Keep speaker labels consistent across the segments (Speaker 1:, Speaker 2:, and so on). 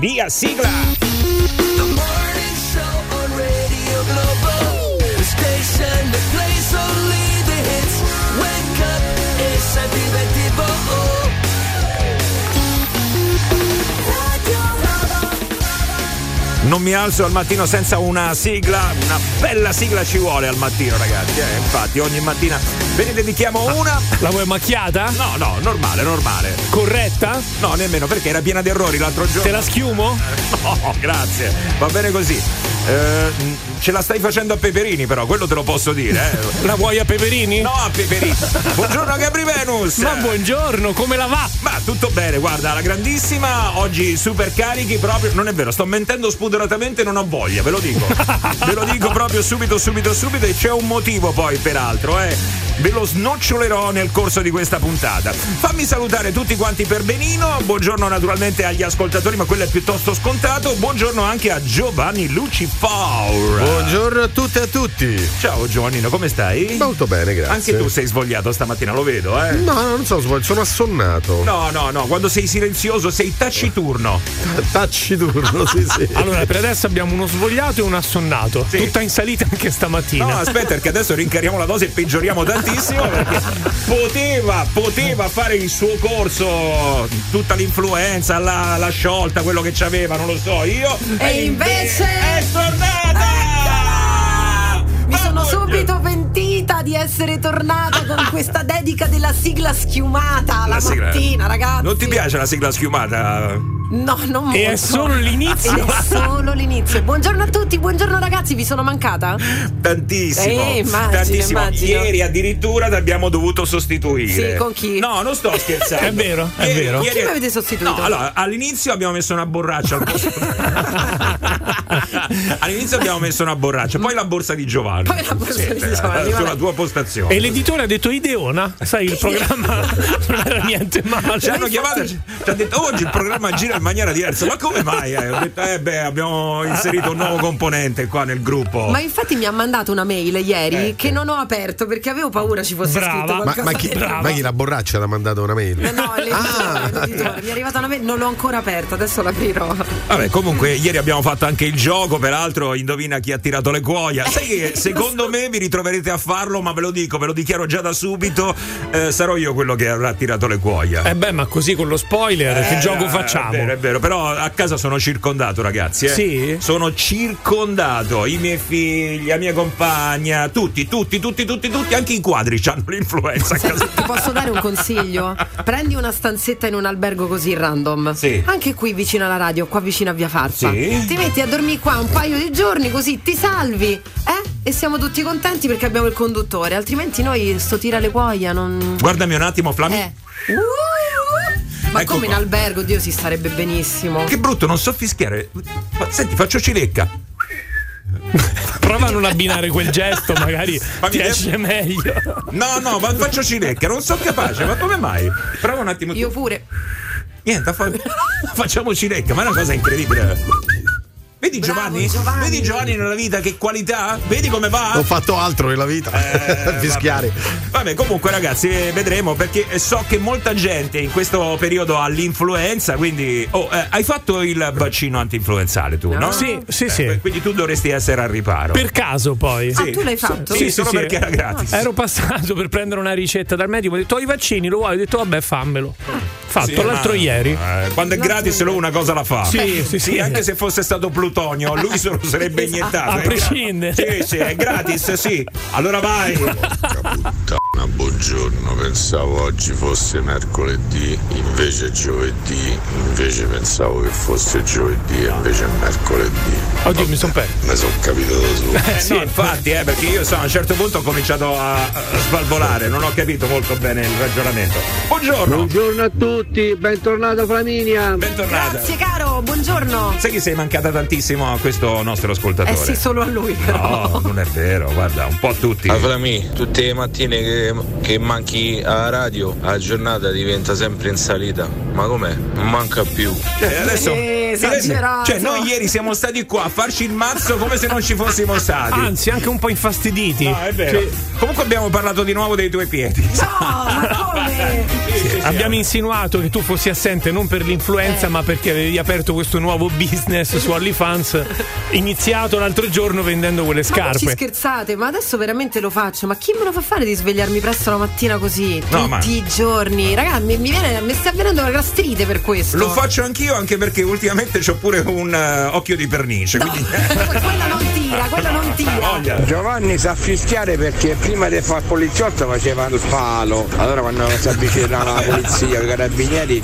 Speaker 1: Via, sigla!
Speaker 2: The morning show on Radio Globo. The station that plays only the hits. Wake up e divertivo.
Speaker 1: Non mi alzo al mattino senza una sigla, una bella sigla ci vuole al mattino ragazzi, eh, infatti ogni mattina ve ne dedichiamo una.
Speaker 3: Ah, La vuoi macchiata?
Speaker 1: No, no, normale, normale.
Speaker 3: Corretta?
Speaker 1: No, nemmeno perché era piena di errori l'altro giorno.
Speaker 3: Te la schiumo?
Speaker 1: No, grazie, va bene così. Eh, mh, ce la stai facendo a Peperini però, quello te lo posso dire. Eh.
Speaker 3: La vuoi a Peperini?
Speaker 1: No a Peperini. Buongiorno Gabri Venus.
Speaker 3: Ma buongiorno, come la va?
Speaker 1: Ma tutto bene, guarda, la grandissima, oggi super carichi proprio. Non è vero, sto mentendo spudoratamente, non ho voglia, ve lo dico. ve lo dico proprio subito, subito, subito, e c'è un motivo poi, peraltro, eh. Ve lo snocciolerò nel corso di questa puntata. Fammi salutare tutti quanti per benino. Buongiorno naturalmente agli ascoltatori, ma quello è piuttosto scontato. Buongiorno anche a Giovanni Luci Faur.
Speaker 4: Buongiorno a tutte e a tutti.
Speaker 1: Ciao Giovannino, come stai?
Speaker 4: Molto bene, grazie.
Speaker 1: Anche tu sei svogliato stamattina, lo vedo, eh.
Speaker 4: No, non so, svol- sono assonnato.
Speaker 1: No, no, no, quando sei silenzioso sei taciturno.
Speaker 4: Tacci turno, sì, sì.
Speaker 3: Allora, per adesso abbiamo uno svogliato e un assonnato.
Speaker 1: Sì.
Speaker 3: Tutta in salita anche stamattina.
Speaker 1: No, aspetta, perché adesso rincariamo la dose e peggioriamo tantissimo. Perché poteva, poteva fare il suo corso, tutta l'influenza, la, la sciolta, quello che c'aveva, non lo so io.
Speaker 5: E invece-
Speaker 1: è tornata!
Speaker 5: Mi
Speaker 1: Ma
Speaker 5: sono
Speaker 1: voglio-
Speaker 5: subito pentita di essere tornata con questa dedica della sigla schiumata la,
Speaker 1: La sigla-
Speaker 5: mattina, ragazzi.
Speaker 1: Non ti piace la sigla schiumata?
Speaker 5: No, non molto.
Speaker 3: E è solo l'inizio.
Speaker 5: Ed è solo l'inizio. Buongiorno a tutti, buongiorno ragazzi, vi sono mancata?
Speaker 1: Tantissimo,
Speaker 5: Eh, immagino,
Speaker 1: tantissimo.
Speaker 5: immagino.
Speaker 1: Ieri addirittura ti abbiamo dovuto sostituire.
Speaker 5: Sì, con chi?
Speaker 1: No, non sto scherzando.
Speaker 3: È vero, è
Speaker 1: Ieri-
Speaker 3: vero. Con
Speaker 5: chi mi avete sostituito?
Speaker 1: No, allora, all'inizio abbiamo messo una borraccia al posto. all'inizio abbiamo messo una borraccia, poi la borsa di Giovanni.
Speaker 5: Poi la borsa di
Speaker 1: beh,
Speaker 5: Giovanni,
Speaker 1: Sulla
Speaker 5: vabbè.
Speaker 1: tua postazione.
Speaker 3: E l'editore ha detto Ideona, sai il programma non era niente male.
Speaker 1: Ci hanno chiamato e ci ci ha detto oggi il programma gira in maniera diversa. Ma come mai? eh? Ho detto, eh beh, abbiamo inserito un nuovo componente qua nel gruppo.
Speaker 5: Ma infatti mi ha mandato una mail ieri che non ho aperto perché avevo paura ci fosse
Speaker 3: Brava.
Speaker 5: scritto
Speaker 4: Ma,
Speaker 5: qualcosa.
Speaker 4: ma chi,
Speaker 5: dentro.
Speaker 3: Brava.
Speaker 4: ma chi la borraccia l'ha mandato una mail?
Speaker 5: No, l'editore, l'editore. mi è arrivata una mail, non l'ho ancora aperta, adesso l'aprirò.
Speaker 1: Vabbè, comunque, ieri abbiamo fatto anche il gioco, peraltro, indovina chi ha tirato le cuoia. Sai che secondo me vi ritroverete a farlo, ma ve lo dico, ve lo dichiaro già da subito. eh, sarò io quello che avrà tirato le cuoia.
Speaker 3: Eh beh, ma così con lo spoiler, che
Speaker 1: Eh,
Speaker 3: gioco
Speaker 1: eh,
Speaker 3: facciamo?
Speaker 1: È vero, è vero, però a casa sono circondato, ragazzi. eh.
Speaker 3: Sì?
Speaker 1: Sono circondato, i miei figli, la mia compagna, tutti, tutti, tutti, tutti, tutti, anche i quadri hanno l'influenza a casa.
Speaker 5: Ti posso dare un consiglio? Prendi una stanzetta in un albergo così random.
Speaker 1: Sì.
Speaker 5: Anche qui vicino alla radio, qua vicino a Via Farfa.
Speaker 1: Sì.
Speaker 5: Ti metti a dormire qua un paio di giorni così ti salvi. Eh? E siamo tutti contenti perché abbiamo il conduttore, altrimenti noi sto tira le cuoia non.
Speaker 1: Guardami un attimo, Flammi.
Speaker 5: Eh. Uh! Ma
Speaker 1: Ecco
Speaker 5: come in
Speaker 1: qua.
Speaker 5: albergo, Dio si starebbe benissimo.
Speaker 1: Che brutto, non so fischiare. Ma senti, faccio cilecca. Ah,
Speaker 3: Prova a non abbinare quel gesto, magari
Speaker 1: Ma mi
Speaker 3: ti
Speaker 1: devo-
Speaker 3: esce meglio.
Speaker 1: No, no, ma faccio cilecca, non sono capace, ma come mai? Prova un attimo.
Speaker 5: Io pure.
Speaker 1: Niente, fa- facciamo cilecca, ma è una cosa incredibile. Vedi
Speaker 5: Bravo,
Speaker 1: Giovanni?
Speaker 5: Giovanni.
Speaker 1: Vedi Giovanni nella vita che qualità? Vedi come va?
Speaker 4: Ho fatto altro nella vita.
Speaker 1: Eh,
Speaker 4: Fischiare.
Speaker 1: Vabbè. Vabbè, comunque ragazzi, eh, vedremo perché so che molta gente in questo periodo ha l'influenza, quindi oh, eh, hai fatto il vaccino antinfluenzale tu, no?
Speaker 3: Sì, sì, sì.
Speaker 1: Eh, Quindi tu dovresti essere al riparo.
Speaker 3: Per caso poi.
Speaker 5: Ah, tu l'hai fatto?
Speaker 1: Sì,
Speaker 3: Sì,
Speaker 1: solo
Speaker 3: sì,
Speaker 1: perché
Speaker 3: sì.
Speaker 1: era gratis.
Speaker 3: Ero passato per prendere una ricetta dal medico, ho detto ho i vaccini, lo vuoi? Ho detto vabbè fammelo. Fatto
Speaker 1: Sì,
Speaker 3: l'altro
Speaker 1: ma-
Speaker 3: ieri.
Speaker 1: Eh, quando è gratis solo una cosa la fa.
Speaker 3: Sì, sì,
Speaker 1: Sì,
Speaker 3: sì.
Speaker 1: anche se fosse stato Plutonio, lui se lo sarebbe
Speaker 5: Esatto.
Speaker 1: iniettato.
Speaker 3: A
Speaker 1: È gra-
Speaker 3: prescindere.
Speaker 1: Sì, sì, è gratis, sì. Allora vai.
Speaker 6: Puttana, buongiorno, pensavo oggi fosse mercoledì, invece è giovedì, invece pensavo che fosse giovedì, invece è mercoledì.
Speaker 3: Oddio, mi son perso.
Speaker 6: Me sono capito da solo.
Speaker 1: Eh,
Speaker 3: sì.
Speaker 1: No, infatti, eh, perché io so, a un certo punto ho cominciato a, a svalvolare, non ho capito molto bene il ragionamento. Buongiorno,
Speaker 7: Buongiorno a tutti, bentornato Flaminia.
Speaker 1: bentornata.
Speaker 5: Grazie caro, buongiorno.
Speaker 1: Sai che sei mancata tantissimo a questo nostro
Speaker 3: Eh,
Speaker 1: ascoltatore?
Speaker 5: Eh sì, solo a lui però.
Speaker 1: No, non è vero, guarda, un po' a tutti.
Speaker 8: Avrami, tutte le mattine che che, che manchi a radio, la giornata diventa sempre in salita. Ma com'è? Non manca più.
Speaker 1: Cioè, adesso.
Speaker 5: Eh, esagerato.
Speaker 1: Cioè, noi ieri siamo stati qua a farci il mazzo come se non ci fossimo stati.
Speaker 3: Anzi, anche un po' infastiditi.
Speaker 1: No, è vero.
Speaker 3: Sì.
Speaker 1: Comunque abbiamo parlato di nuovo dei tuoi piedi.
Speaker 5: No, ma come?
Speaker 3: Abbiamo insinuato che tu fossi assente non per l'influenza,
Speaker 5: Eh.
Speaker 3: ma perché avevi aperto questo nuovo business su OnlyFans, iniziato l'altro giorno vendendo quelle
Speaker 5: Ma voi ci
Speaker 3: scarpe.
Speaker 5: scherzate, ma adesso veramente lo faccio. Ma chi me lo fa fare di svegliarmi presto la mattina così?
Speaker 1: No,
Speaker 5: tutti
Speaker 1: ma-
Speaker 5: i giorni. Raga, mi, mi viene, mi sta venendo una gastrite per questo.
Speaker 1: Lo faccio anch'io anche perché ultimamente ho pure un eh, occhio di pernice. Quindi...
Speaker 5: quella non tira, quella non
Speaker 1: Ah,
Speaker 5: tira.
Speaker 1: voglia.
Speaker 9: Giovanni sa fischiare perché prima di fare poliziotto faceva il palo. Allora quando si avvicinava la polizia, i carabinieri,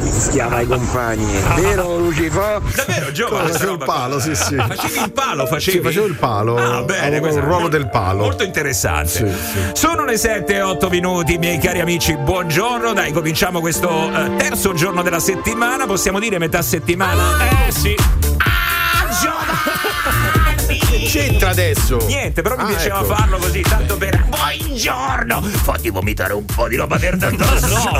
Speaker 9: fischiava i compagni. Vero Lucifo?
Speaker 1: Davvero, Giovanni?
Speaker 4: Facevo il palo, sì, sì.
Speaker 1: Facevi il palo, facevi?
Speaker 4: Sì, facevo il palo.
Speaker 1: Ah, bene.
Speaker 4: Avevo
Speaker 1: questo
Speaker 4: il
Speaker 1: è
Speaker 4: ruolo
Speaker 1: molto-
Speaker 4: del palo.
Speaker 1: Molto interessante.
Speaker 4: Sì, sì.
Speaker 1: Sono le 7 e 8 minuti, miei cari amici. Buongiorno. Dai, cominciamo questo eh, terzo giorno della settimana. Possiamo dire metà settimana?
Speaker 3: Eh sì. Ah,
Speaker 4: C'entra adesso.
Speaker 1: Niente, però mi
Speaker 4: Ah,
Speaker 1: piaceva
Speaker 4: ecco.
Speaker 1: farlo così, tanto per. Buongiorno! Fatti vomitare un po' di roba verde addosso.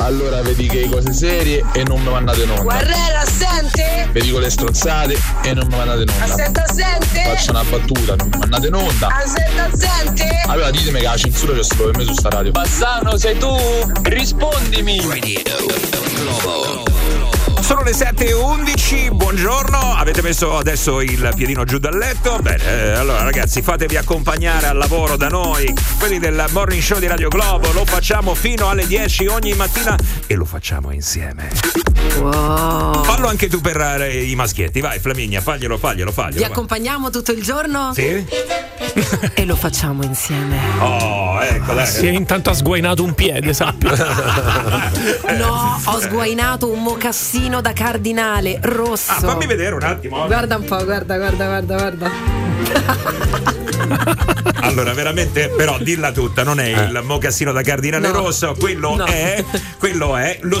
Speaker 8: Allora vedi che cose serie e non mi mandate in onda.
Speaker 10: Guerrero assente?
Speaker 8: Vedi le strozzate e non mi mandate in onda.
Speaker 10: Assente
Speaker 8: Faccio
Speaker 10: assente?
Speaker 8: una battuta, non mi mandate in onda.
Speaker 10: Assente assente?
Speaker 8: Allora ditemi che la censura c'è solo per me su sta radio. Bassano, sei tu? Rispondimi!
Speaker 1: Sono le 7.11, buongiorno, avete messo adesso il piedino giù dal letto? Bene, eh, allora ragazzi fatevi accompagnare al lavoro da noi, quelli del morning show di Radio Globo, lo facciamo fino alle 10 ogni mattina e lo facciamo insieme.
Speaker 5: Wow.
Speaker 1: Fallo anche tu per eh, i maschietti, vai Flaminia, faglielo, faglielo, faglielo.
Speaker 5: Vi
Speaker 1: vai.
Speaker 5: accompagniamo tutto il giorno
Speaker 1: Sì?
Speaker 5: e lo facciamo insieme.
Speaker 1: Oh, ecco, dai.
Speaker 3: Si è intanto ha sguainato un piede, sappi.
Speaker 5: No,
Speaker 1: Eh.
Speaker 5: ho sguainato un mocassino da cardinale rosso.
Speaker 1: Ah, fammi vedere un attimo.
Speaker 5: Guarda un po', guarda, guarda, guarda, guarda.
Speaker 1: Allora, veramente, però dilla tutta, non è il mocassino da cardinale
Speaker 5: Eh. No.
Speaker 1: rosso, quello
Speaker 5: No.
Speaker 1: è quello è lo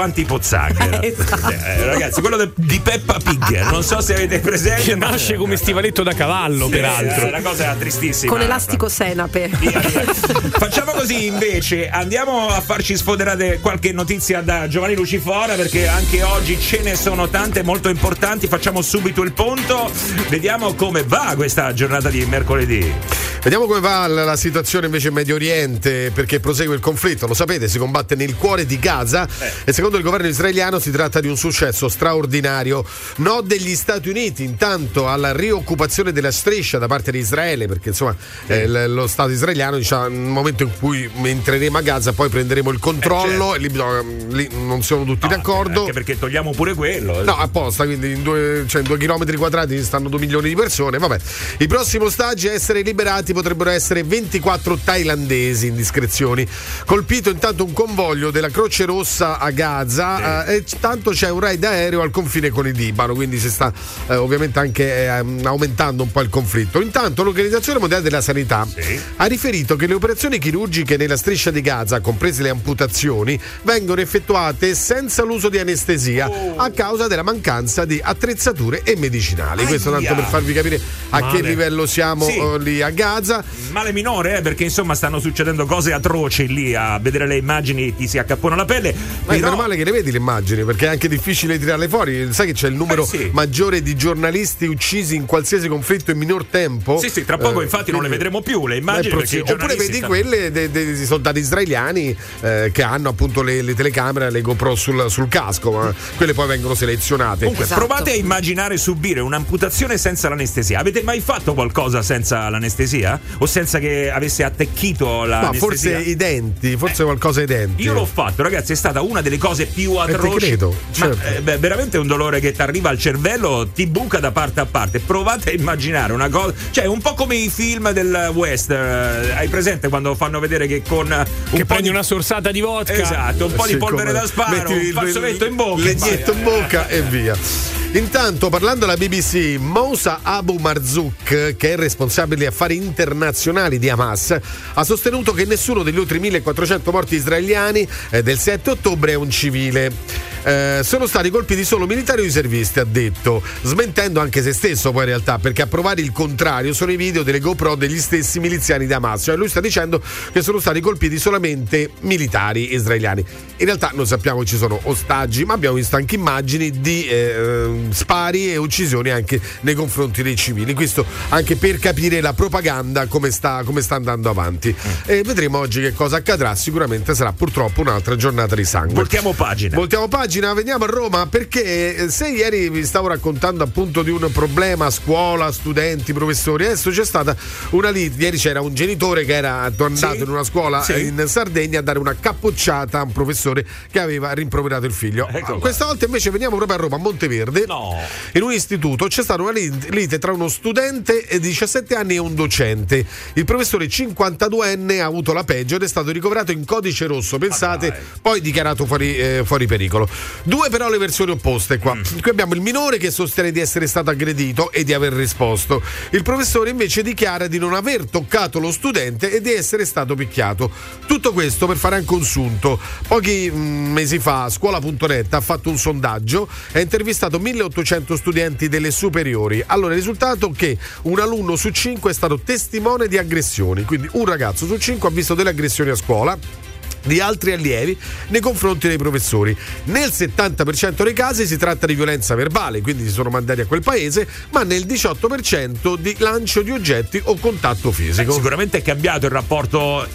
Speaker 1: antipozzanghera.
Speaker 5: Esatto.
Speaker 1: Eh, ragazzi, quello de- di Peppa Pig, eh, non so se avete presente,
Speaker 3: Che
Speaker 1: ma-
Speaker 3: nasce come stivaletto da cavallo,
Speaker 1: Sì,
Speaker 3: peraltro.
Speaker 1: È una cosa tristissima.
Speaker 5: Con elastico senape.
Speaker 1: Via, via. Facciamo così invece, andiamo a farci sfoderare qualche notizia da Giovanni Lucifora perché anche oggi ce ne sono tante molto importanti, facciamo subito il punto, vediamo come va questa giornata di mercoledì.
Speaker 4: Vediamo come va la la situazione invece in Medio Oriente perché prosegue il conflitto. Lo sapete, si combatte nel cuore di Gaza
Speaker 1: Eh.
Speaker 4: e secondo il governo israeliano si tratta di un successo straordinario. No degli Stati Uniti intanto alla rioccupazione della striscia da parte di Israele perché insomma eh, l- lo Stato israeliano diciamo, nel momento in cui entreremo a Gaza poi prenderemo il controllo e lì, bisogna- lì non siamo tutti
Speaker 1: Eh, certo. No,
Speaker 4: d'accordo.
Speaker 1: Anche perché togliamo pure quello.
Speaker 4: No, apposta, quindi in due, cioè in due chilometri quadrati ci stanno 2 milioni di persone. Vabbè. I prossimi ostaggi a essere liberati potrebbero essere 24 thailandesi in discrezioni. Colpito intanto un convoglio della Croce Rossa a Gaza eh, e c- tanto c'è un raid aereo al confine con il Libano, quindi si sta eh, ovviamente anche ehm, aumentando un po' il conflitto. Intanto l'Organizzazione Mondiale della Sanità ha riferito che le operazioni chirurgiche nella striscia di Gaza, comprese le amputazioni, vengono effettuate senza l'uso di anestesia
Speaker 1: Oh.
Speaker 4: a causa della mancanza di attrezzature e medicinali. Questo
Speaker 1: Aia.
Speaker 4: tanto per farvi capire a
Speaker 3: Male.
Speaker 4: che livello siamo
Speaker 1: Sì.
Speaker 4: eh, lì a Gaza.
Speaker 1: Male minore, eh, perché insomma stanno succedendo cose atroci lì a vedere le immagini ti si accappona la pelle.
Speaker 4: Ma è
Speaker 1: però-
Speaker 4: normale che ne vedi le immagini perché è anche difficile tirarle fuori. Sai che c'è il numero
Speaker 1: Eh, sì.
Speaker 4: maggiore di giornalisti uccisi in qualsiasi conflitto in minor tempo?
Speaker 1: Sì, sì, tra poco
Speaker 4: Eh,
Speaker 1: infatti non le
Speaker 4: quindi-
Speaker 1: vedremo più le
Speaker 4: Eh,
Speaker 1: immagini.
Speaker 4: però
Speaker 1: perché
Speaker 4: sì.
Speaker 1: i
Speaker 4: Oppure
Speaker 1: giornalisti
Speaker 4: vedi
Speaker 1: stanno-
Speaker 4: quelle dei, dei soldati israeliani eh, che hanno appunto le, le telecamere, le GoPro sul, sul casco, ma quelle poi vengono selezionate.
Speaker 1: Comunque,
Speaker 5: Esatto.
Speaker 1: provate a immaginare subire un'amputazione senza l'anestesia. Avete mai fatto qualcosa senza l'anestesia? O senza che avesse attecchito la.
Speaker 4: Ma forse i denti, forse qualcosa ai denti.
Speaker 1: Io l'ho fatto, ragazzi, è stata una delle cose più
Speaker 4: te
Speaker 1: atroci.
Speaker 4: credo, certo.
Speaker 1: Ma eh, beh, veramente è un dolore che ti arriva al cervello, ti buca da parte a parte. Provate a immaginare una cosa, cioè un po' come i film del West, eh, hai presente quando fanno vedere che con eh, un
Speaker 3: Che
Speaker 1: po'
Speaker 3: prendi
Speaker 1: di-
Speaker 3: una sorsata di vodka.
Speaker 1: Esatto, un po'
Speaker 4: Sì,
Speaker 1: di polvere
Speaker 4: come-
Speaker 1: da sparo,
Speaker 4: metti
Speaker 1: un
Speaker 4: il-
Speaker 1: fazzoletto in bocca.
Speaker 4: legnetto in bocca e via. Intanto, parlando alla BBC, Mousa Abu Marzouk, che è responsabile di affari internazionali di Hamas, ha sostenuto che nessuno degli oltre 1400 morti israeliani eh, del 7 ottobre è un civile. eh, sono stati colpiti solo militari o riservisti, ha detto, smentendo anche se stesso poi in realtà, perché a provare il contrario sono i video delle GoPro degli stessi miliziani di Hamas. Cioè lui sta dicendo che sono stati colpiti solamente militari israeliani. In realtà non sappiamo ci sono ostaggi, ma abbiamo visto anche immagini di eh, spari e uccisioni anche nei confronti dei civili. Questo anche per capire la propaganda come sta, come sta andando avanti. E vedremo oggi che cosa accadrà. Sicuramente sarà purtroppo un'altra giornata di sangue.
Speaker 1: Voltiamo pagina.
Speaker 4: Voltiamo pagina, veniamo a Roma perché eh, se ieri vi stavo raccontando appunto di un problema scuola, studenti, professori, adesso c'è stata una lite. Ieri c'era un genitore che era andato in una scuola eh, in Sardegna a dare una cappucciata a un professore che aveva rimproverato il figlio.
Speaker 1: Eccolo
Speaker 4: Questa volta invece veniamo proprio a Roma, a Monteverde. In un istituto c'è stata una lit- lite tra uno studente di 17 anni e un docente. Il professore 52enne ha avuto la peggio ed è stato ricoverato in codice rosso, pensate, poi dichiarato fuori, eh, fuori pericolo. Due però le versioni opposte qua. Qui abbiamo il minore che sostiene di essere stato aggredito e di aver risposto. Il professore invece dichiara di non aver toccato lo studente e di essere stato picchiato. Tutto questo per fare anche un sunto. Pochi mm, mesi fa scuola.net ha fatto un sondaggio e ha intervistato 1800 studenti delle superiori. Allora, il risultato è che un alunno su 5 è stato testimone di aggressioni, quindi un ragazzo su 5 ha visto delle aggressioni a scuola di altri allievi nei confronti dei professori. Nel 70% dei casi si tratta di violenza verbale, quindi si sono mandati a quel paese, ma nel 18% di lancio di oggetti o contatto
Speaker 1: Beh,
Speaker 4: fisico.
Speaker 1: sicuramente è cambiato il rapporto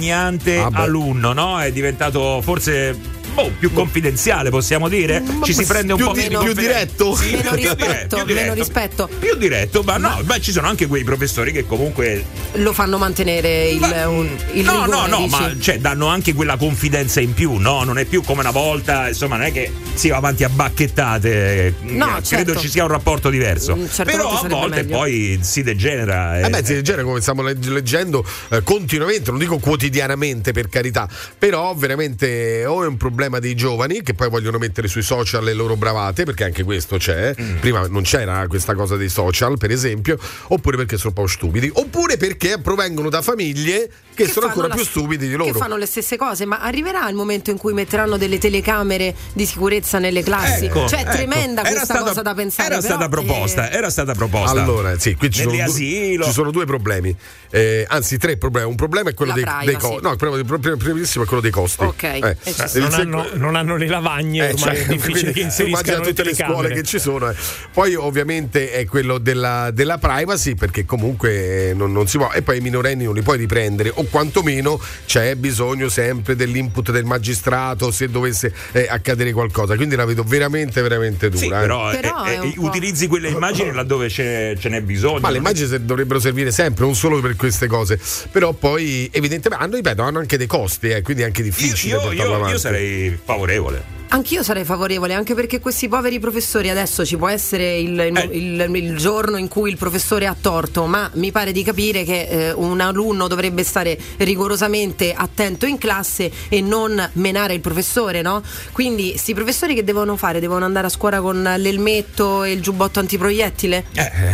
Speaker 4: Ah,
Speaker 1: insegnante-alunno, no? È diventato forse boh, più confidenziale, possiamo dire. Ci si prende un
Speaker 4: più
Speaker 1: po'
Speaker 4: di-
Speaker 1: meno
Speaker 4: più
Speaker 1: confidenza.
Speaker 4: diretto?
Speaker 1: Sì,
Speaker 4: Meno
Speaker 1: più diretto,
Speaker 5: rispetto,
Speaker 1: più
Speaker 5: meno
Speaker 1: diretto.
Speaker 5: rispetto.
Speaker 1: Più diretto, ma no, ma ci sono anche quei professori che comunque
Speaker 5: Lo fanno mantenere il, un, il
Speaker 1: no,
Speaker 5: rigore,
Speaker 1: no, no,
Speaker 5: dici?
Speaker 1: ma cioè, danno anche quella confidenza in più, no? Non è più come una volta, insomma, non è che si va avanti a bacchettate.
Speaker 5: No,
Speaker 1: Eh,
Speaker 5: certo.
Speaker 1: Credo ci sia un rapporto diverso.
Speaker 5: Mm, certamente
Speaker 1: Però a
Speaker 5: sarebbe
Speaker 1: volte
Speaker 5: meglio.
Speaker 1: poi si degenera.
Speaker 4: Eh beh, sì, del genere come stiamo legg- leggendo eh, continuamente, non dico quotidianamente per carità, però veramente o è un problema dei giovani che poi vogliono mettere sui social le loro bravate, perché anche questo c'è, eh.
Speaker 1: Mm.
Speaker 4: prima non c'era questa cosa dei social per esempio, oppure perché sono un po' stupidi, oppure perché provengono da famiglie che, sono
Speaker 5: fanno
Speaker 4: ancora
Speaker 5: la-
Speaker 4: più stupidi di loro.
Speaker 5: Che fanno le stesse cose, ma arriverà il momento in cui metteranno delle telecamere di sicurezza nelle classi.
Speaker 1: Ecco,
Speaker 5: cioè, è
Speaker 1: ecco.
Speaker 5: tremenda
Speaker 1: Era
Speaker 5: questa
Speaker 1: stata-
Speaker 5: cosa da pensare.
Speaker 1: Era
Speaker 5: però,
Speaker 1: stata proposta, era stata proposta.
Speaker 4: Allora, sì, qui ci sono,
Speaker 1: Nelle
Speaker 4: due,
Speaker 1: asilo.
Speaker 4: ci sono due problemi, Eh, anzi tre problemi. Un problema è quello
Speaker 5: La
Speaker 4: dei, dei
Speaker 5: privacy.
Speaker 4: co- no, il problema- il problema primissimo è quello dei costi.
Speaker 5: Ok,
Speaker 4: Eh,
Speaker 5: e ci
Speaker 4: il
Speaker 3: non,
Speaker 4: sec-
Speaker 3: hanno, non hanno le lavagne,
Speaker 4: Eh,
Speaker 3: ormai
Speaker 1: certo,
Speaker 4: cioè,
Speaker 3: è difficile
Speaker 4: quindi,
Speaker 3: che
Speaker 4: immagina
Speaker 3: inseriscano
Speaker 4: tutte le scuole che ci sono. eh. Poi ovviamente è quello della, della privacy perché comunque eh, non, non si può e poi i minorenni non li puoi riprendere o quantomeno c'è bisogno sempre dell'input del magistrato se dovesse eh, accadere qualcosa. Quindi la vedo veramente veramente dura.
Speaker 1: Sì,
Speaker 4: eh.
Speaker 1: però, eh,
Speaker 5: Però è
Speaker 1: eh,
Speaker 5: un po'-
Speaker 1: utilizzi quelle immagini laddove ce, ce n'è bisogno.
Speaker 4: Ma le immagini se- dovrebbero servire sempre, non solo per queste cose. Però poi, evidentemente, hanno, ripeto, hanno anche dei costi, eh, quindi è anche difficile
Speaker 1: io,
Speaker 4: portarlo
Speaker 1: io-
Speaker 4: avanti.
Speaker 1: io sarei favorevole.
Speaker 5: Anch'io sarei favorevole, anche perché questi poveri professori adesso ci può essere il, il- il- il giorno in cui il professore ha torto, ma mi pare di capire che eh, un alunno dovrebbe stare rigorosamente attento in classe e non menare il professore, no? Quindi questi professori che devono fare? Devono andare a scuola con l'elmetto e il giubbotto antiproiettile?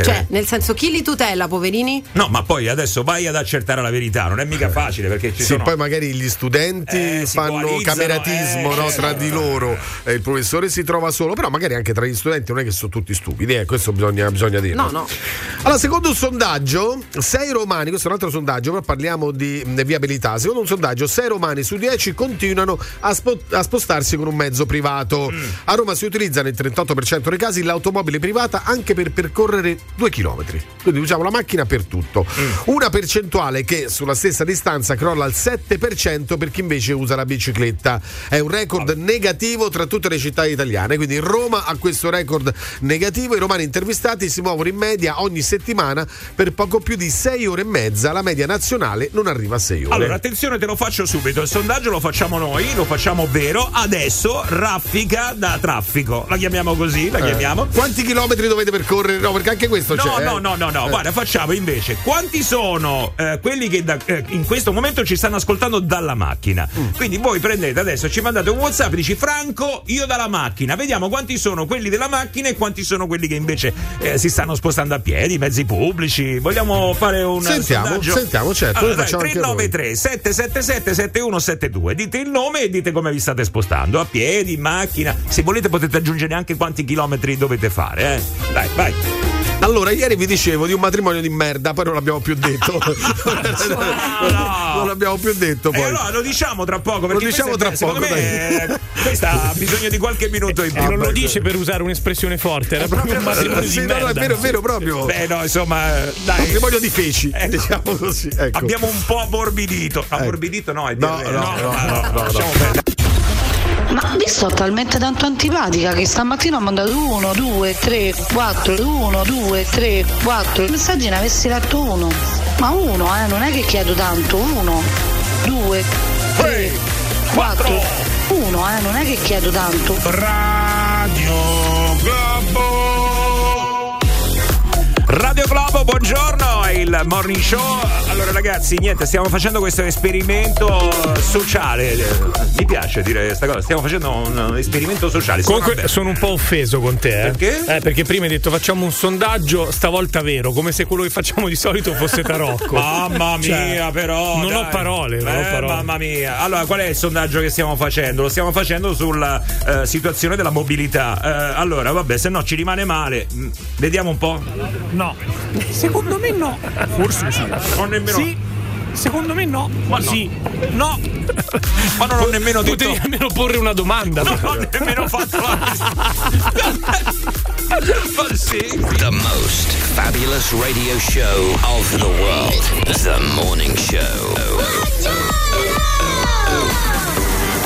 Speaker 5: Cioè, nel senso, chi li tutela, poverini?
Speaker 1: No, ma poi adesso vai ad accertare la verità, non è mica facile perché ci
Speaker 4: Eh. Sì,
Speaker 1: sono
Speaker 4: poi magari gli studenti
Speaker 1: Eh, si
Speaker 4: fanno
Speaker 1: coalizzano,
Speaker 4: cameratismo
Speaker 1: eh,
Speaker 4: no,
Speaker 1: eh,
Speaker 4: tra
Speaker 1: no,
Speaker 4: di
Speaker 1: no,
Speaker 4: loro, eh, il professore si trova solo, però magari anche tra gli studenti non è che sono tutti stupidi, eh, questo bisogna, bisogna dirlo.
Speaker 5: No, no.
Speaker 4: Allora, secondo un sondaggio, 6 romani, questo è un altro sondaggio, però parliamo di mh, viabilità. Secondo un sondaggio, 6 romani su 10 continuano a, spo- a spostarsi con un mezzo privato.
Speaker 1: Mm.
Speaker 4: A Roma si utilizza nel 38% dei casi l'automobile privata anche per percorrere 2 km. Quindi usiamo la macchina per tutto.
Speaker 1: Mm.
Speaker 4: Una percentuale che sulla stessa distanza crolla al 7% per chi invece usa la bicicletta. È un record negativo tra tutte le città italiane, quindi Roma ha questo record negativo. I romani intervistati si muovono in media ogni settimana per poco più di 6 ore e mezza. La media nazionale non arriva a 6 ore.
Speaker 1: Allora, attenzione, te lo faccio subito. Il sondaggio lo facciamo noi, lo facciamo vero. Adesso raffica da traffico. La chiamiamo così, la
Speaker 4: Eh,
Speaker 1: chiamiamo.
Speaker 4: Quanti chilometri dovete percorrere? No, perché anche questo
Speaker 1: No,
Speaker 4: c'è.
Speaker 1: no,
Speaker 4: eh.
Speaker 1: no, no, no. Guarda, facciamo invece quanti sono eh, quelli che da- eh,
Speaker 4: Mm.
Speaker 1: in questo momento ci stanno ascoltando dalla macchina. Quindi voi prendete adesso, ci mandate un WhatsApp, dici Fra, bianco, io dalla macchina. Vediamo quanti sono quelli della macchina e quanti sono quelli che invece eh, si stanno spostando a piedi, mezzi pubblici. Vogliamo fare un
Speaker 4: Sentiamo,
Speaker 1: sondaggio?
Speaker 4: sentiamo, certo,
Speaker 1: Allora,
Speaker 4: lo facciamo
Speaker 1: dai,
Speaker 4: anche noi.
Speaker 1: 393 777 7172. Dite il nome e dite come vi state spostando, a piedi, in macchina. Se volete potete aggiungere anche quanti chilometri dovete fare, eh. Dai, vai.
Speaker 4: Allora, ieri vi dicevo di un matrimonio di merda, poi non l'abbiamo più detto. Non l'abbiamo più detto
Speaker 1: E
Speaker 4: poi.
Speaker 1: allora lo diciamo tra poco perché
Speaker 4: Lo diciamo
Speaker 1: questa è-
Speaker 4: tra
Speaker 1: secondo
Speaker 4: poco,
Speaker 1: me
Speaker 4: dai.
Speaker 1: eh, questa ha bisogno di qualche minuto in più.
Speaker 3: E non lo dice per usare un'espressione forte, era proprio un matrimonio
Speaker 4: Sì,
Speaker 3: di
Speaker 4: no, no,
Speaker 3: merda.
Speaker 4: è vero, è vero proprio.
Speaker 1: Beh, no, insomma, eh, dai.
Speaker 4: Matrimonio di feci,
Speaker 1: Ecco.
Speaker 4: diciamo così. Ecco.
Speaker 1: Abbiamo un po' ammorbidito. Ammorbidito no, è
Speaker 4: No,
Speaker 1: dire-
Speaker 4: no, no, no, no, no.
Speaker 1: lasciamo perdere.
Speaker 10: Ma vi sto talmente tanto antipatica che stamattina ho mandato 1, 2, 3, 4, 1, 2, 3, 4. Messaggi ne avessi letto uno. Ma uno, eh, non è che chiedo tanto. Uno, due, tre, quattro. Uno, eh, non è che chiedo tanto.
Speaker 1: Radio Globo. Radio Globo, buongiorno, è il morning show. Allora ragazzi, niente, stiamo facendo questo esperimento eh, sociale. Eh, Mi piace dire questa cosa, stiamo facendo un eh, esperimento sociale. Sono
Speaker 3: Comunque
Speaker 1: aperto.
Speaker 3: sono un po' offeso con te. eh.
Speaker 1: Perché?
Speaker 3: Eh, perché prima hai detto facciamo un sondaggio, stavolta vero, come se quello che facciamo di solito fosse tarocco.
Speaker 1: Mamma mia,
Speaker 3: Cioè,
Speaker 1: però.
Speaker 3: Non
Speaker 1: dai.
Speaker 3: ho parole, non
Speaker 1: Eh,
Speaker 3: ho parole.
Speaker 1: Mamma mia. Allora, qual è il sondaggio che stiamo facendo? Lo stiamo facendo sulla eh, situazione della mobilità. Eh, allora, vabbè, se no ci rimane male. Mm, Vediamo un po'.
Speaker 11: No. Secondo me no. Forse sì.
Speaker 1: Non nemmeno.
Speaker 11: Sì. Secondo me no. Ma sì. No.
Speaker 1: Ma non ho nemmeno detto.
Speaker 3: Potevi almeno porre una domanda.
Speaker 1: Non
Speaker 3: però.
Speaker 1: ho nemmeno fatto la Ma sì.
Speaker 12: The most fabulous radio show of the world. The Morning Show.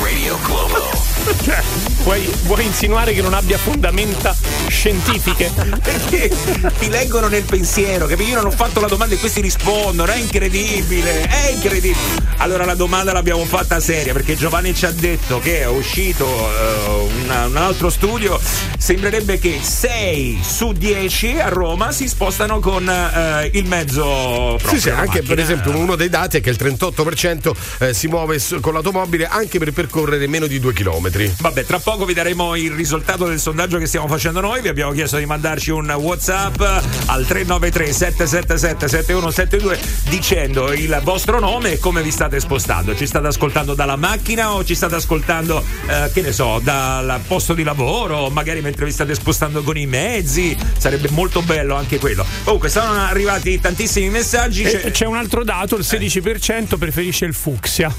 Speaker 12: Radio Globo.
Speaker 3: Cioè, vuoi, vuoi insinuare che non abbia fondamenta scientifiche?
Speaker 1: Perché ti leggono nel pensiero, che io non ho fatto la domanda e questi rispondono, è incredibile, è incredibile. Allora la domanda l'abbiamo fatta seria perché Giovanni ci ha detto che è uscito eh, una- un altro studio, sembrerebbe che 6 su 10 a Roma si spostano con eh, il mezzo proprio.
Speaker 4: Sì, sì,
Speaker 1: la
Speaker 4: anche per
Speaker 1: macchina.
Speaker 4: esempio uno dei dati è che il 38% eh, si muove su- con l'automobile anche per percorrere meno di due chilometri.
Speaker 1: Vabbè, tra poco vi daremo il risultato del sondaggio che stiamo facendo noi. Vi abbiamo chiesto di mandarci un WhatsApp al 393 777 7172 dicendo il vostro nome e come vi state spostando. Ci state ascoltando dalla macchina o ci state ascoltando, eh, che ne so, dal posto di lavoro, magari mentre vi state spostando con i mezzi. Sarebbe molto bello anche quello. Comunque, sono arrivati tantissimi messaggi.
Speaker 3: E
Speaker 1: C'è-
Speaker 3: c'è un altro dato, il 16% preferisce il fucsia.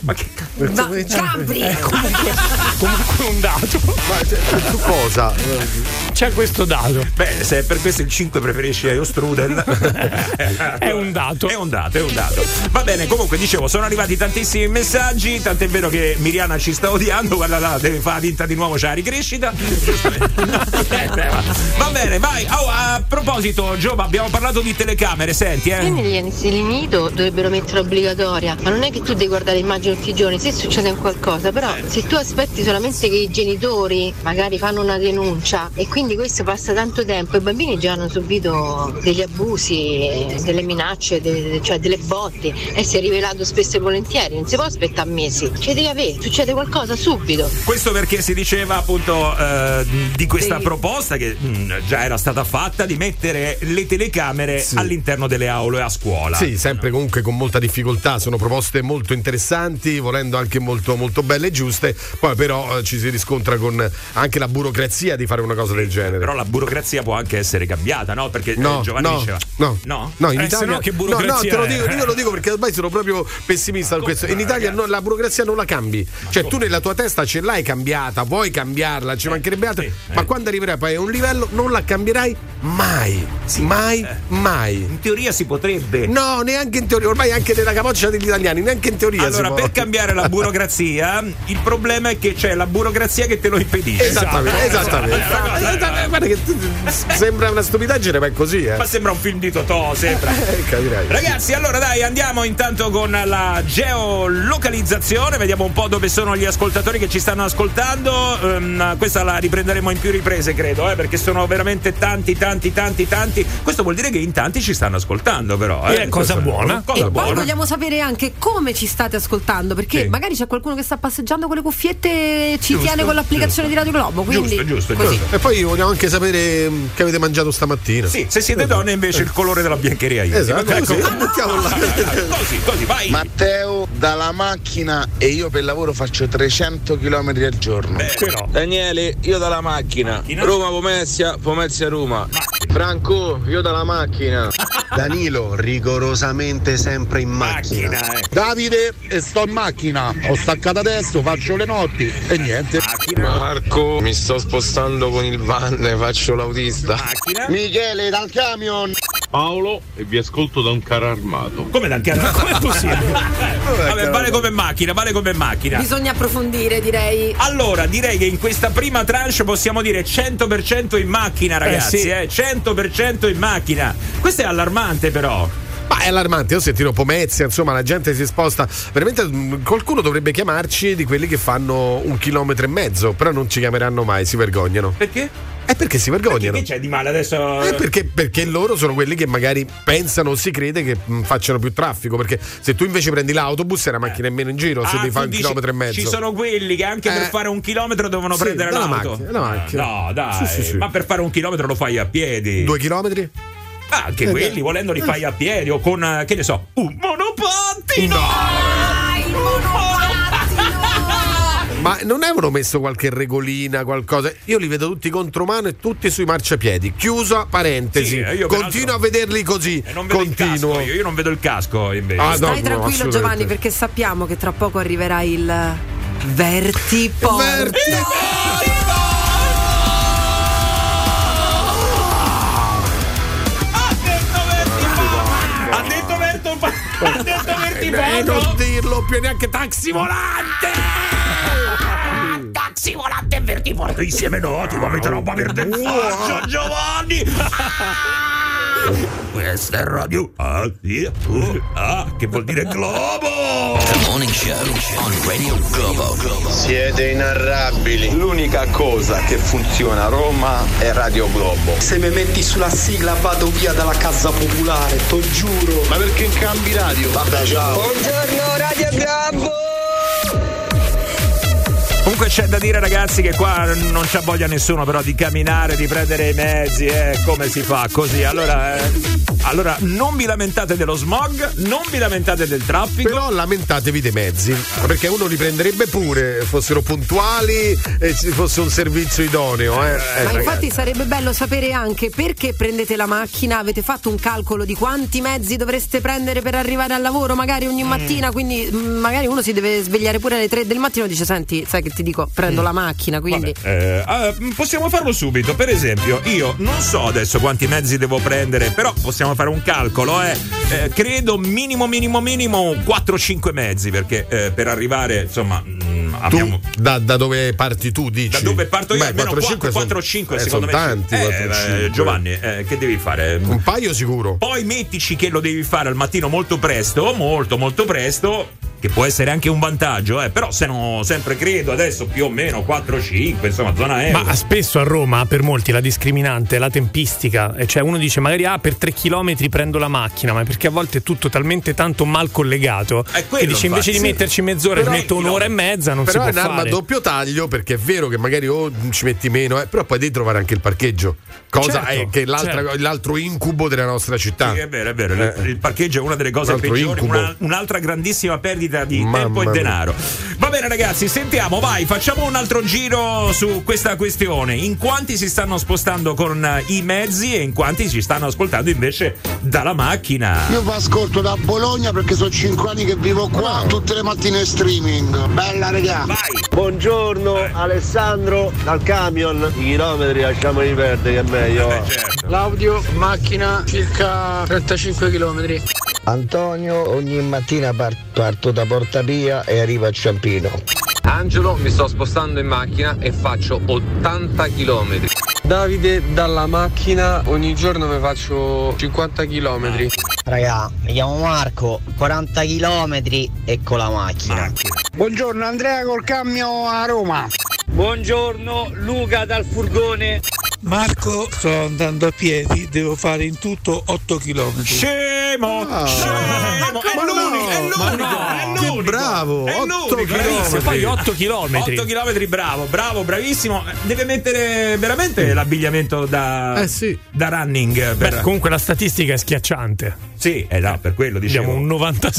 Speaker 1: Ma che
Speaker 5: Ma Gabri!
Speaker 3: Comunque un dato.
Speaker 1: cioè,
Speaker 4: Su cosa?
Speaker 3: C'è questo dato.
Speaker 1: Beh, se è per questo il 5 preferisci lo strudel.
Speaker 3: È un dato.
Speaker 1: È un dato, è un dato. Va bene, comunque dicevo, sono arrivati tantissimi messaggi, tant'è vero che Miriana ci sta odiando, guarda là, deve fare la vinta di nuovo, c'è la ricrescita. Va bene, vai. Oh, a proposito, Giova, abbiamo parlato di telecamere, senti,
Speaker 10: Poi
Speaker 1: eh.
Speaker 10: negli asili nido dovrebbero mettere obbligatoria, ma non è che tu devi guardare l'immagine tutti i giorni, se succede un qualcosa, però se tu aspetti solamente che i genitori magari fanno una denuncia e quindi questo passa tanto tempo, i bambini già hanno subito degli abusi, eh, delle minacce, de- cioè delle botte e si è rivelato spesso e volentieri, non si può aspettare mesi, ci devi avere, succede qualcosa subito.
Speaker 1: Questo perché si diceva appunto eh, di questa
Speaker 10: Sì.
Speaker 1: proposta che mm, già era stata fatta di mettere le telecamere
Speaker 4: Sì.
Speaker 1: all'interno delle aule a scuola.
Speaker 4: Sì, sempre comunque con molta difficoltà, sono proposte molto interessanti, volendo anche molto, molto belle e giuste, poi però eh, ci si riscontra con anche la burocrazia di fare una cosa del genere.
Speaker 1: Però la burocrazia può anche essere cambiata, no? Perché eh,
Speaker 4: No,
Speaker 1: Giovanni
Speaker 4: no,
Speaker 1: diceva.
Speaker 4: no,
Speaker 1: No?
Speaker 4: no, in
Speaker 3: Eh,
Speaker 4: Italia
Speaker 3: se no che
Speaker 4: No, no, te lo
Speaker 3: burocrazia
Speaker 4: dico,
Speaker 3: è?
Speaker 4: io lo dico perché ormai sono proprio pessimista in questo. In
Speaker 1: Eh,
Speaker 4: Italia no, la burocrazia non la cambi. Cioè, tu nella tua testa ce l'hai cambiata, vuoi cambiarla, ci mancherebbe altro.
Speaker 1: Eh, sì,
Speaker 4: ma quando arriverai poi a un livello non la cambierai mai. mai, mai.
Speaker 1: Eh. In teoria si potrebbe.
Speaker 4: No, neanche in teoria, ormai anche nella capoccia degli italiani, neanche in teoria.
Speaker 1: Allora,
Speaker 4: si può.
Speaker 1: per cambiare la burocrazia, il problema è che c'è la burocrazia che te lo impedisce. Esatto.
Speaker 4: Esattamente, esattamente. Esattamente, Guarda che tu- sembra una stupidaggine, ma è così, eh.
Speaker 1: Ma sembra un film di Totò, sembra.
Speaker 4: Eh, capirai.
Speaker 1: Ragazzi, allora dai, andiamo intanto con la geolocalizzazione, vediamo un po' dove sono gli ascoltatori che ci stanno ascoltando. Ehm, questa la riprenderemo in più riprese, credo, eh, perché sono veramente tanti, tanti, tanti, tanti, tanti. Questo vuol dire che in tanti ci stanno ascoltando, però. Eh,
Speaker 3: Eh, cosa
Speaker 1: Questo-
Speaker 3: buona.
Speaker 1: Cosa
Speaker 5: e poi
Speaker 1: buona.
Speaker 5: vogliamo sapere anche come ci state ascoltando, perché
Speaker 1: Sì.
Speaker 5: magari c'è qualcuno che sta passeggiando con le cuffiette e ci
Speaker 4: Giusto,
Speaker 5: tiene con l'applicazione di Radio Globo. Quindi così.
Speaker 4: E poi vogliamo anche sapere mh, che avete mangiato stamattina. Eh,
Speaker 1: Sì, se siete donne invece il colore della biancheria io.
Speaker 4: Esatto,
Speaker 1: Ecco,
Speaker 4: così. Mettiamo là.
Speaker 1: così, così, vai.
Speaker 13: Matteo dalla macchina e io per lavoro faccio 300 km al giorno.
Speaker 8: Daniele, io dalla macchina. Roma Pomezia, Pomezia Roma.
Speaker 13: Franco, io dalla macchina. Danilo, rigorosamente sempre in macchina. Davide, e sto in macchina. Ho staccato adesso, faccio le notti e niente.
Speaker 14: Marco, mi sto spostando con il van e faccio l'autista.
Speaker 1: Eh?
Speaker 13: Michele, dal camion.
Speaker 14: Paolo e vi ascolto da un carro armato.
Speaker 1: Come da un carro armato? Com'è possibile? Vabbè, vale come macchina, vale come macchina.
Speaker 5: Bisogna approfondire, direi.
Speaker 1: Allora, direi che in questa prima tranche possiamo dire 100% in macchina, ragazzi.
Speaker 4: sì.
Speaker 1: Eh 100% in macchina. Questo è allarmante, però.
Speaker 4: Ma è allarmante, io sentito Pomezia, insomma, la gente si sposta. Veramente mh, qualcuno dovrebbe chiamarci di quelli che fanno un chilometro e mezzo, però non ci chiameranno mai, si vergognano.
Speaker 1: Perché?
Speaker 4: È perché si vergognano.
Speaker 1: Che c'è di male adesso?
Speaker 4: Eh, perché, perché loro sono quelli che magari pensano o si crede che mh, facciano più traffico. Perché se tu invece prendi l'autobus e la macchina è meno in giro, se
Speaker 1: Ah,
Speaker 4: devi
Speaker 1: tu
Speaker 4: fare un
Speaker 1: dici,
Speaker 4: chilometro e mezzo.
Speaker 1: Ci sono quelli che anche per
Speaker 4: Eh.
Speaker 1: fare un chilometro devono
Speaker 4: Sì,
Speaker 1: prendere
Speaker 4: dalla
Speaker 1: l'auto.
Speaker 4: macchina, dalla macchina.
Speaker 1: No, dai.
Speaker 4: Sì, sì, sì.
Speaker 1: Ma per fare un chilometro lo fai a piedi.
Speaker 4: Due chilometri?
Speaker 1: Ah, anche
Speaker 4: Eh,
Speaker 1: quelli,
Speaker 4: dai.
Speaker 1: volendo li fai a piedi o con, eh, che ne so, un monopattino.
Speaker 15: Ah,
Speaker 4: Ma non avevano messo qualche regolina, qualcosa? Io li vedo tutti contro mano e tutti sui marciapiedi. Chiusa parentesi.
Speaker 1: Sì, eh, io peraltro- Eh,
Speaker 4: Continuo a vederli così.
Speaker 1: Non vedo il
Speaker 4: Continuo.
Speaker 1: casco, io, io non vedo il casco invece.
Speaker 4: Ah, no,
Speaker 5: Stai tranquillo Giovanni perché sappiamo che tra poco arriverà il Vertiporto.
Speaker 1: Ha detto Verto ha detto
Speaker 4: Eh, non
Speaker 1: Vertiporto.
Speaker 4: dirlo più neanche taxi volante!
Speaker 1: Taxi volante e Vertiporto insieme no, ti va mettere roba verde e
Speaker 16: Ah.
Speaker 1: faccia, Giovanni. Questa è radio. Ah, sì. Uh, ah, che vuol dire globo?
Speaker 12: The Morning Show on Radio Globo.
Speaker 17: Siete inarrabili. L'unica cosa che funziona a Roma è Radio Globo. Se mi metti sulla sigla vado via dalla casa popolare, te giuro. Ma perché cambi radio? Vabbè, ciao. Buongiorno Radio Globo.
Speaker 1: Comunque c'è da dire ragazzi che qua non c'ha voglia nessuno però di camminare, di prendere i mezzi, eh, come si fa così? Allora, eh, allora non vi lamentate dello smog, non vi lamentate del traffico.
Speaker 4: Però lamentatevi dei mezzi, perché uno li prenderebbe pure, fossero puntuali e ci fosse un servizio idoneo. Eh. Eh,
Speaker 5: Ma
Speaker 4: ragazzi.
Speaker 5: infatti sarebbe bello sapere anche perché prendete la macchina, avete fatto un calcolo di quanti mezzi dovreste prendere per arrivare al lavoro magari ogni mattina, quindi mm, magari uno si deve svegliare pure alle 3 del mattino e dice senti, sai che ti dico,
Speaker 4: Mm.
Speaker 5: prendo la macchina, quindi...
Speaker 1: Eh, ah, possiamo farlo subito, per esempio, io non so adesso quanti mezzi devo prendere, però possiamo fare un calcolo, eh. Eh, credo minimo, minimo, minimo 4-5 mezzi, perché eh, per arrivare, insomma, mm, abbiamo...
Speaker 4: Da, da dove parti tu, dici?
Speaker 1: Da dove parto io?
Speaker 4: Beh,
Speaker 1: almeno
Speaker 4: 4-5 sono-
Speaker 1: 4-5
Speaker 4: eh,
Speaker 1: secondo me.
Speaker 4: sono tanti,
Speaker 1: Eh,
Speaker 4: 4-5.
Speaker 1: eh, Giovanni, eh, che devi fare?
Speaker 4: Un paio sicuro.
Speaker 1: Poi mettici che lo devi fare al mattino molto presto, molto molto presto, che può essere anche un vantaggio, eh, però se no sempre credo adesso più o meno 4-5, insomma zona euro.
Speaker 3: Ma spesso a Roma, per molti, la discriminante è la tempistica. E Cioè, uno dice magari ah, per 3 km prendo la macchina, ma perché a volte è tutto talmente tanto mal collegato.
Speaker 4: Eh, quello,
Speaker 3: che dici invece
Speaker 4: infatti,
Speaker 3: di
Speaker 4: sì.
Speaker 3: metterci mezz'ora,
Speaker 4: Però-
Speaker 3: ci metto un'ora e mezza, non
Speaker 4: però
Speaker 3: si
Speaker 4: è
Speaker 3: può
Speaker 4: un'arma
Speaker 3: fare.
Speaker 4: a doppio taglio perché è vero che magari oh, ci metti meno, eh, però poi devi trovare anche il parcheggio, cosa
Speaker 1: Certo,
Speaker 4: è che è l'altra-
Speaker 1: certo.
Speaker 4: l'altro incubo della nostra città.
Speaker 1: Sì, è vero, è vero. Il- Il parcheggio è una delle cose
Speaker 4: eh. Un altro
Speaker 1: peggiori,
Speaker 4: incubo.
Speaker 1: una- un'altra grandissima perdita di
Speaker 4: Mamma
Speaker 1: tempo e
Speaker 4: mia.
Speaker 1: denaro. Va bene, ragazzi, sentiamo, vai, facciamo un altro giro su questa questione. In quanti si stanno spostando con eh, i mezzi e in quanti ci stanno ascoltando invece dalla macchina?
Speaker 18: Io vi ascolto da Bologna perché sono 5 anni che vivo qua, tutte le mattine in streaming. Bella regà.
Speaker 16: Buongiorno Alessandro dal camion. I chilometri lasciamoli perdere che è
Speaker 1: Eh,
Speaker 16: meglio.
Speaker 1: certo.
Speaker 11: L'audio macchina circa 35 km.
Speaker 16: Antonio ogni mattina par- parto da Portapia e arrivo a Ciampino.
Speaker 19: Angelo, mi sto spostando in macchina e faccio 80 km. Davide, dalla macchina ogni giorno mi faccio 50 km.
Speaker 20: Raga, mi chiamo Marco, 40 km e con la macchina.
Speaker 7: Buongiorno Andrea col camion a Roma. Buongiorno Luca dal furgone.
Speaker 11: Marco, sto andando a piedi, devo fare in tutto 8 km.
Speaker 1: Scemo!
Speaker 13: Ah.
Speaker 1: Scemo! È l'unico, è l'unico, è l'unico.
Speaker 4: bravo!
Speaker 1: È
Speaker 4: 8
Speaker 1: l'unico, è
Speaker 4: chilometri.
Speaker 1: l'unico.
Speaker 4: Poi 8 chilometri.
Speaker 1: 8 chilometri, bravo, bravo, bravissimo. Deve mettere veramente l'abbigliamento da, da running.
Speaker 3: Beh,
Speaker 1: per-
Speaker 3: comunque la statistica è schiacciante.
Speaker 1: Sì, è là, per quello dicevo.
Speaker 3: Abbiamo un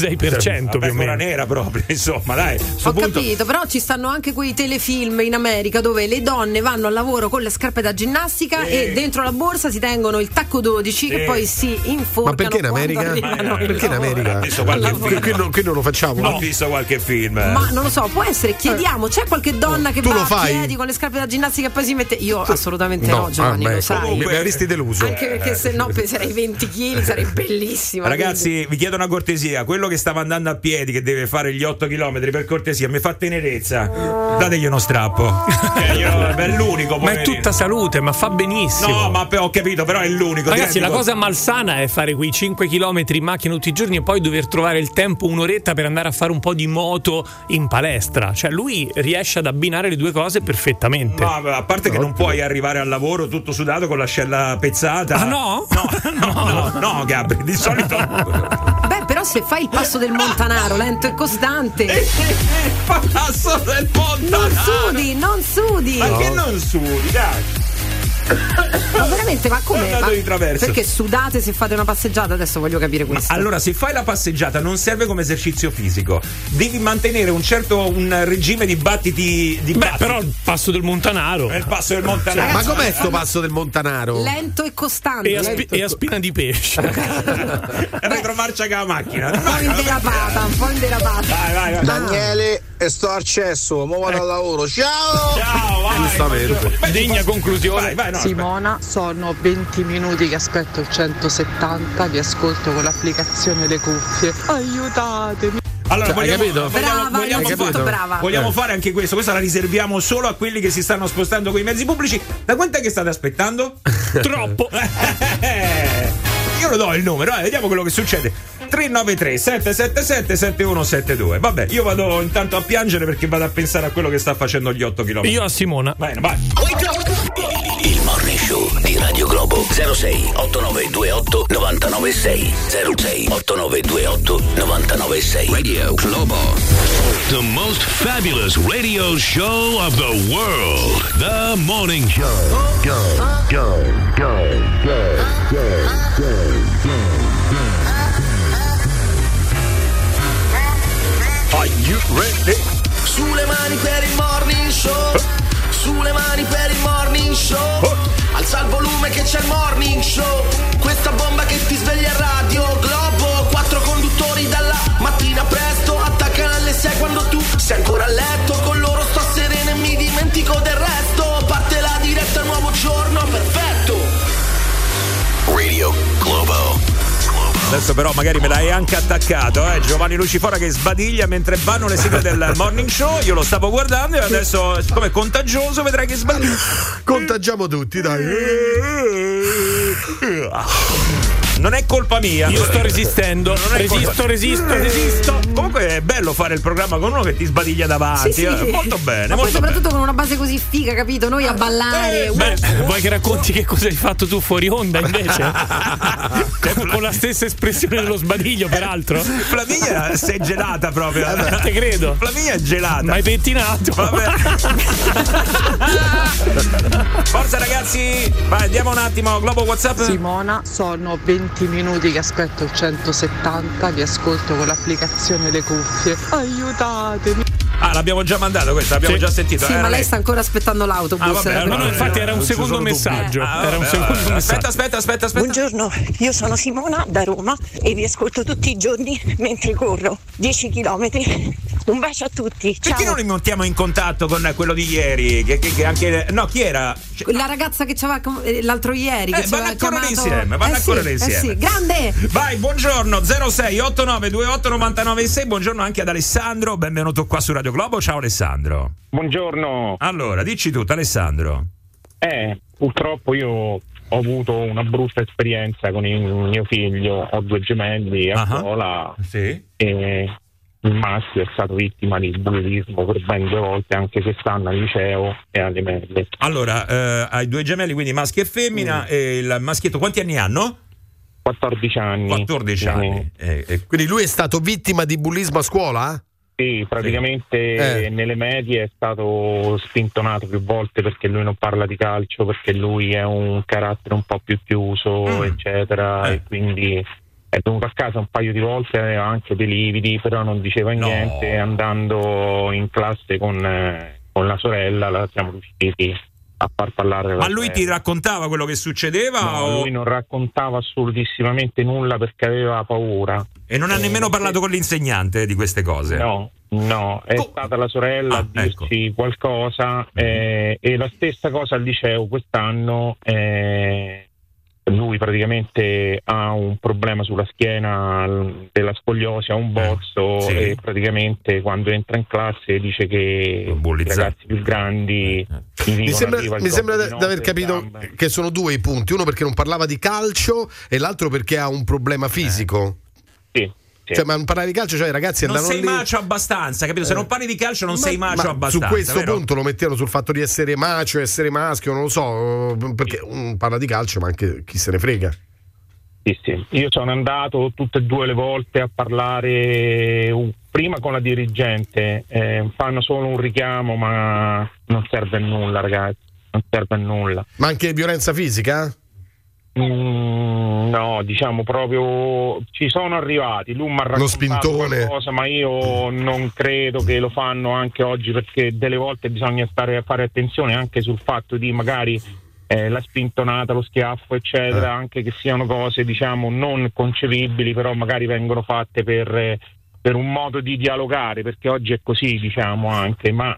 Speaker 3: 96%
Speaker 1: Vabbè,
Speaker 3: più o meno.
Speaker 1: ancora nera proprio, insomma, dai. Sto
Speaker 5: Ho capito, però ci stanno anche quei telefilm in America dove le donne vanno al lavoro con le scarpe da ginnastica
Speaker 1: Sì.
Speaker 5: e dentro la borsa si tengono il tacco 12
Speaker 4: Sì.
Speaker 5: che poi si inforcano.
Speaker 4: Ma perché in
Speaker 5: quando
Speaker 4: America?
Speaker 5: arrivano in
Speaker 4: perché in
Speaker 5: lavoro.
Speaker 4: America?
Speaker 1: Adesso guarda il
Speaker 4: Qui, qui non, qui non lo facciamo.
Speaker 1: Ho visto qualche film. eh.
Speaker 5: Ma non lo so, può essere, chiediamo, c'è qualche donna che
Speaker 4: Tu
Speaker 5: va
Speaker 4: lo
Speaker 5: a
Speaker 4: fai?
Speaker 5: piedi con le scarpe da ginnastica e poi si mette. Io assolutamente no,
Speaker 4: ah,
Speaker 5: Giovanni,
Speaker 4: beh,
Speaker 5: lo sai.
Speaker 4: mi- mi avresti deluso.
Speaker 5: Anche perché se no peserei 20 kg, sarei bellissima.
Speaker 1: Eh. Ragazzi, vi chiedo una cortesia. Quello che stava andando a piedi, che deve fare gli 8 km, per cortesia, mi fa tenerezza. Dategli uno strappo. Eh, io- è l'unico.
Speaker 3: Ma è
Speaker 1: poverino.
Speaker 3: tutta salute, ma fa benissimo.
Speaker 1: No, ma pe- ho capito, però è l'unico.
Speaker 3: Ragazzi,
Speaker 1: Tieni
Speaker 3: la
Speaker 1: conto.
Speaker 3: cosa malsana è fare quei 5 km in macchina tutti i giorni e poi dover trovare il tempo un'oretta per andare a fare un po' di moto in palestra. Cioè, lui riesce ad abbinare le due cose perfettamente.
Speaker 1: No, ma a parte che non puoi arrivare al lavoro tutto sudato con l'ascella pezzata.
Speaker 3: Ah, no?
Speaker 1: No, no, no, Gabri, di solito.
Speaker 5: quindi- Beh, però se fai il passo del Montanaro lento e
Speaker 1: Eh,
Speaker 5: costante.
Speaker 1: passo del Montanaro!
Speaker 5: Non sudi, non sudi!
Speaker 1: Ma che non sudi, dai.
Speaker 5: Ma veramente, ma come?
Speaker 1: È andato
Speaker 5: Ma
Speaker 1: di traverso.
Speaker 5: Perché sudate se fate una passeggiata? Adesso voglio capire
Speaker 1: Ma
Speaker 5: questo.
Speaker 1: allora, se fai la passeggiata, non serve come esercizio fisico. Devi mantenere un certo un regime di battiti. Di
Speaker 3: Beh, però il passo del Montanaro.
Speaker 1: Il passo del Montanaro.
Speaker 4: Ma com'è sto passo del Montanaro?
Speaker 5: Lento e costante.
Speaker 3: E a, spi- e a spina di pesce.
Speaker 1: Retromarcia che la macchina.
Speaker 5: Un po' inderapata, un po' inderapata. Vai,
Speaker 1: vai,
Speaker 17: Daniele, e sto al cesso, mo vado al lavoro. Ciao!
Speaker 1: Ciao,
Speaker 4: Giustamente.
Speaker 3: Degna conclusione.
Speaker 15: Simona, sono 20 minuti che aspetto il 170, vi ascolto con l'applicazione e le cuffie. Aiutatemi!
Speaker 1: Allora,
Speaker 15: Cioè, hai
Speaker 1: vogliamo,
Speaker 15: capito?
Speaker 1: vogliamo-
Speaker 15: Brava,
Speaker 1: vogliamo
Speaker 15: hai capito?
Speaker 1: fare-
Speaker 15: brava.
Speaker 1: vogliamo
Speaker 15: Eh.
Speaker 1: fare anche questo. Questa la riserviamo solo a quelli che si stanno spostando con i mezzi pubblici. Da quanto è che state aspettando?
Speaker 3: Troppo.
Speaker 1: Io lo do il numero, eh, vediamo quello che succede. 393 777 7172. Vabbè, io vado intanto a piangere perché vado a pensare a quello che sta facendo gli 8 km.
Speaker 3: Io a Simona.
Speaker 1: Bene, vai.
Speaker 12: Il morning show di Radio Globo 06 8928 996 06 8928 996 Radio Globo
Speaker 21: The most fabulous radio show of the world. The Morning Show. Go, go, go, go, go, go,
Speaker 1: Are you ready?
Speaker 2: Sulle mani per il morning show. Sulle mani per il morning show. Alza il volume che c'è il morning show. Questa bomba che ti sveglia a radio globo. Quattro conduttori dalla mattina presto. Attaccano alle 6 quando tu sei ancora a letto. Con loro sto sereno e mi dimentico del resto. Parte la diretta, nuovo giorno, perfetto.
Speaker 12: Radio Globo
Speaker 1: Adesso però magari me l'hai anche attaccato, eh? Giovanni Lucifora che sbadiglia mentre vanno le sigle del morning show. Io lo stavo guardando e adesso, siccome è contagioso, vedrai che sbadiglia.
Speaker 4: Contagiamo tutti, dai.
Speaker 1: Non è colpa mia.
Speaker 3: Io sto resistendo.
Speaker 1: Non è colpa-
Speaker 3: Resisto, resisto, resisto.
Speaker 1: Comunque è bello fare il programma con uno che ti sbadiglia davanti.
Speaker 5: Sì, sì.
Speaker 1: eh. Molto bene, Eh,
Speaker 5: Ma poi
Speaker 1: molto bene.
Speaker 5: soprattutto con una base così figa, capito? Noi a ballare. uh, uè.
Speaker 3: Beh, Eh, vuoi che racconti che cosa hai fatto tu fuori onda invece? Con la stessa espressione dello sbadiglio, peraltro.
Speaker 1: Flavinia si è gelata proprio.
Speaker 3: Non te credo.
Speaker 1: Flavinia è gelata.
Speaker 3: Ma hai pettinato.
Speaker 1: Forza ragazzi, vai, andiamo un attimo. Globo WhatsApp.
Speaker 15: Simona, sono 20 minuti che aspetto il 170, vi ascolto con l'applicazione e le cuffie. Aiutatemi!
Speaker 1: Ah, l'abbiamo già mandato questa, l'abbiamo già sentito. Eh,
Speaker 5: Sì,
Speaker 1: Era
Speaker 5: ma lei
Speaker 1: lei.
Speaker 5: sta ancora aspettando l'autobus.
Speaker 1: Ah, vabbè,
Speaker 5: eh,
Speaker 1: allora-
Speaker 5: però-
Speaker 3: Infatti era un
Speaker 1: Non ci sono
Speaker 3: secondo
Speaker 1: dubbi.
Speaker 3: messaggio.
Speaker 1: Ah,
Speaker 3: Era un
Speaker 1: vabbè,
Speaker 3: secondo
Speaker 1: vabbè.
Speaker 3: messaggio.
Speaker 1: Aspetta, aspetta, aspetta, aspetta.
Speaker 22: Buongiorno, io sono Simona da Roma e vi ascolto tutti i giorni mentre corro 10 km. Un bacio a tutti.
Speaker 1: Perché non li mettiamo in contatto con quello di ieri? Che, che- che anche. No, chi era? Cioè,
Speaker 5: La ragazza che ci aveva com- eh, l'altro ieri.
Speaker 1: Eh,
Speaker 5: Che ci
Speaker 1: vanno
Speaker 5: aveva
Speaker 1: a correre
Speaker 5: chiamato-
Speaker 1: insieme, vanno
Speaker 5: Eh
Speaker 1: a
Speaker 5: sì,
Speaker 1: correre
Speaker 5: eh
Speaker 1: insieme.
Speaker 5: sì. Grande!
Speaker 1: Vai, buongiorno 06 89 28 99 6. Buongiorno anche ad Alessandro. Benvenuto qua su Radio Globo. Ciao Alessandro.
Speaker 23: Buongiorno.
Speaker 1: Allora, dici tutto, Alessandro.
Speaker 23: Eh, purtroppo io ho avuto una brutta esperienza con il mio figlio, ho due gemelli a scuola. E Massi è stato vittima di bullismo per ben due volte, anche se stanno al liceo e alle medie.
Speaker 1: Allora, eh, hai due gemelli, quindi maschio e
Speaker 23: Mm.
Speaker 1: femmina, e il maschietto quanti anni hanno?
Speaker 23: 14 anni.
Speaker 1: 14 anni. Eh, eh,
Speaker 4: Quindi lui è stato vittima di bullismo a scuola? eh?
Speaker 23: Sì, praticamente nelle medie è stato spintonato più volte perché lui non parla di calcio, perché lui è un carattere un po' più
Speaker 4: Mm.
Speaker 23: chiuso, eccetera,
Speaker 4: Eh.
Speaker 23: e quindi è venuto a casa un paio di volte, aveva anche dei lividi, però non diceva niente, andando in classe con, eh, con la sorella la siamo riusciti a far parlare.
Speaker 1: Ma
Speaker 23: la
Speaker 1: lui
Speaker 23: sorella.
Speaker 1: ti raccontava quello che succedeva?
Speaker 23: No,
Speaker 1: o...
Speaker 23: lui non raccontava assolutissimamente nulla perché aveva paura. Eh,
Speaker 1: E non ha nemmeno parlato con l'insegnante di queste cose? Ah, ecco.
Speaker 23: No, no, è stata la sorella a dirci qualcosa eh,
Speaker 1: Mhm.
Speaker 23: e la stessa cosa al liceo quest'anno. eh, lui praticamente ha un problema sulla schiena l- della scoliosi, ha
Speaker 1: Eh,
Speaker 23: un bozzo e praticamente quando entra in classe dice che i ragazzi più
Speaker 1: Eh,
Speaker 23: grandi gli
Speaker 4: Mi
Speaker 23: dicono
Speaker 4: sembra,
Speaker 23: "Arriva il
Speaker 4: mi
Speaker 23: gobbo
Speaker 4: sembra
Speaker 23: di
Speaker 4: di
Speaker 23: notte",
Speaker 4: aver capito che sono due i punti, uno perché non parlava di calcio e l'altro perché ha un problema fisico.
Speaker 23: Eh. Sì.
Speaker 4: Cioè, ma non parlavi di calcio, cioè i ragazzi
Speaker 1: Non
Speaker 4: andavano
Speaker 1: sei
Speaker 4: lì. Eh.
Speaker 1: macio abbastanza, capito? Se non parli di calcio non
Speaker 4: Ma-
Speaker 1: sei macio
Speaker 4: ma
Speaker 1: abbastanza.
Speaker 4: Su questo
Speaker 1: vero?
Speaker 4: punto lo mettevano sul fatto di essere macio, essere maschio, non lo so, perché uno parla di calcio, ma anche chi se ne frega.
Speaker 23: Sì, sì. Io sono andato tutte e due le volte a parlare uh, prima con la dirigente, eh, fanno solo un richiamo, ma non serve a nulla, ragazzi. Non serve a nulla.
Speaker 4: Ma anche violenza fisica?
Speaker 23: Mm, no, diciamo proprio ci sono arrivati. Lui mi ha
Speaker 4: Lo
Speaker 23: raccontato
Speaker 4: spintone.
Speaker 23: qualcosa, ma io non credo che lo fanno anche oggi perché delle volte bisogna stare a fare attenzione anche sul fatto di magari eh, la spintonata, lo schiaffo, eccetera,
Speaker 4: Eh.
Speaker 23: anche che siano cose diciamo non concepibili, però magari vengono fatte per. eh, per un modo di dialogare, perché oggi è così, diciamo anche, ma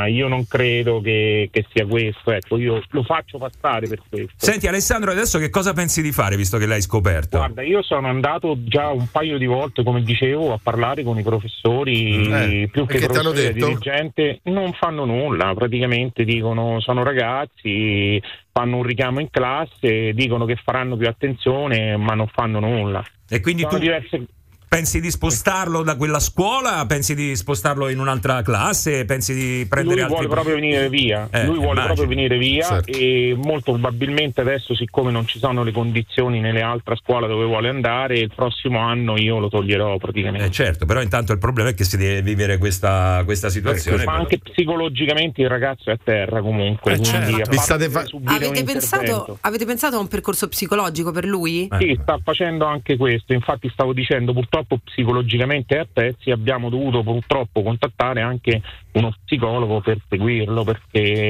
Speaker 23: ah, io non credo che, che sia questo, ecco, io lo faccio passare per questo.
Speaker 1: Senti Alessandro, adesso che cosa pensi di fare visto che l'hai scoperto?
Speaker 23: Guarda, io sono andato già un paio di volte, come dicevo, a parlare con i professori,
Speaker 4: Eh,
Speaker 23: più
Speaker 4: e
Speaker 23: che
Speaker 4: che t'hanno
Speaker 23: professori, la
Speaker 4: detto?
Speaker 23: dirigente, non fanno nulla, praticamente dicono sono ragazzi, fanno un richiamo in classe, dicono che faranno più attenzione, ma non fanno nulla.
Speaker 1: E quindi
Speaker 23: Sono
Speaker 1: tu pensi di spostarlo da quella scuola? Pensi di spostarlo in un'altra classe? Pensi di prendere
Speaker 23: lui
Speaker 1: altri
Speaker 23: vuole proprio venire via,
Speaker 1: Eh,
Speaker 23: lui vuole
Speaker 1: immagino.
Speaker 23: proprio venire via
Speaker 1: Certo.
Speaker 23: e molto probabilmente adesso siccome non ci sono le condizioni nelle altre scuole dove vuole andare, il prossimo anno io lo toglierò praticamente.
Speaker 1: Eh, certo, però intanto il problema è che si deve vivere questa, questa situazione.
Speaker 23: Ma anche psicologicamente il ragazzo è a terra comunque. quindi
Speaker 1: certo.
Speaker 23: a
Speaker 1: Vi
Speaker 23: parte
Speaker 1: state fa-
Speaker 23: subire un
Speaker 5: Avete pensato,
Speaker 23: intervento.
Speaker 5: avete pensato a un percorso psicologico per lui?
Speaker 1: Eh.
Speaker 23: Sì, sta facendo anche questo, infatti stavo dicendo purtroppo psicologicamente è a pezzi, abbiamo dovuto purtroppo contattare anche uno psicologo per seguirlo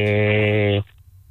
Speaker 23: perché...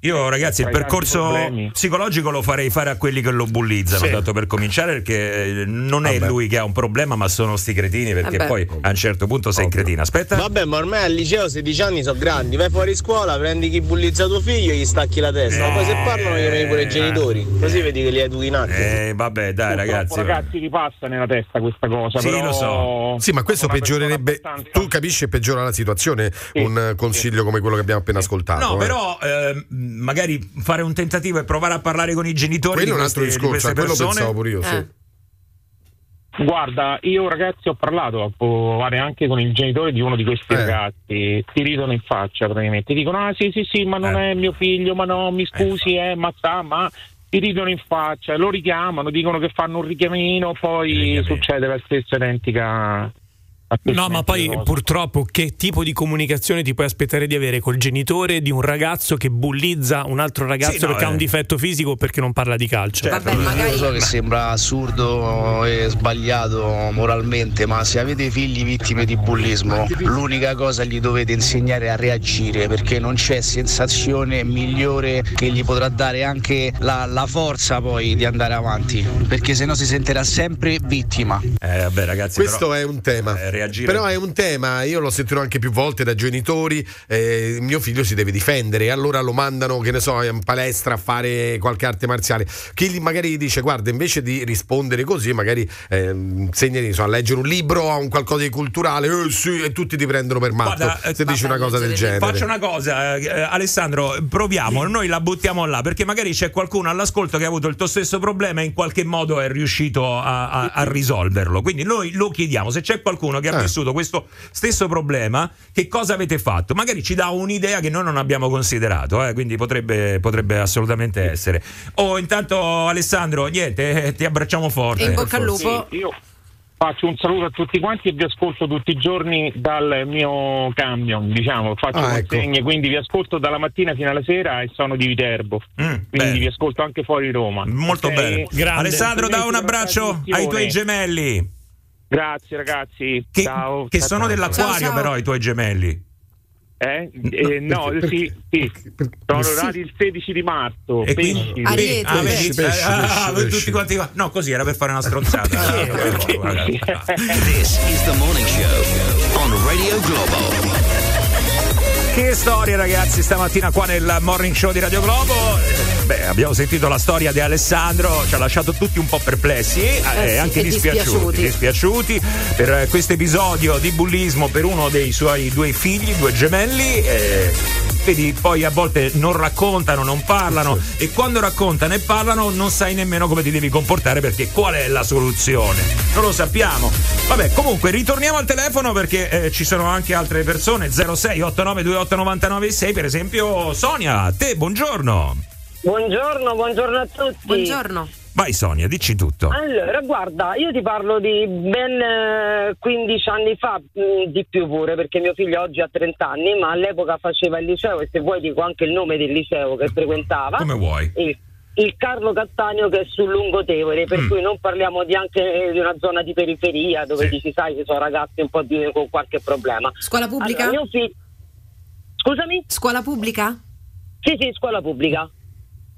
Speaker 1: Io ragazzi il
Speaker 23: Tra i tanti
Speaker 1: percorso
Speaker 23: problemi.
Speaker 1: psicologico lo farei fare a quelli che lo bullizzano,
Speaker 23: Sì.
Speaker 1: tanto per cominciare perché eh, non è lui che ha un problema ma sono sti cretini perché
Speaker 6: Vabbè.
Speaker 1: poi a un certo punto sei cretino. Aspetta.
Speaker 6: Vabbè, ma ormai al liceo 16 anni sono grandi, vai fuori scuola, prendi chi bullizza tuo figlio e gli stacchi la testa.
Speaker 1: Eh.
Speaker 6: Ma poi se parlano li chiami pure i genitori, così vedi che li educhi in atto.
Speaker 1: Eh vabbè dai
Speaker 23: Purtroppo,
Speaker 1: ragazzi.
Speaker 23: ragazzi ti passa nella testa questa cosa.
Speaker 1: Sì,
Speaker 23: però...
Speaker 1: lo so.
Speaker 4: Sì, ma questo
Speaker 23: Una
Speaker 4: peggiorerebbe. Tu capisci, peggiora la situazione un eh, consiglio come quello che abbiamo appena ascoltato.
Speaker 1: No,
Speaker 4: eh.
Speaker 1: però ehm, magari fare un tentativo e provare a parlare con i genitori
Speaker 4: Quello è un
Speaker 1: di queste,
Speaker 4: altro
Speaker 1: di
Speaker 4: discorso,
Speaker 1: queste
Speaker 4: a quello
Speaker 1: persone.
Speaker 4: pensavo pure io, sì. Eh.
Speaker 23: Guarda, io ragazzi ho parlato a provare anche con il genitore di uno di questi ragazzi, ti ridono in faccia praticamente, dicono ah sì sì sì ma non è mio figlio, ma no mi scusi eh, ma sa ma ti ridono in faccia, lo richiamano, dicono che fanno un richiamino, poi succede la stessa identica... la stessa
Speaker 3: No, ma
Speaker 23: identica
Speaker 3: poi
Speaker 23: cosa.
Speaker 3: purtroppo che tipo di comunicazione ti puoi aspettare di avere col genitore di un ragazzo che bullizza un altro ragazzo
Speaker 6: no,
Speaker 3: perché ha
Speaker 6: eh.
Speaker 3: un difetto fisico o perché non parla di calcio?
Speaker 6: Io lo so che sembra assurdo e sbagliato moralmente, ma se avete figli vittime di bullismo, l'unica cosa gli dovete insegnare a reagire, perché non c'è sensazione migliore che gli potrà dare anche la, la forza poi di andare avanti, perché sennò si sentirà sempre vittima.
Speaker 1: Eh vabbè ragazzi, eh,
Speaker 4: Questo
Speaker 6: però,
Speaker 4: è un tema.
Speaker 1: reagire-
Speaker 4: Però è un tema, io lo sentirò anche più volte da genitori. eh, mio figlio si deve difendere, allora lo mandano, che ne so, in palestra a fare qualche arte marziale. Chi gli- magari gli dice: Guarda, invece di rispondere così, magari ehm, insegnali, insomma, a leggere un libro, a un qualcosa di culturale, "Eh, sì", e tutti ti prendono per matto
Speaker 1: Guarda, eh,
Speaker 4: se dici una cosa del genere.
Speaker 1: Faccio una cosa, eh, eh, Alessandro, proviamo, noi la buttiamo là, perché magari c'è qualcuno all'ascolto che ha avuto il tuo stesso problema e in qualche modo è riuscito a, a- a risolverlo. Quindi noi lo chiediamo, se c'è qualcuno che ha ha
Speaker 4: Eh.
Speaker 1: vissuto questo stesso problema, che cosa avete fatto? Magari ci dà un'idea che noi non abbiamo considerato, eh, quindi potrebbe, potrebbe assolutamente essere. Oh, intanto Alessandro, niente, eh, ti abbracciamo forte.
Speaker 23: Sì, io faccio un saluto a tutti quanti e vi ascolto tutti i giorni dal mio camion, diciamo, faccio
Speaker 1: Ah, ecco.
Speaker 23: consegne, quindi vi ascolto dalla mattina fino alla sera e sono di Viterbo. quindi vi ascolto anche fuori Roma.
Speaker 1: Mm,
Speaker 23: Eh,
Speaker 1: Molto
Speaker 23: Ok?
Speaker 1: bene. Alessandro, da un abbraccio ai tuoi gemelli.
Speaker 23: Grazie ragazzi,
Speaker 1: Che,
Speaker 23: ciao.
Speaker 1: che
Speaker 23: Ciao,
Speaker 1: sono
Speaker 23: ciao.
Speaker 1: dell'acquario, però, i tuoi gemelli.
Speaker 23: Eh? Eh, no,
Speaker 1: perché-
Speaker 23: sì, sì. sono nati il 16 di marzo.
Speaker 1: E
Speaker 23: pesci.
Speaker 1: quindi- Beh, ah, vedi, eh, ah, tutti quanti qua- No, così era per fare una stronzata. Ah,
Speaker 12: This is the morning show on Radio Globo.
Speaker 1: Che storie ragazzi stamattina qua nel morning show di Radio Globo. Eh, Beh, abbiamo sentito la storia di Alessandro, ci ha lasciato tutti un po' perplessi eh,
Speaker 8: Eh
Speaker 1: e
Speaker 8: sì,
Speaker 1: anche
Speaker 8: e dispiaciuti.
Speaker 1: dispiaciuti, dispiaciuti per eh, questo episodio di bullismo per uno dei suoi due figli, due gemelli. eh, Vedi, poi a volte non raccontano, non parlano e quando raccontano e parlano non sai nemmeno come ti devi comportare perché qual è la soluzione. Non lo sappiamo. Vabbè, comunque ritorniamo al telefono perché eh, ci sono anche altre persone. 06 89 28 99 6, per esempio Sonia, a te buongiorno.
Speaker 9: Buongiorno, buongiorno a tutti. Buongiorno.
Speaker 1: Vai Sonia, dici tutto.
Speaker 9: Allora, guarda, io ti parlo di ben eh, 15 anni fa, mh, di più pure, perché mio figlio oggi ha 30 anni, ma all'epoca faceva il liceo e se vuoi dico anche il nome del liceo che frequentava.
Speaker 1: Come vuoi.
Speaker 9: Il, il Carlo Cattaneo che è sul lungo Tevere, per
Speaker 1: Mm.
Speaker 9: cui non parliamo di anche eh, di una zona di periferia dove
Speaker 5: Sì.
Speaker 9: dici sai ci sono ragazzi un po' di- con qualche problema.
Speaker 5: Scuola pubblica?
Speaker 9: Allora, mio fi- Scusami?
Speaker 5: Scuola pubblica?
Speaker 9: Sì, sì, scuola pubblica.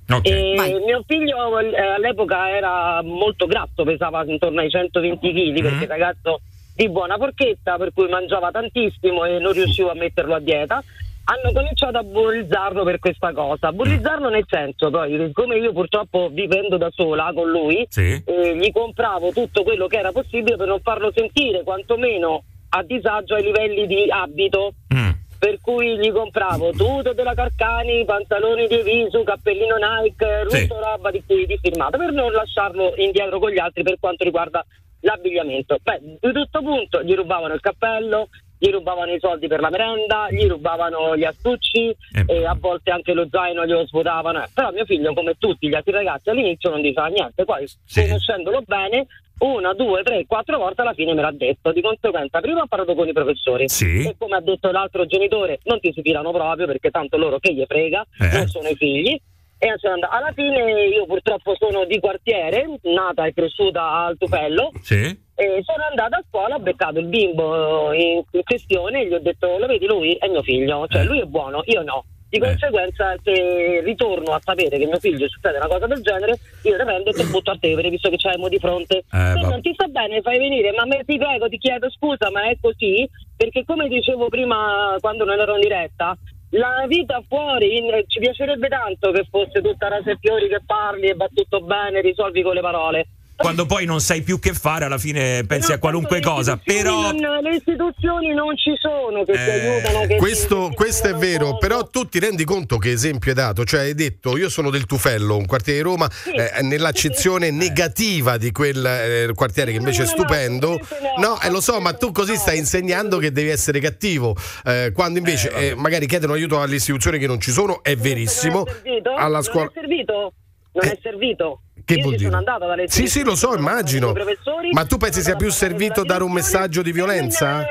Speaker 1: Ok.
Speaker 9: E mio figlio eh, all'epoca era molto grasso, pesava intorno ai 120 kg
Speaker 1: Mhm.
Speaker 9: perché ragazzo di buona porchetta, per cui mangiava tantissimo e non riuscivo a metterlo a dieta. Hanno cominciato a bullizzarlo per questa cosa. Bullizzarlo nel senso, poi, che come io purtroppo vivendo da sola con lui,
Speaker 1: Sì.
Speaker 9: eh, gli compravo tutto quello che era possibile per non farlo sentire quantomeno a disagio ai livelli di abito per cui gli compravo tutto della Carcani, pantaloni di viso, cappellino Nike, tutto
Speaker 1: Sì.
Speaker 9: roba di, di firmata per non lasciarlo indietro con gli altri per quanto riguarda l'abbigliamento. Beh, di tutto punto gli rubavano il cappello, gli rubavano i soldi per la merenda, gli rubavano gli astucci
Speaker 1: Eh.
Speaker 9: e a volte anche lo zaino glielo svuotavano. Eh, Però mio figlio, come tutti gli altri ragazzi, all'inizio non diceva niente, poi conoscendolo bene, una, due, tre, quattro volte alla fine me l'ha detto. Di conseguenza, prima ho parlato con i professori
Speaker 1: Sì.
Speaker 9: e come ha detto l'altro genitore, non ti si fidano proprio perché tanto loro che gli frega,
Speaker 1: Eh.
Speaker 9: non sono i figli. E sono andata. alla fine io purtroppo sono di quartiere, nata e cresciuta a Altupello.
Speaker 1: Sì.
Speaker 9: E sono andata a scuola, ho beccato il bimbo in in questione e gli ho detto: Lo vedi, lui è mio figlio, cioè lui è buono, io no. Di conseguenza, se ritorno a sapere che mio figlio succede una cosa del genere, io te prendo e te butto a tevere, visto che c'è mo di fronte. se
Speaker 1: vabbè.
Speaker 9: non ti sta bene, fai venire, ma me- ti prego, ti chiedo scusa, ma è così, perché come dicevo prima quando non ero in diretta. La vita fuori in- ci piacerebbe tanto che fosse tutta rasa e fiori che parli e va tutto bene, risolvi con le parole.
Speaker 1: Quando poi non sai più che fare, alla fine pensi a qualunque cosa, però
Speaker 9: Non- le istituzioni non ci sono
Speaker 4: Eh,
Speaker 9: che ti
Speaker 1: eh,
Speaker 9: aiutano. Che ti-
Speaker 4: Questo, questo è vero, però tu ti rendi conto che esempio hai dato, cioè hai detto io sono del Tufello, un quartiere di Roma, eh, nell'accezione negativa di quel eh, quartiere che invece è stupendo, no, eh, lo so, ma tu così stai insegnando che devi essere cattivo, eh, quando invece eh, magari chiedono aiuto alle istituzioni che non ci sono, è verissimo,
Speaker 9: servito?
Speaker 4: alla
Speaker 9: non
Speaker 4: scuola... Eh,
Speaker 9: è servito? Non è servito?
Speaker 4: Che
Speaker 9: Io
Speaker 4: vuol
Speaker 9: ci
Speaker 4: dire?
Speaker 9: sono andata dalle
Speaker 4: Sì, sì, lo so, immagino.
Speaker 9: professori,
Speaker 4: Ma tu pensi sia più servito dare un messaggio di violenza?
Speaker 9: Eh,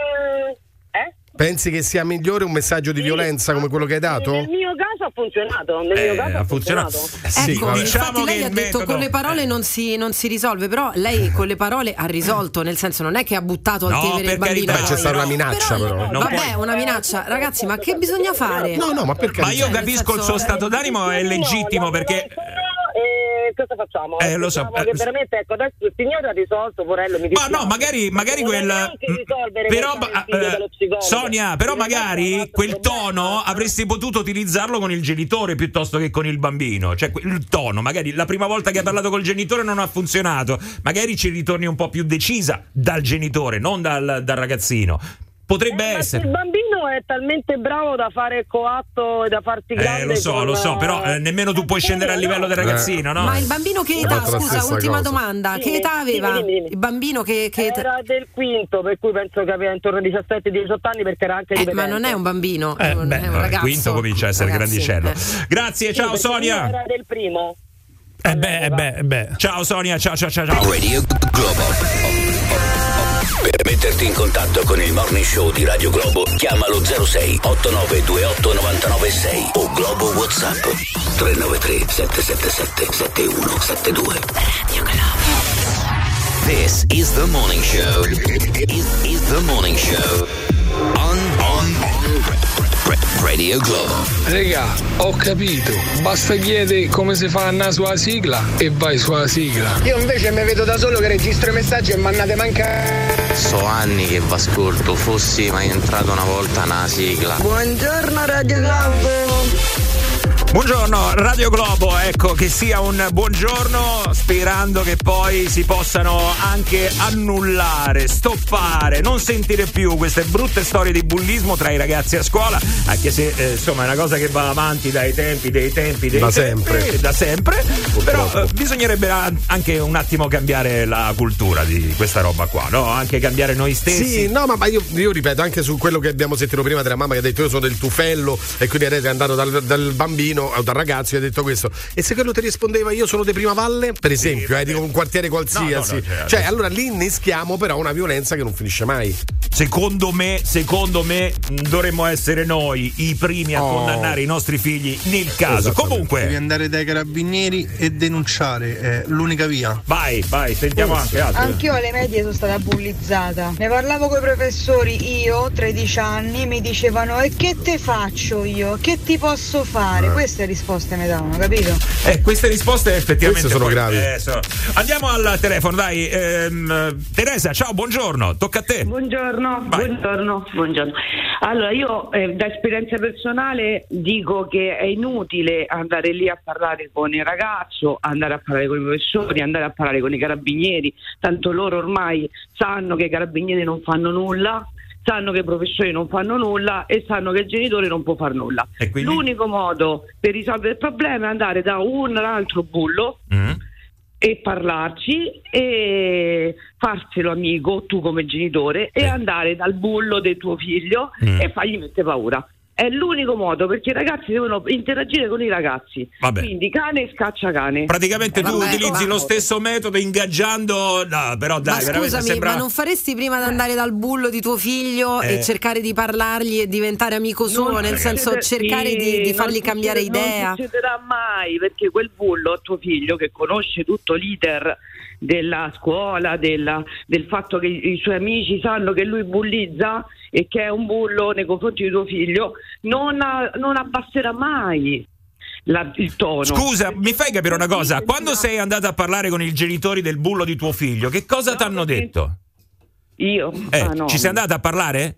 Speaker 4: Pensi che sia migliore un messaggio di violenza come quello che hai dato?
Speaker 9: Nel mio caso ha funzionato. Nel
Speaker 4: Eh.
Speaker 9: mio caso ha funzionato.
Speaker 1: Eh,
Speaker 4: Sì,
Speaker 5: ecco,
Speaker 4: vabbè.
Speaker 1: Diciamo
Speaker 5: infatti lei ha
Speaker 4: Diciamo
Speaker 5: detto con le parole non si, non si risolve, però lei con le parole ha risolto, nel senso non è che ha buttato al
Speaker 4: No,
Speaker 5: tevere il
Speaker 4: per
Speaker 5: bambino.
Speaker 4: carità, c'è stata una minaccia però. eh.
Speaker 5: Vabbè, una minaccia, ragazzi, ma che bisogna fare?
Speaker 4: No, no, ma perché?
Speaker 1: Ma io capisco il suo
Speaker 9: eh,
Speaker 1: stato d'animo, è legittimo perché.
Speaker 9: E cosa facciamo?
Speaker 1: Eh, lo so,
Speaker 9: Diciamo
Speaker 1: eh,
Speaker 9: che veramente, ecco, adesso il signore ha risolto, Porello mi dice.
Speaker 1: Ma no, magari, magari quel. Però, ma- eh, Sonia, però magari quel tono avresti potuto utilizzarlo con il genitore piuttosto che con il bambino. Cioè, que- il tono, magari la prima volta che hai parlato col genitore non ha funzionato. Magari ci ritorni un po' più decisa dal genitore, non dal, dal ragazzino. Potrebbe
Speaker 9: Eh, Se il
Speaker 1: essere.
Speaker 9: bambino Uno è talmente bravo da fare coatto e da farti grande.
Speaker 1: Eh, lo so,
Speaker 9: con-
Speaker 1: lo so, però eh, nemmeno tu puoi scendere al livello del ragazzino, no?
Speaker 5: Ma il bambino che
Speaker 1: Ho
Speaker 5: età,
Speaker 1: fatto Eh. la
Speaker 5: scusa,
Speaker 1: stessa
Speaker 5: ultima
Speaker 1: cosa.
Speaker 5: domanda,
Speaker 9: Sì,
Speaker 5: che età
Speaker 9: sì,
Speaker 5: aveva?
Speaker 9: dimmi, dimmi.
Speaker 5: Il bambino che... che età-
Speaker 9: Era del quinto, per cui penso che aveva intorno ai 17-18 anni perché era anche
Speaker 5: Eh, ma non è un bambino, è Eh, un, è un
Speaker 1: Allora, il
Speaker 5: ragazzo.
Speaker 1: Eh, quinto comincia a essere
Speaker 5: Ragazzi,
Speaker 1: grandicello.
Speaker 5: eh.
Speaker 1: Grazie, ciao
Speaker 9: Sì, perché
Speaker 1: Sonia.
Speaker 9: Era del primo.
Speaker 1: Eh beh, eh beh, eh beh. Ciao Sonia, ciao ciao ciao ciao.
Speaker 12: Radio Globo. Per metterti in contatto con il morning show di Radio Globo, chiamalo 06 8928 996 o Globo WhatsApp 393 777 7172. Radio Globo. This is the morning show. Is, is the morning show on on, on Radio Globo.
Speaker 19: Regà, ho capito. Basta chiedere come si fa a andare sulla sigla e vai sulla sigla.
Speaker 8: Io invece mi vedo da solo che registro i messaggi e mannate manca.
Speaker 10: So anni che vi ascolto, fossi mai entrato una volta nella sigla.
Speaker 8: Buongiorno Radio Globo.
Speaker 1: Buongiorno Radio Globo, ecco che sia un buongiorno sperando che poi si possano anche annullare, stoppare, non sentire più queste brutte storie di bullismo tra i ragazzi a scuola, anche se eh, insomma è una cosa che va avanti dai tempi, dei tempi, dei
Speaker 4: Da
Speaker 1: tempi,
Speaker 4: sempre.
Speaker 1: da sempre, però eh, bisognerebbe a- anche un attimo cambiare la cultura di questa roba qua, no? Anche cambiare noi stessi.
Speaker 4: Sì, no, ma, ma io, io ripeto anche su quello che abbiamo sentito prima della mamma che ha detto io sono del tufello e quindi è andato dal, dal bambino o dal ragazzo e ha detto questo. E se quello ti rispondeva io sono di Prima Valle, per esempio, eh, di un quartiere qualsiasi.
Speaker 1: No, no, no, cioè,
Speaker 4: cioè,
Speaker 1: adesso-
Speaker 4: allora lì inneschiamo però una violenza che non finisce mai.
Speaker 1: Secondo me, secondo me mh, dovremmo essere noi i primi a
Speaker 4: Oh.
Speaker 1: condannare i nostri figli nel caso.
Speaker 13: Esatto. Devi
Speaker 1: Comunque,
Speaker 13: andare dai carabinieri e denunciare, è l'unica via. Oh.
Speaker 1: vai, vai, sentiamo anche altri.
Speaker 24: Anch'io alle medie sono stata bullizzata. Ne parlavo con i professori, io, 13 anni, mi dicevano e che te faccio io? Che ti posso fare?
Speaker 1: Eh.
Speaker 24: Queste risposte mi davano, capito?
Speaker 1: Eh, queste risposte effettivamente
Speaker 4: Queste sono gravi.
Speaker 1: eh, sono- Andiamo al telefono, dai. Ehm, Teresa, ciao, buongiorno, tocca a te.
Speaker 25: Buongiorno, buongiorno, buongiorno. Allora io eh, da esperienza personale dico che è inutile andare lì a parlare con il ragazzo, andare a parlare con i professori, andare a parlare con i carabinieri, tanto loro ormai sanno che i carabinieri non fanno nulla, sanno che i professori non fanno nulla e sanno che il genitore non può fare nulla. L'unico modo per risolvere il problema è andare da un altro bullo e parlarci e farselo amico tu come genitore e andare dal bullo del tuo figlio
Speaker 1: Mm.
Speaker 25: e fargli mettere paura. È l'unico modo perché i ragazzi devono interagire con i ragazzi.
Speaker 1: Vabbè.
Speaker 25: Quindi cane scaccia cane. Eh,
Speaker 1: Praticamente tu utilizzi lo stesso metodo ingaggiando. No, però dai,
Speaker 5: ma
Speaker 1: veramente
Speaker 5: scusami,
Speaker 1: sembra.
Speaker 5: ma non faresti prima di andare dal bullo di tuo figlio
Speaker 1: Eh.
Speaker 5: e cercare di parlargli e diventare amico suo, nel senso cercare di, di fargli cambiare idea?
Speaker 25: Non succederà mai perché quel bullo, tuo figlio, che conosce tutto l'iter della scuola, della- del fatto che i i suoi amici sanno che lui bullizza e che è un bullo nei confronti di tuo figlio, non, ha- non abbasserà mai la- il tono.
Speaker 1: Scusa, mi fai capire una cosa? Quando sei andata a parlare con i genitori del bullo di tuo figlio, che cosa ti hanno detto?
Speaker 25: Io?
Speaker 1: Eh,
Speaker 25: Ah, no.
Speaker 1: Ci sei andata a parlare? Eh,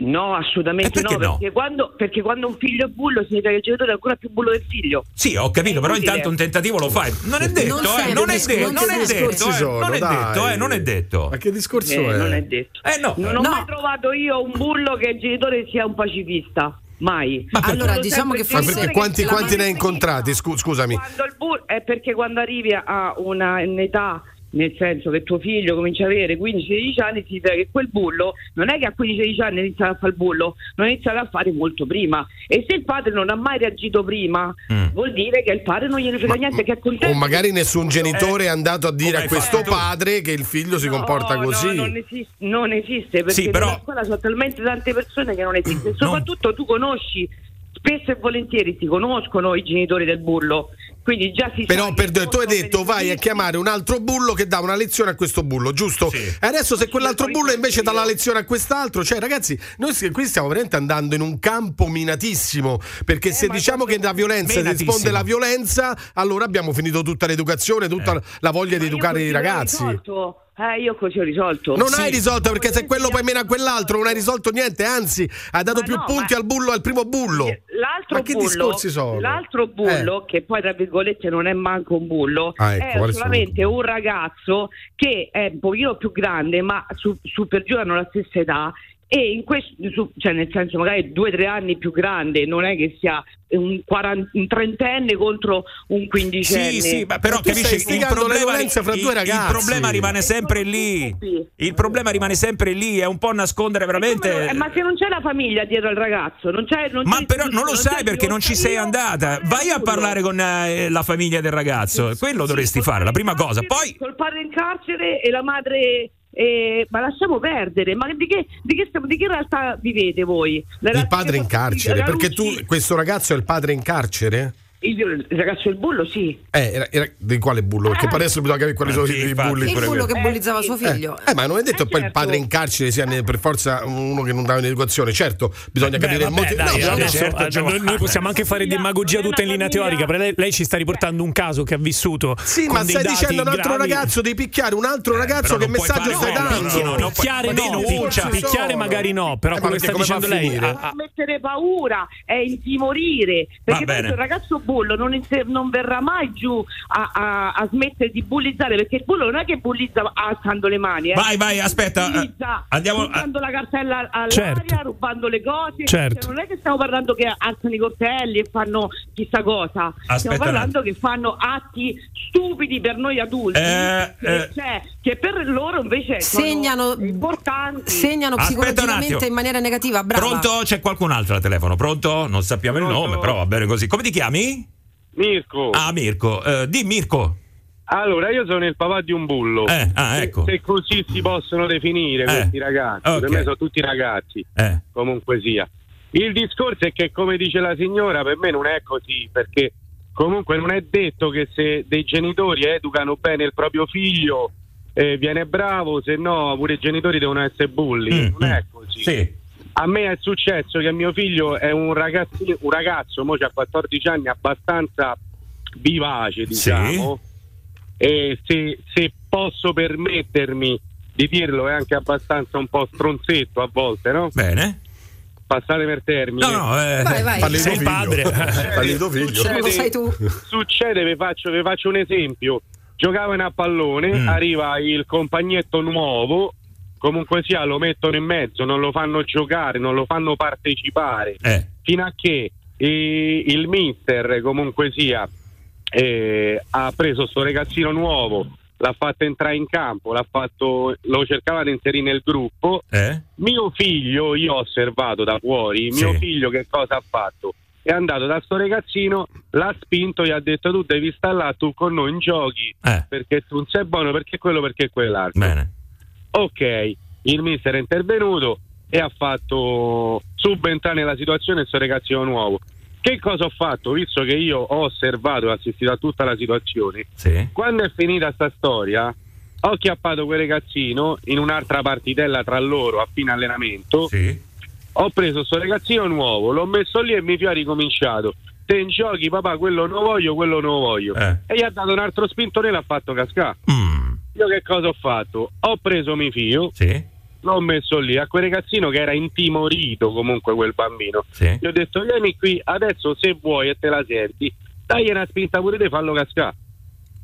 Speaker 25: No, assolutamente
Speaker 1: perché no?
Speaker 25: Perché quando, perché quando un figlio è bullo significa che il genitore è ancora più bullo del figlio.
Speaker 1: Sì, ho capito, però
Speaker 25: inutile.
Speaker 1: intanto un tentativo lo fai. Non è detto,
Speaker 25: Non
Speaker 1: eh,
Speaker 25: sempre,
Speaker 1: non è
Speaker 25: scusa,
Speaker 1: detto,
Speaker 25: non
Speaker 1: non è
Speaker 25: sempre.
Speaker 1: detto, eh,
Speaker 25: Sono,
Speaker 1: non è
Speaker 25: dai.
Speaker 1: detto, eh, non è detto.
Speaker 4: Ma che discorso
Speaker 25: Eh, non è detto.
Speaker 1: Eh, no.
Speaker 25: Non ho
Speaker 1: No.
Speaker 25: mai trovato io un bullo che il genitore sia un pacifista. Mai.
Speaker 5: allora, diciamo che
Speaker 4: Ma perché quanti, quanti ne hai
Speaker 25: incontrati?
Speaker 4: incontrati? Scu- scusami.
Speaker 25: Quando il bull- è perché quando arrivi a una- un'età, nel senso che tuo figlio comincia ad avere 15-16 anni, significa che quel bullo non è che a 15-16 anni inizierà a fare il bullo, non inizierà a fare molto prima. E se il padre non ha mai reagito prima, vuol dire che il padre non gliene frega niente, che è contento.
Speaker 4: O magari nessun genitore è andato a dire a questo padre che il figlio si comporta
Speaker 25: No,
Speaker 4: così.
Speaker 25: non, esiste, non esiste, perché
Speaker 4: Sì, però-
Speaker 25: nella scuola sono talmente tante persone che non esiste. Soprattutto tu conosci, spesso e volentieri ti conoscono i genitori del bullo. Quindi già si
Speaker 4: Però per tu hai detto vai a chiamare un altro bullo che dà una lezione a questo bullo, giusto? E adesso se quell'altro bullo invece dà la lezione a quest'altro, cioè ragazzi, noi s- qui stiamo veramente andando in un campo minatissimo,
Speaker 25: Eh,
Speaker 4: perché se diciamo che la violenza
Speaker 1: Menatissimo.
Speaker 4: risponde la violenza, allora abbiamo finito tutta l'educazione, tutta
Speaker 25: Eh.
Speaker 4: la voglia di educare i ragazzi.
Speaker 25: risolto. Eh, io così ho risolto.
Speaker 4: Non
Speaker 25: Sì.
Speaker 4: hai risolto perché se quello poi meno a quell'altro non hai risolto niente, anzi hai dato più punti al bullo al primo bullo.
Speaker 25: L'altro
Speaker 4: Ma che
Speaker 25: bullo,
Speaker 4: discorsi sono? Eh.
Speaker 25: L'altro bullo, che poi tra virgolette non è manco un bullo,
Speaker 4: Ah, ecco,
Speaker 25: è
Speaker 4: quali sono?
Speaker 25: solamente un ragazzo che è un pochino più grande, ma su, su per giù hanno la stessa età. e in questo, su- cioè nel senso magari due o tre anni più grande, non è che sia un, quaran- un trentenne contro un quindicenne.
Speaker 1: Sì, sì, ma però capisci il problema, il- il problema rimane sempre lì. Il problema rimane sempre lì, è un po' nascondere veramente.
Speaker 25: Eh, Ma se non c'è la famiglia dietro al ragazzo, non c'è... Non
Speaker 1: Ma però non lo sai perché non ci sei andata. Vai a parlare con eh, la famiglia del ragazzo, quello dovresti fare, la prima cosa. Poi
Speaker 25: col padre in carcere e la madre. eh, ma lasciamo perdere, ma di che, di che stiamo- di che realtà vivete voi? La
Speaker 4: Il
Speaker 25: realtà
Speaker 4: padre in carcere, perché tu, questo ragazzo è il padre in carcere?
Speaker 25: Il, il ragazzo il bullo, sì.
Speaker 4: Eh, era- era- di quale bullo? Perché adesso bisogna capire quali sono i- i
Speaker 5: Ah,
Speaker 4: bulli.
Speaker 5: Il
Speaker 4: pure
Speaker 5: bullo
Speaker 4: quelli.
Speaker 5: che bullizzava suo figlio. certo.
Speaker 4: Eh, ma non è detto che poi il padre in carcere sia ne- per forza uno che non dà un'educazione. Certo,
Speaker 3: Beh,
Speaker 4: bisogna capire
Speaker 3: vabbè,
Speaker 4: il motivo.
Speaker 3: dai,
Speaker 4: No,
Speaker 3: adesso,
Speaker 4: certo,
Speaker 3: eh,
Speaker 4: Giovanni.
Speaker 3: noi, noi possiamo anche fare demagogia tutta in linea teorica, perché lei, lei ci sta riportando un caso che ha vissuto.
Speaker 4: Sì, ma
Speaker 3: con dei
Speaker 4: stai
Speaker 3: dati
Speaker 4: dicendo a un altro
Speaker 3: gravi. Eh,
Speaker 4: ragazzo di picchiare un altro ragazzo
Speaker 3: però
Speaker 4: che
Speaker 3: non puoi
Speaker 4: messaggio
Speaker 3: fare-
Speaker 4: stai
Speaker 3: no,
Speaker 4: dando?
Speaker 3: picchi- no, no, picchiare no, picchia- picchiare magari no, però
Speaker 4: Eh,
Speaker 3: quello che sta dicendo lei ha-
Speaker 25: Non mettere paura, è intimorire, perché
Speaker 3: bene.
Speaker 25: tanto il ragazzo bullo non, inse- non verrà mai giù a, a- a smettere di bullizzare, perché il bullo non è che bullizza alzando le mani. eh.
Speaker 1: Vai, vai, aspetta,
Speaker 25: Bullizza
Speaker 1: eh, andiamo-
Speaker 25: buttando la cartella all'aria,
Speaker 1: Certo.
Speaker 25: rubando le cose.
Speaker 1: Certo.
Speaker 25: Cioè, non è che stiamo parlando che alzano i coltelli e fanno chissà cosa,
Speaker 1: Aspetta
Speaker 25: stiamo
Speaker 1: un
Speaker 25: parlando che fanno atti stupidi per noi adulti,
Speaker 1: Eh,
Speaker 25: che,
Speaker 1: eh.
Speaker 25: cioè, che per loro invece sono
Speaker 5: Segnano-
Speaker 25: importanti.
Speaker 5: Segnano
Speaker 1: Aspetta un
Speaker 5: psicologicamente
Speaker 1: attimo.
Speaker 5: in maniera negativa. Ah, Brava.
Speaker 1: pronto? C'è qualcun altro al telefono? Pronto? Non sappiamo il nome, però va bene così. Come ti chiami?
Speaker 7: Mirko.
Speaker 1: Ah, Mirko. Eh, di Mirko.
Speaker 7: Allora, io sono il papà di un bullo.
Speaker 1: Eh, ah,
Speaker 7: Se-
Speaker 1: ecco. Eh,
Speaker 7: Se, così si possono definire questi ragazzi,
Speaker 1: ok. Eh.
Speaker 7: per me sono tutti ragazzi, comunque sia. Il discorso è che, come dice la signora, per me non è così, perché comunque non è detto che se dei genitori educano bene il proprio figlio eh, viene bravo, se no pure i genitori devono essere bulli.
Speaker 1: Mm,
Speaker 7: non è così. A me è successo che mio figlio è un, ragazzi- un ragazzo, mo c'ha 14 anni, abbastanza vivace, diciamo. E se, se posso permettermi di dirlo, è anche abbastanza un po' stronzetto a volte, no?
Speaker 1: Bene.
Speaker 7: Passate per termine.
Speaker 1: No, no, eh, Vai, vai. parli di tuo Sei figlio. padre. Parli di tuo figlio.
Speaker 7: Succede-
Speaker 1: Lo sai tu.
Speaker 7: Succede, vi faccio, vi faccio un esempio. Giocavano a pallone, arriva il compagnetto nuovo, comunque sia lo mettono in mezzo, non lo fanno giocare, non lo fanno partecipare, fino a che eh, il mister comunque sia eh, ha preso sto ragazzino nuovo, l'ha fatto entrare in campo, l'ha fatto, lo cercava di inserire nel gruppo. Mio figlio, io ho osservato da fuori, mio figlio che cosa ha fatto? È andato da sto ragazzino, l'ha spinto, gli ha detto tu devi stare là, tu con noi in giochi, perché tu non sei buono, perché quello, perché quell'altro. Ok, il mister è intervenuto e ha fatto subentrare la situazione sto ragazzino nuovo. Che cosa ho fatto? Visto che io ho osservato e assistito a tutta la situazione, quando è finita sta storia, ho chiappato quel ragazzino in un'altra partitella tra loro a fine allenamento. Ho preso sto ragazzino nuovo, l'ho messo lì e mi ha ricominciato. Te in giochi, papà, quello non voglio, quello non voglio. E gli ha dato un altro spintone e l'ha fatto cascare. Io che cosa ho fatto? Ho preso mio figlio, l'ho messo lì a quel ragazzino che era intimorito comunque quel bambino. Gli ho detto vieni qui, adesso se vuoi e te la senti, dai una spinta pure te, fallo cascare.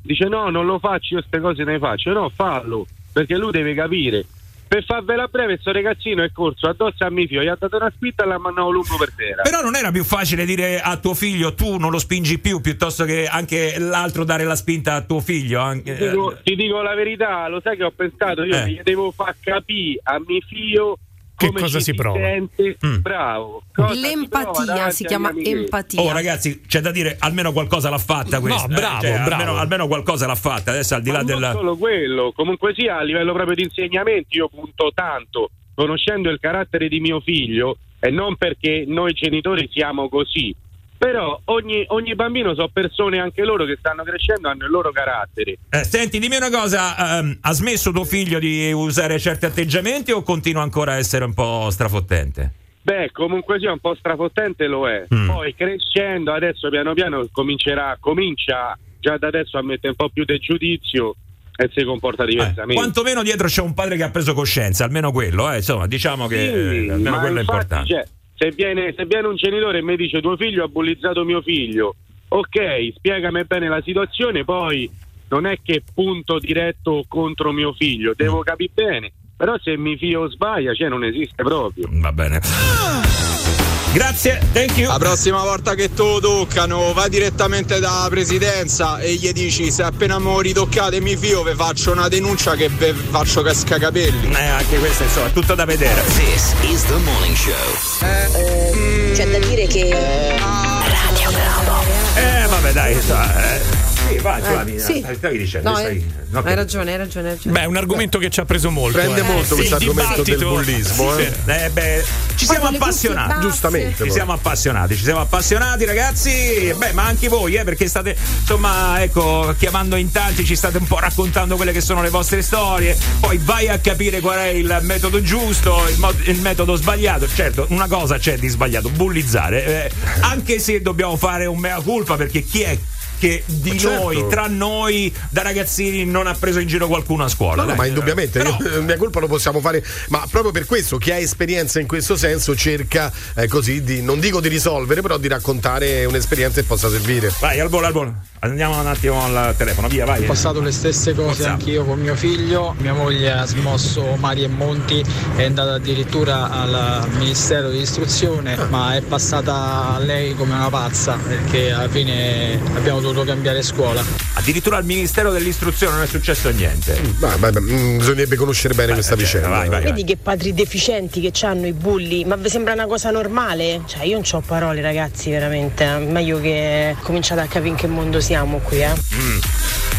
Speaker 7: Dice no, non lo faccio, io queste cose ne faccio. No, fallo, perché lui deve capire. Per farvela breve, sto ragazzino è corso addosso a mio figlio, gli ha dato una spinta e l'ha mandato lungo per terra.
Speaker 1: Però non era più facile dire a tuo figlio tu non lo spingi più piuttosto che anche l'altro dare la spinta a tuo figlio? Anche,
Speaker 7: Ti dico, ti dico la verità, lo sai che ho pensato, io
Speaker 1: Eh.
Speaker 7: gli devo far capire a mio figlio
Speaker 1: Che
Speaker 7: come
Speaker 1: cosa
Speaker 7: ci
Speaker 1: si prova. Mm.
Speaker 7: sente, bravo. cosa si prova
Speaker 5: L'empatia
Speaker 7: davanti
Speaker 5: si
Speaker 7: agli
Speaker 5: chiama
Speaker 7: amici.
Speaker 5: empatia.
Speaker 1: Oh ragazzi, c'è da dire almeno qualcosa l'ha fatta questa.
Speaker 7: bravo,
Speaker 1: eh, cioè,
Speaker 7: bravo.
Speaker 1: Almeno, almeno qualcosa l'ha fatta. Adesso al di là
Speaker 7: Non
Speaker 1: del...
Speaker 7: solo quello, comunque sia a livello proprio di insegnamenti io punto tanto, conoscendo il carattere di mio figlio e non perché noi genitori siamo così, però ogni, ogni bambino sono persone anche loro che stanno crescendo, hanno il loro carattere.
Speaker 1: Eh, senti, dimmi una cosa, ehm, ha smesso tuo figlio di usare certi atteggiamenti o continua ancora a essere un po' strafottente?
Speaker 7: Beh, comunque sia un po' strafottente lo è.
Speaker 1: Mm.
Speaker 7: Poi crescendo adesso piano piano comincerà, comincia già da adesso a mettere un po' più del giudizio e si comporta diversamente.
Speaker 1: Eh, Quanto meno dietro c'è un padre che ha preso coscienza, almeno quello, eh, insomma, diciamo che eh, almeno
Speaker 7: ma
Speaker 1: quello è
Speaker 7: infatti,
Speaker 1: importante.
Speaker 7: cioè, se, viene, se viene un genitore e mi dice tuo figlio ha bullizzato mio figlio, ok, spiegami bene la
Speaker 1: Mm.
Speaker 7: situazione, poi non è che punto diretto contro mio figlio, devo capire bene. Però se mi fio sbaglia, cioè non esiste proprio. Ah!
Speaker 1: Va bene. Grazie, thank you.
Speaker 11: La prossima volta che tu toccano, vai direttamente dalla presidenza e gli dici se appena mo ritoccate mi fio, vi faccio una denuncia che vi faccio cascacapelli.
Speaker 1: Eh, anche questo insomma, è tutto da vedere.
Speaker 11: This is the morning show.
Speaker 22: C'è da dire che. Radio Globo.
Speaker 1: Eh, vabbè, dai, insomma, eh. Sì, vai,
Speaker 5: Eh,
Speaker 1: vai,
Speaker 5: sì.
Speaker 1: stavi
Speaker 4: Cioè,
Speaker 1: dicendo,
Speaker 5: No,
Speaker 1: stai-
Speaker 5: eh,
Speaker 1: no, che-
Speaker 5: hai ragione, hai ragione, hai ragione.
Speaker 3: Beh, è un argomento che ci ha preso molto.
Speaker 4: Prende
Speaker 3: eh.
Speaker 4: molto
Speaker 3: Il
Speaker 4: questo argomento del
Speaker 3: dibattito-
Speaker 4: bullismo,
Speaker 3: Sì,
Speaker 4: eh.
Speaker 3: sì.
Speaker 1: Eh, beh,
Speaker 4: Poi
Speaker 1: ci siamo
Speaker 4: con le cuffie
Speaker 1: appassionati.
Speaker 4: basse. Giustamente,
Speaker 1: Ci
Speaker 4: poi.
Speaker 1: siamo appassionati, ci siamo appassionati, ragazzi. Beh, ma anche voi, eh, perché state, insomma, ecco, chiamando in tanti, ci state un po' raccontando quelle che sono le vostre storie. Poi vai a capire qual è il metodo giusto, il, mo- il metodo sbagliato. Certo, una cosa c'è di sbagliato, bullizzare. eh, anche se dobbiamo fare un mea culpa, perché chi è che di
Speaker 4: Ma certo.
Speaker 1: noi, tra noi, da ragazzini, non ha preso in giro qualcuno a
Speaker 4: No,
Speaker 1: scuola?
Speaker 4: no,
Speaker 1: Dai,
Speaker 4: ma
Speaker 1: eh,
Speaker 4: indubbiamente,
Speaker 1: però-
Speaker 4: io- mia colpa lo possiamo fare, ma proprio per questo chi ha esperienza in questo senso cerca eh, così di, non dico di risolvere, però di raccontare un'esperienza che possa servire.
Speaker 1: Vai, al volo, al volo. Andiamo un attimo al telefono, via, vai.
Speaker 14: Ho passato le stesse cose
Speaker 1: Forza.
Speaker 14: anch'io con mio figlio. Mia moglie ha smosso mari e monti, è andata addirittura al Ministero dell'Istruzione, ma è passata a lei come una pazza perché alla fine abbiamo dovuto cambiare scuola.
Speaker 1: Addirittura al Ministero dell'Istruzione non è successo niente.
Speaker 4: Ma, ma- ma, mm, bisognerebbe conoscere bene questa vicenda.
Speaker 1: Ah, eh, certo, vai, vai,
Speaker 18: Vedi che padri deficienti che hanno i bulli, ma vi sembra una cosa normale? Cioè io non ho parole ragazzi, veramente. Meglio che cominciate a capire in che mondo siamo qui, eh.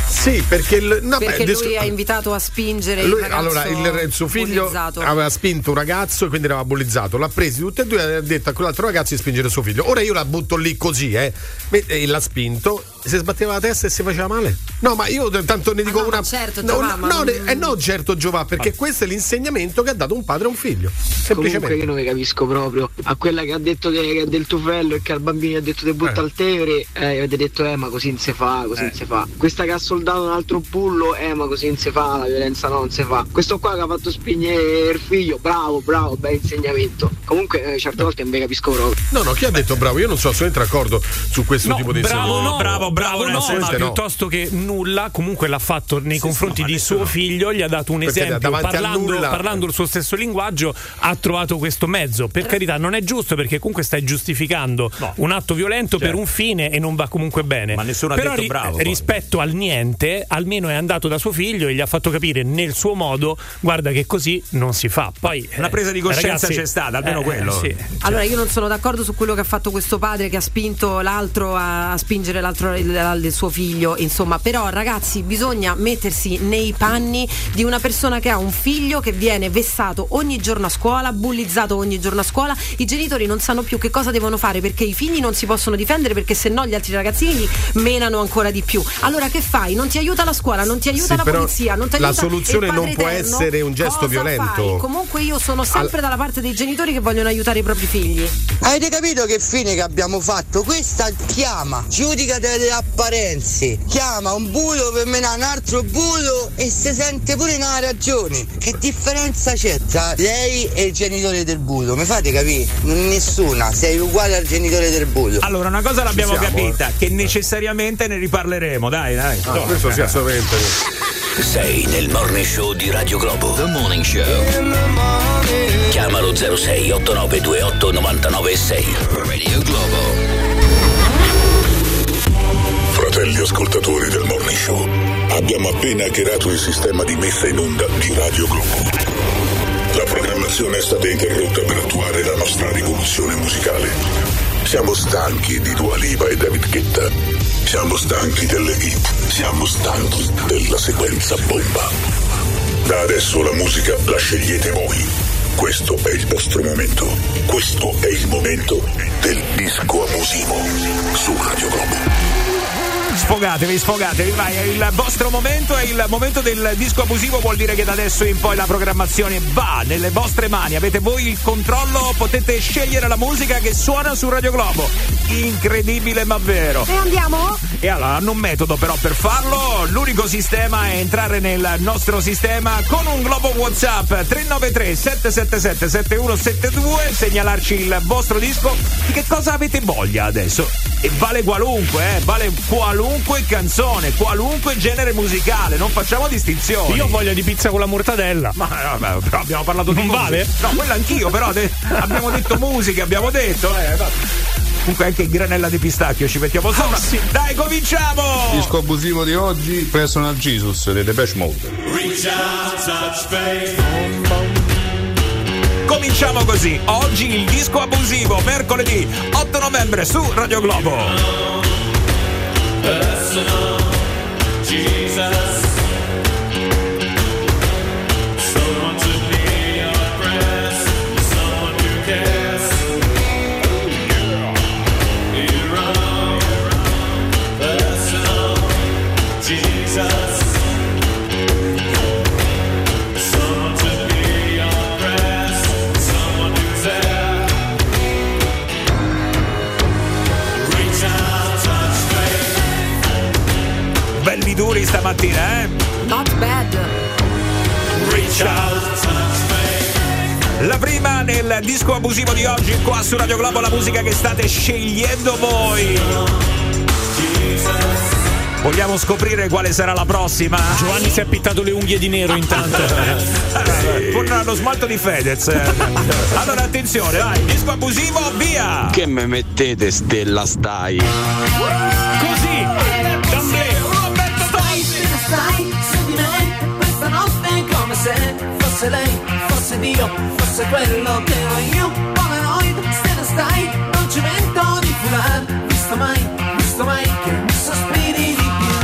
Speaker 4: Sì, perché, il, no,
Speaker 5: perché
Speaker 4: beh, discu-
Speaker 5: lui ha invitato a spingere
Speaker 4: Lui-
Speaker 5: il ragazzo
Speaker 4: allora, il, il suo figlio
Speaker 5: bullizzato.
Speaker 4: aveva spinto un ragazzo e quindi era bullizzato. L'ha preso tutti e due e ha detto a quell'altro ragazzo di spingere suo figlio. Ora io la butto lì così, eh. Me- E l'ha spinto, si sbatteva la testa e si faceva male. No, ma io t- tanto ne dico una.
Speaker 5: certo,
Speaker 4: no,
Speaker 5: Giovanna,
Speaker 4: no, no,
Speaker 5: non- Ah.
Speaker 4: ne- eh, no, certo, Giova, perché questo è l'insegnamento che ha dato un padre a un figlio.
Speaker 14: Comunque
Speaker 4: Semplicemente.
Speaker 14: io non vi capisco proprio. A quella che ha detto che, che è del tufello e che al bambino ha detto di butta
Speaker 4: Eh.
Speaker 14: al tevere, eh, avete detto eh ma così non si fa, così non si
Speaker 8: Eh.
Speaker 14: fa. Questa che ha soldato un altro bullo, eh ma così non si fa, la violenza no, non si fa. Questo qua che ha fatto spingere il figlio, bravo, bravo, bel insegnamento. Comunque eh, certe volte non vi capisco proprio.
Speaker 4: No, no, chi ha detto bravo? Io non sono assolutamente d'accordo su questo tipo di
Speaker 3: Bravo
Speaker 4: insegnamento.
Speaker 3: no, bravo, bravo,
Speaker 4: nel
Speaker 3: no,
Speaker 4: senso
Speaker 3: ma
Speaker 4: che no.
Speaker 3: piuttosto che nulla, comunque l'ha fatto nei confronti di suo figlio, gli ha dato un
Speaker 4: Perché
Speaker 3: esempio,
Speaker 4: davanti a
Speaker 3: parlando,
Speaker 4: nulla-
Speaker 3: parlando il suo stesso linguaggio, ha trovato questo mezzo. Per carità, non è giusto perché comunque stai giustificando un atto violento per un fine e non va comunque bene. Ma nessuno
Speaker 1: Certo. ha
Speaker 3: Però
Speaker 1: detto bravo, poi.
Speaker 3: Rispetto al niente, almeno è andato da suo figlio e gli ha fatto capire nel suo modo, guarda che così non si fa. Poi
Speaker 1: Una
Speaker 3: eh,
Speaker 1: presa di coscienza
Speaker 3: ragazzi,
Speaker 1: c'è stata, almeno
Speaker 3: eh,
Speaker 1: quello. Cioè,
Speaker 3: sì.
Speaker 5: Allora io non sono d'accordo su quello che ha fatto questo padre che ha spinto l'altro a a spingere l'altro il, il suo figlio, insomma, però ragazzi bisogna mettersi nei panni di una persona che ha un figlio che viene vessato ogni giorno a scuola, bullizzato ogni giorno a scuola, i genitori non sanno più che cosa devono fare perché i figli non si possono difendere perché se no gli altri ragazzini li menano ancora di più. Allora che fai? Non ti aiuta la scuola, non ti aiuta
Speaker 4: Sì,
Speaker 5: la
Speaker 4: però
Speaker 5: polizia, non ti
Speaker 4: la
Speaker 5: aiuta
Speaker 4: soluzione
Speaker 5: il Padre
Speaker 4: non può
Speaker 5: Eterno.
Speaker 4: essere un gesto
Speaker 5: Cosa
Speaker 4: violento.
Speaker 5: fai? Comunque io sono sempre dalla parte dei genitori che vogliono aiutare i propri figli.
Speaker 16: Avete capito che fine che abbiamo fatto? Questa chiama, giudica delle apparenze, chiama un bulo per menare un altro bulo e si sente pure una ragione. Che differenza c'è tra lei e il genitore del bulo? Mi fate capire? Nessuna, sei uguale al genitore del bulo.
Speaker 1: Allora, una cosa l'abbiamo
Speaker 16: Ci siamo,
Speaker 1: capita, che necessariamente ne riparleremo, dai, dai.
Speaker 4: Ah, questo sì, assolutamente.
Speaker 12: Sei nel morning show di Radio Globo. The Morning Show. Chiamalo 06 8928 996. Radio Globo.
Speaker 16: Fratelli ascoltatori del Morning Show, abbiamo appena creato il sistema di messa in onda di Radio Globo. La programmazione è stata interrotta per attuare la nostra rivoluzione musicale. Siamo stanchi di Dua Lipa e David Guetta. Siamo stanchi delle hit. Siamo stanchi della sequenza bomba. Da adesso la musica la scegliete voi. Questo è il vostro momento. Questo è il momento del disco abusivo su Radio Globo.
Speaker 1: Sfogatevi, sfogatevi, vai, è il vostro momento, è il momento del disco abusivo, vuol dire che da adesso in poi la programmazione va nelle vostre mani, avete voi il controllo, potete scegliere la musica che suona su Radio Globo. Incredibile ma vero.
Speaker 5: E andiamo?
Speaker 1: E allora hanno un metodo però per farlo, l'unico sistema è entrare nel nostro sistema con un globo Whatsapp 393 777 7172, segnalarci il vostro disco di che cosa avete voglia adesso. E vale qualunque, eh, vale qualunque qualunque canzone, qualunque genere musicale, non facciamo distinzioni.
Speaker 3: Io ho voglia di pizza con la mortadella.
Speaker 1: Ma vabbè, però abbiamo parlato di
Speaker 3: Non
Speaker 1: musica.
Speaker 3: vale?
Speaker 1: No, quella anch'io, però de- abbiamo detto musica, abbiamo detto. eh, va- Comunque anche granella di pistacchio ci mettiamo sopra.
Speaker 3: Ah,
Speaker 1: Dai, cominciamo!
Speaker 2: Disco abusivo di oggi, Personal Jesus dei Depeche Mode.
Speaker 17: Reach out, touch faith.
Speaker 1: Cominciamo così. Oggi il disco abusivo, mercoledì 8 novembre su Radio Globo.
Speaker 17: Personal Jesus. Someone to be your breast. Someone you kiss. You're wrong. Personal Jesus. Someone to be your breast. Someone who's there. Reach out, touch faith.
Speaker 1: Belli duri stamattina, eh?
Speaker 5: Not bad.
Speaker 17: Reach out, touch
Speaker 1: La prima nel disco abusivo di oggi, qua su Radio Globo, la musica che state scegliendo voi. Vogliamo scoprire quale sarà la prossima?
Speaker 3: Giovanni si è pittato le unghie di nero intanto.
Speaker 1: Eh, Con lo smalto di Fedez. eh. Allora attenzione, dai, disco abusivo, via!
Speaker 20: Che me mettete stella stai?
Speaker 3: Così!
Speaker 17: Stai, stai su di me questa notte come se fosse lei, fosse Dio, fosse quello che ero io. Polaroid, se ne stai, non ci mento di fular, visto mai, visto mai che mi sospiri di più.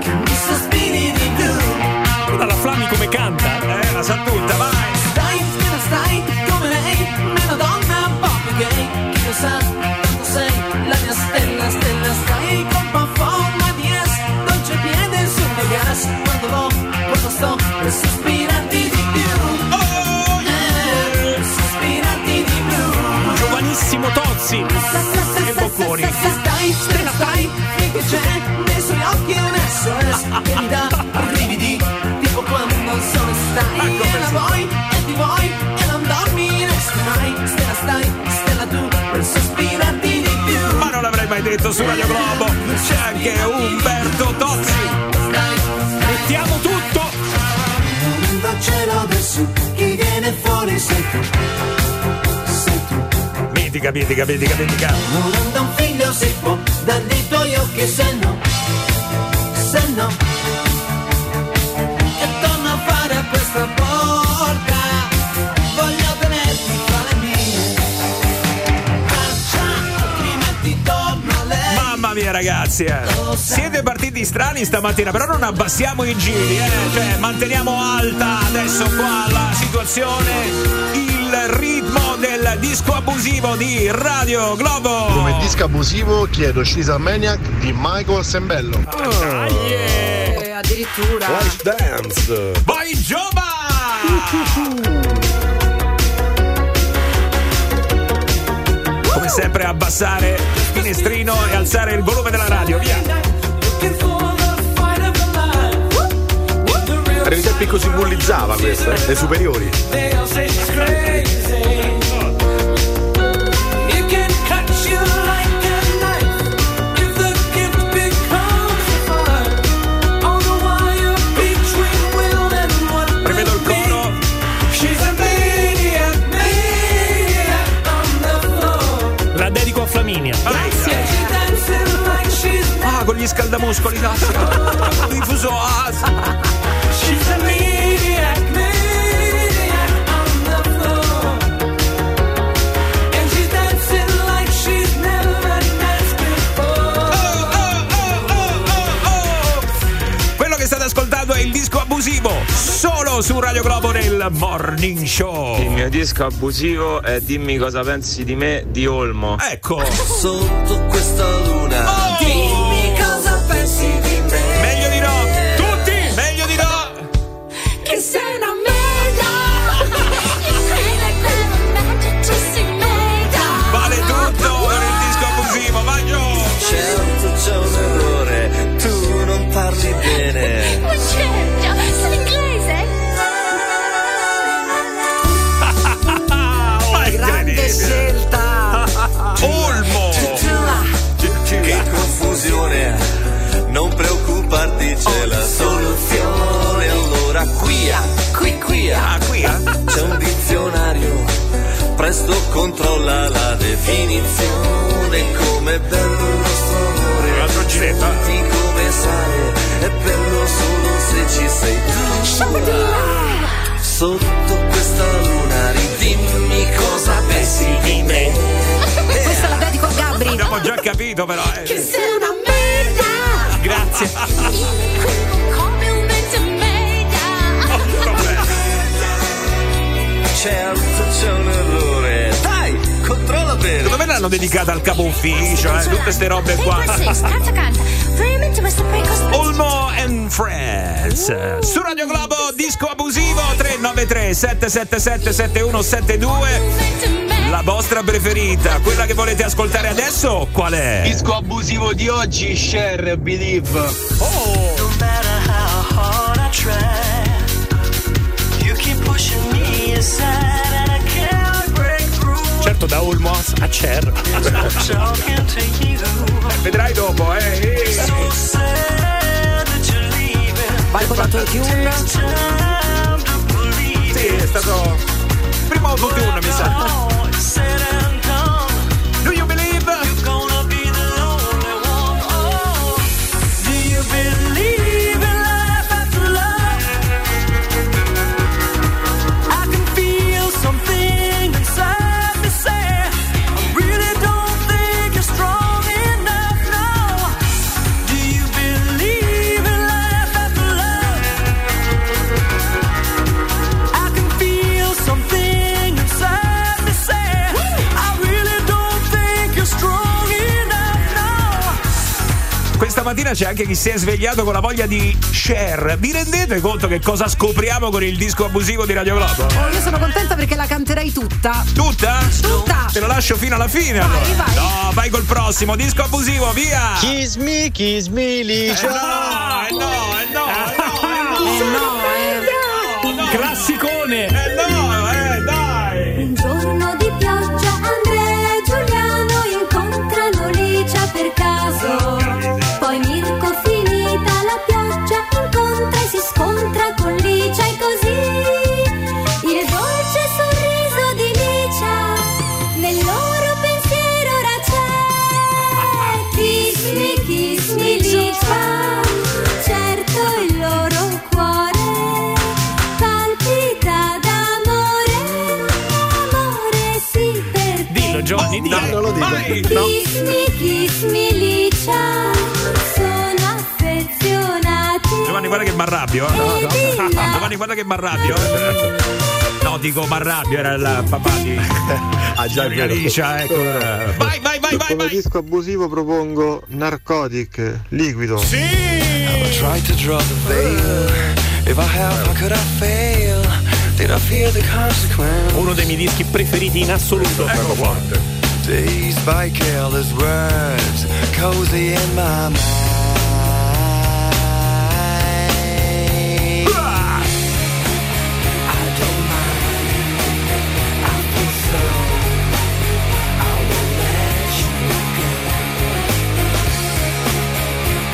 Speaker 17: Che mi sospiri di più.
Speaker 3: Guarda la Flami come canta.
Speaker 1: Eh, la sa tutta, vai!
Speaker 17: Stai, te ne stai, come lei, meno donna, un po' più gay. Chi lo sa, tanto sei la mia stella, stella, stai, colpa a forma di S, dolce piede sul mio gas. Quando lo, quando sto per sospirarti di più. Eh, sospirarti di più.
Speaker 3: Giovanissimo Tozzi.
Speaker 17: E bocconi. Stai, stella, stai, finché c'è nei suoi occhi un SOS che mi dà brividi, tipo quando sono stai e la vuoi e ti vuoi e non dormiresti mai. Stella, stai, stella tu per sospirarti di più.
Speaker 1: Ma non l'avrei mai detto su Radio Globo! C'è anche Umberto Tozzi!
Speaker 3: Mettiamo tutto!
Speaker 17: Dal cielo del sud, chi viene fuori sei tu, sei tu.
Speaker 1: Mitica, mitica, mitica, mitica!
Speaker 17: Non manda un figlio se può, dal dei tuoi occhi se no, se no. E torna a fare a questa porta, voglio tenerti fra le mie. Faccia, altrimenti torno a lei.
Speaker 1: Mamma mia ragazzi, eh. siete partiti strani stamattina, però non abbassiamo i giri, eh. cioè manteniamo alta adesso qua la situazione, il ritmo del disco abusivo di Radio Globo. Come
Speaker 2: disco abusivo chiedo Cisa Maniac di Michael Sembello.
Speaker 3: Ah,
Speaker 5: Eh, addirittura.
Speaker 2: Dance.
Speaker 1: Vai Giova! Come sempre abbassare il finestrino e alzare il volume della radio, via.
Speaker 4: Era in tempi in cui si bullizzava questa, le superiori.
Speaker 17: They'll say she's crazy. You can cut you like a knife if the gift becomes a fight. On the wire between will and what will be. She's a maniac, maniac on the floor.
Speaker 3: La dedico a Flaminia.
Speaker 17: Yeah, she dancing like she's
Speaker 1: Ah, con gli scaldamuscoli, no. Diffuso, ah, sì.
Speaker 17: She's a maniac, maniac on the floor. And she's dancing like she's never danced before.
Speaker 1: Quello che state ascoltando è il disco abusivo, solo su Radio Globo nel Morning Show.
Speaker 15: Il mio disco abusivo è Dimmi cosa pensi di me di Olmo.
Speaker 1: Ecco.
Speaker 15: Sotto questa luna.
Speaker 17: Dimmi cosa pensi Oh! di me.
Speaker 1: Meglio di no. Tutti, meglio di no.
Speaker 17: Che sei una merda. You say that love and magic just in merda.
Speaker 1: Vale tutto per il disco abusivo, vai Gio.
Speaker 15: Certo c'è un errore, tu non parli bene.
Speaker 17: Ma certo, sei inglese?
Speaker 1: Ma è incredibile.
Speaker 17: scelta.
Speaker 1: Olmo.
Speaker 17: Che confusi
Speaker 1: Ah, eh? pezzetto. eh.
Speaker 17: Di come sale è bello solo se ci sei tu. Sotto questa luna ridimmi cosa pensi di me.
Speaker 5: Questa la dedico a Gabri.
Speaker 1: Abbiamo già capito però. eh.
Speaker 26: Che sei una merda
Speaker 1: Grazie.
Speaker 26: Complimenti a me
Speaker 17: Certo c'è un errore. Dai, controlla bene.
Speaker 1: Secondo me l'hanno dedicata al capo ufficio, eh, tutte ste robe qua. Olmo and Friends eh, su Radio Globo disco abusivo 393 777 7172 la vostra preferita quella che volete ascoltare adesso qual è?
Speaker 13: Disco abusivo di oggi, share, believe.
Speaker 17: No matter how hard I try, you keep pushing me aside and I can't break through.
Speaker 3: Certo, da Olmo a Cer.
Speaker 17: I'm talking to you.
Speaker 1: Vedrai dopo, eh.
Speaker 17: So sad that you're leaving.
Speaker 5: Vai con l'autotune.
Speaker 17: Time to believe
Speaker 1: Sì, è stato primo autotune mi sa
Speaker 17: all is said and done.
Speaker 1: Do you believe?
Speaker 17: You're gonna be the lonely one. Oh, do you believe in life after love? I can feel something inside me say I really don't think you're strong enough now. Do you believe in life after love? I can feel something inside me say I really don't think you're strong enough now.
Speaker 1: Questa mattina c'è anche chi si è svegliato con la voglia di Cher. Vi rendete conto che cosa scopriamo con il disco abusivo di Radio Globo?
Speaker 5: Oh, io sono contenta perché la canterai tutta.
Speaker 1: Tutta?
Speaker 5: Tutta.
Speaker 1: Te la lascio fino alla fine.
Speaker 5: Vai,
Speaker 1: allora.
Speaker 5: vai.
Speaker 1: No, vai col prossimo, disco abusivo, via!
Speaker 13: Kiss me, kiss me,
Speaker 1: Eh no, eh no, eh no,
Speaker 5: Eh no, eh.
Speaker 1: eh no,
Speaker 3: Classicone!
Speaker 1: eh no, eh dai!
Speaker 26: Un giorno di pioggia Andrea e Giuliano incontrano Licia per caso. Poi Mirko finita la pioggia incontra e si scontra con Licia e così. Il dolce sorriso di Licia nel loro pensiero ora c'è. Kiss me, kiss me Licia. Certo il loro cuore palpita d'amore. Amore sì per te.
Speaker 3: Dillo Giovanni, dillo.
Speaker 27: non lo dico.
Speaker 1: Vai!
Speaker 26: Kiss me, kiss me, Licia. Sono affezionati.
Speaker 1: Giovanni, guarda che m'arrabbio. eh.
Speaker 26: E dilla
Speaker 1: Giovanni, guarda che m'arrabbio. eh. No, dico m'arrabbio, era il papà di
Speaker 27: Ah, già, è vero.
Speaker 1: Alicia, ecco. Vai, vai, vai, vai,
Speaker 28: Come
Speaker 1: vai!
Speaker 28: disco abusivo propongo Narcotic, liquido.
Speaker 1: Sì!
Speaker 17: tried to draw the veil. If I have, how could I fail? Did I fear the consequence?
Speaker 3: Uno dei miei dischi preferiti in assoluto.
Speaker 1: Ecco qua.
Speaker 17: Dazed by careless words, cozy in my mind. I don't mind. I feel so. I will let you go.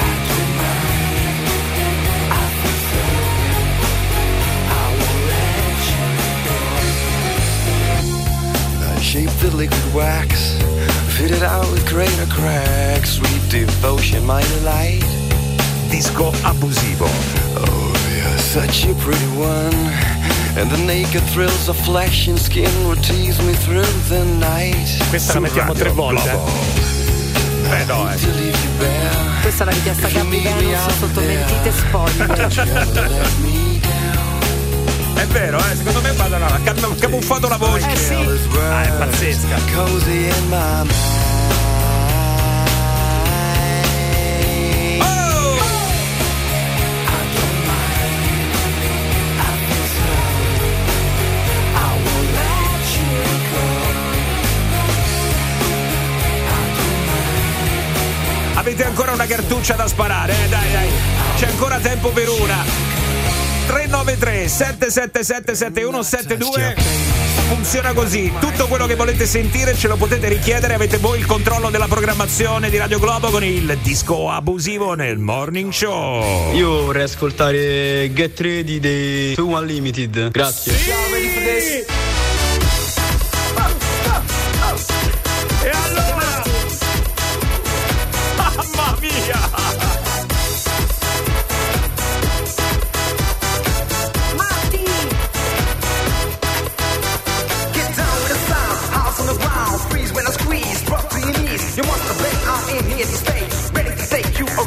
Speaker 17: I don't mind. I feel so. I will let you I shaped the liquid wax, fitted out with greater cracks, sweet devotion, my delight.
Speaker 1: Disco abusivo.
Speaker 17: Oh, you're such a pretty one, and the naked thrills of flesh and skin will tease me through the night.
Speaker 3: Questa la mettiamo tre volte. eh.
Speaker 1: Eh no, eh.
Speaker 17: To leave you bare,
Speaker 5: Questa è la richiesta a Gabri Venus sotto mentite spoglie.
Speaker 17: let me down.
Speaker 1: È vero, eh, secondo me vado no, ha cam- camuffato la voce.
Speaker 5: Eh sì.
Speaker 17: Careless
Speaker 27: Ah,
Speaker 17: words,
Speaker 3: pazzesca.
Speaker 17: cozy in my mind.
Speaker 1: Oh! Avete ancora una cartuccia da sparare, eh? Dai, dai. C'è ancora tempo per una. 393 777 7172 Funziona così, tutto quello che volete sentire ce lo potete richiedere, avete voi il controllo della programmazione di Radio Globo con il disco abusivo nel morning show.
Speaker 13: Io vorrei ascoltare Get Ready dei Two Unlimited. Grazie.
Speaker 1: E allora? Mamma mia!
Speaker 15: you better get.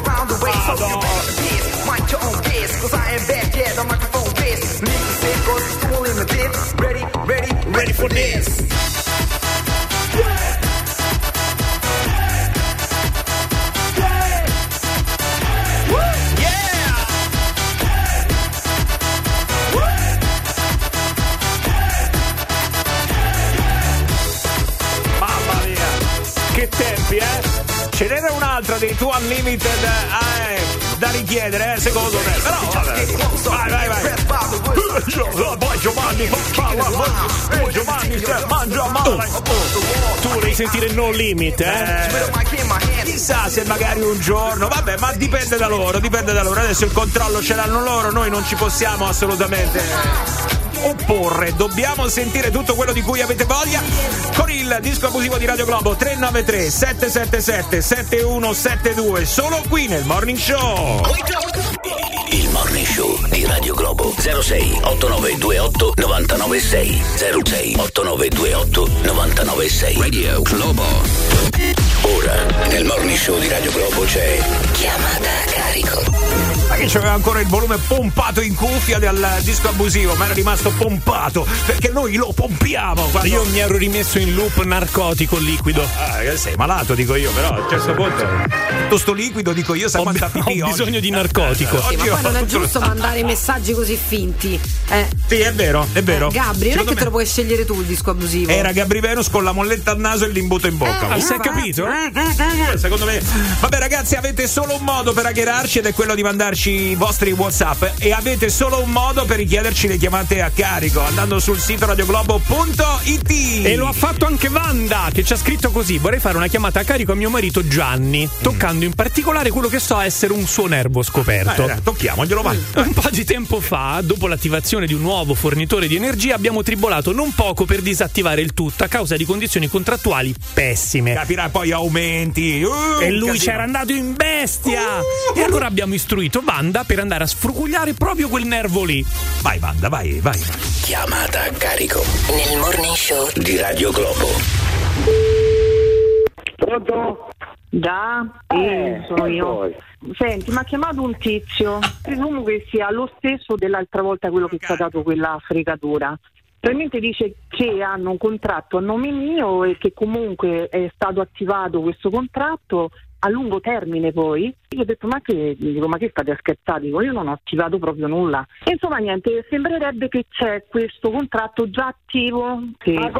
Speaker 15: Mind your own kids, cause I am back, yeah, the microphone is. Leave the sick, cause it's too limited. Ready, ready, ready for this.
Speaker 1: Mamma mia, che tempi, eh? Ce n'era un'altra dei tuoi Unlimited eh, eh, da richiedere, eh, secondo me. Però vabbè. Vai, vai, vai. Eh, Gio- Poi Giovanni, ma- ma- ma- ma-
Speaker 3: Ah,
Speaker 1: eh, Giovanni, eh, mangia male.
Speaker 3: Tu volevi sentire No Limit, eh?
Speaker 1: Eh, Chissà se magari un giorno, vabbè, ma dipende da loro, dipende da loro. Adesso il controllo ce l'hanno loro, noi non ci possiamo assolutamente opporre. Dobbiamo sentire tutto quello di cui avete voglia con il disco abusivo di Radio Globo 393 777 7172, solo qui nel Morning Show.
Speaker 12: Il Morning Show di Radio Globo 06 8928 996 06 8928 996 Radio Globo Ora nel Morning Show di Radio Globo c'è chiamata a carico
Speaker 1: Ma che c'aveva ancora il volume pompato in cuffia del disco abusivo, ma era rimasto pompato perché noi lo pompiamo. Quando...
Speaker 3: Io mi ero rimesso in loop narcotico liquido.
Speaker 1: Ah, eh, sei malato, dico io, però a un certo punto. Tutto sto liquido, dico io, sai quanta
Speaker 3: Ho
Speaker 1: pipì oggi. Eh,
Speaker 3: bisogno di narcotico.
Speaker 1: Sì,
Speaker 5: Sì, ma
Speaker 1: Io
Speaker 5: poi non è
Speaker 1: tutto lo-
Speaker 5: giusto mandare messaggi così finti. Eh,
Speaker 1: Sì, è vero, è vero.
Speaker 5: eh, Gabri, non è
Speaker 1: Secondo Eh,
Speaker 5: che te lo puoi scegliere tu il disco abusivo.
Speaker 1: Era Gabri Venus con la molletta al naso e l'imbuto in bocca.
Speaker 5: Eh,
Speaker 3: Ah, si è capito?
Speaker 1: Secondo me. Vabbè, ragazzi, avete solo un modo per aggirarci ed è quello di mandarci i vostri WhatsApp. E avete solo un modo per richiederci le chiamate a carico andando sul sito radioglobo.it.
Speaker 3: E lo ha fatto anche Wanda, che ci ha scritto così: Vorrei fare una chiamata a carico a mio marito Gianni, toccando in particolare quello che so essere un suo nervo scoperto.
Speaker 1: Eh, eh, tocchiamoglielo, vai.
Speaker 3: Un po' di tempo fa, dopo l'attivazione di un nuovo fornitore di energia, abbiamo tribolato non poco per disattivare il tutto a causa di condizioni contrattuali pessime.
Speaker 1: Capirà poi aumenti. Uh,
Speaker 3: E lui
Speaker 1: casino. Uh.
Speaker 3: c'era andato in bestia! E allora abbiamo istruito Wanda per andare a sfrucugliare proprio quel nervo lì.
Speaker 1: Vai, Wanda, vai, vai.
Speaker 12: Chiamata a carico nel Morning Show di Radio Globo
Speaker 6: Da? Eh, sono io. Senti, mi ha chiamato un tizio. Presumo che sia lo stesso dell'altra volta quello che ci ha dato quella fregatura. Probabilmente dice che hanno un contratto a nome mio e che comunque è stato attivato questo contratto a lungo termine poi. Io ho detto ma che, dico, ma che state a scherzare? Dico, io non ho attivato proprio nulla. E insomma niente, sembrerebbe che c'è questo contratto già attivo. Che,
Speaker 9: Ah,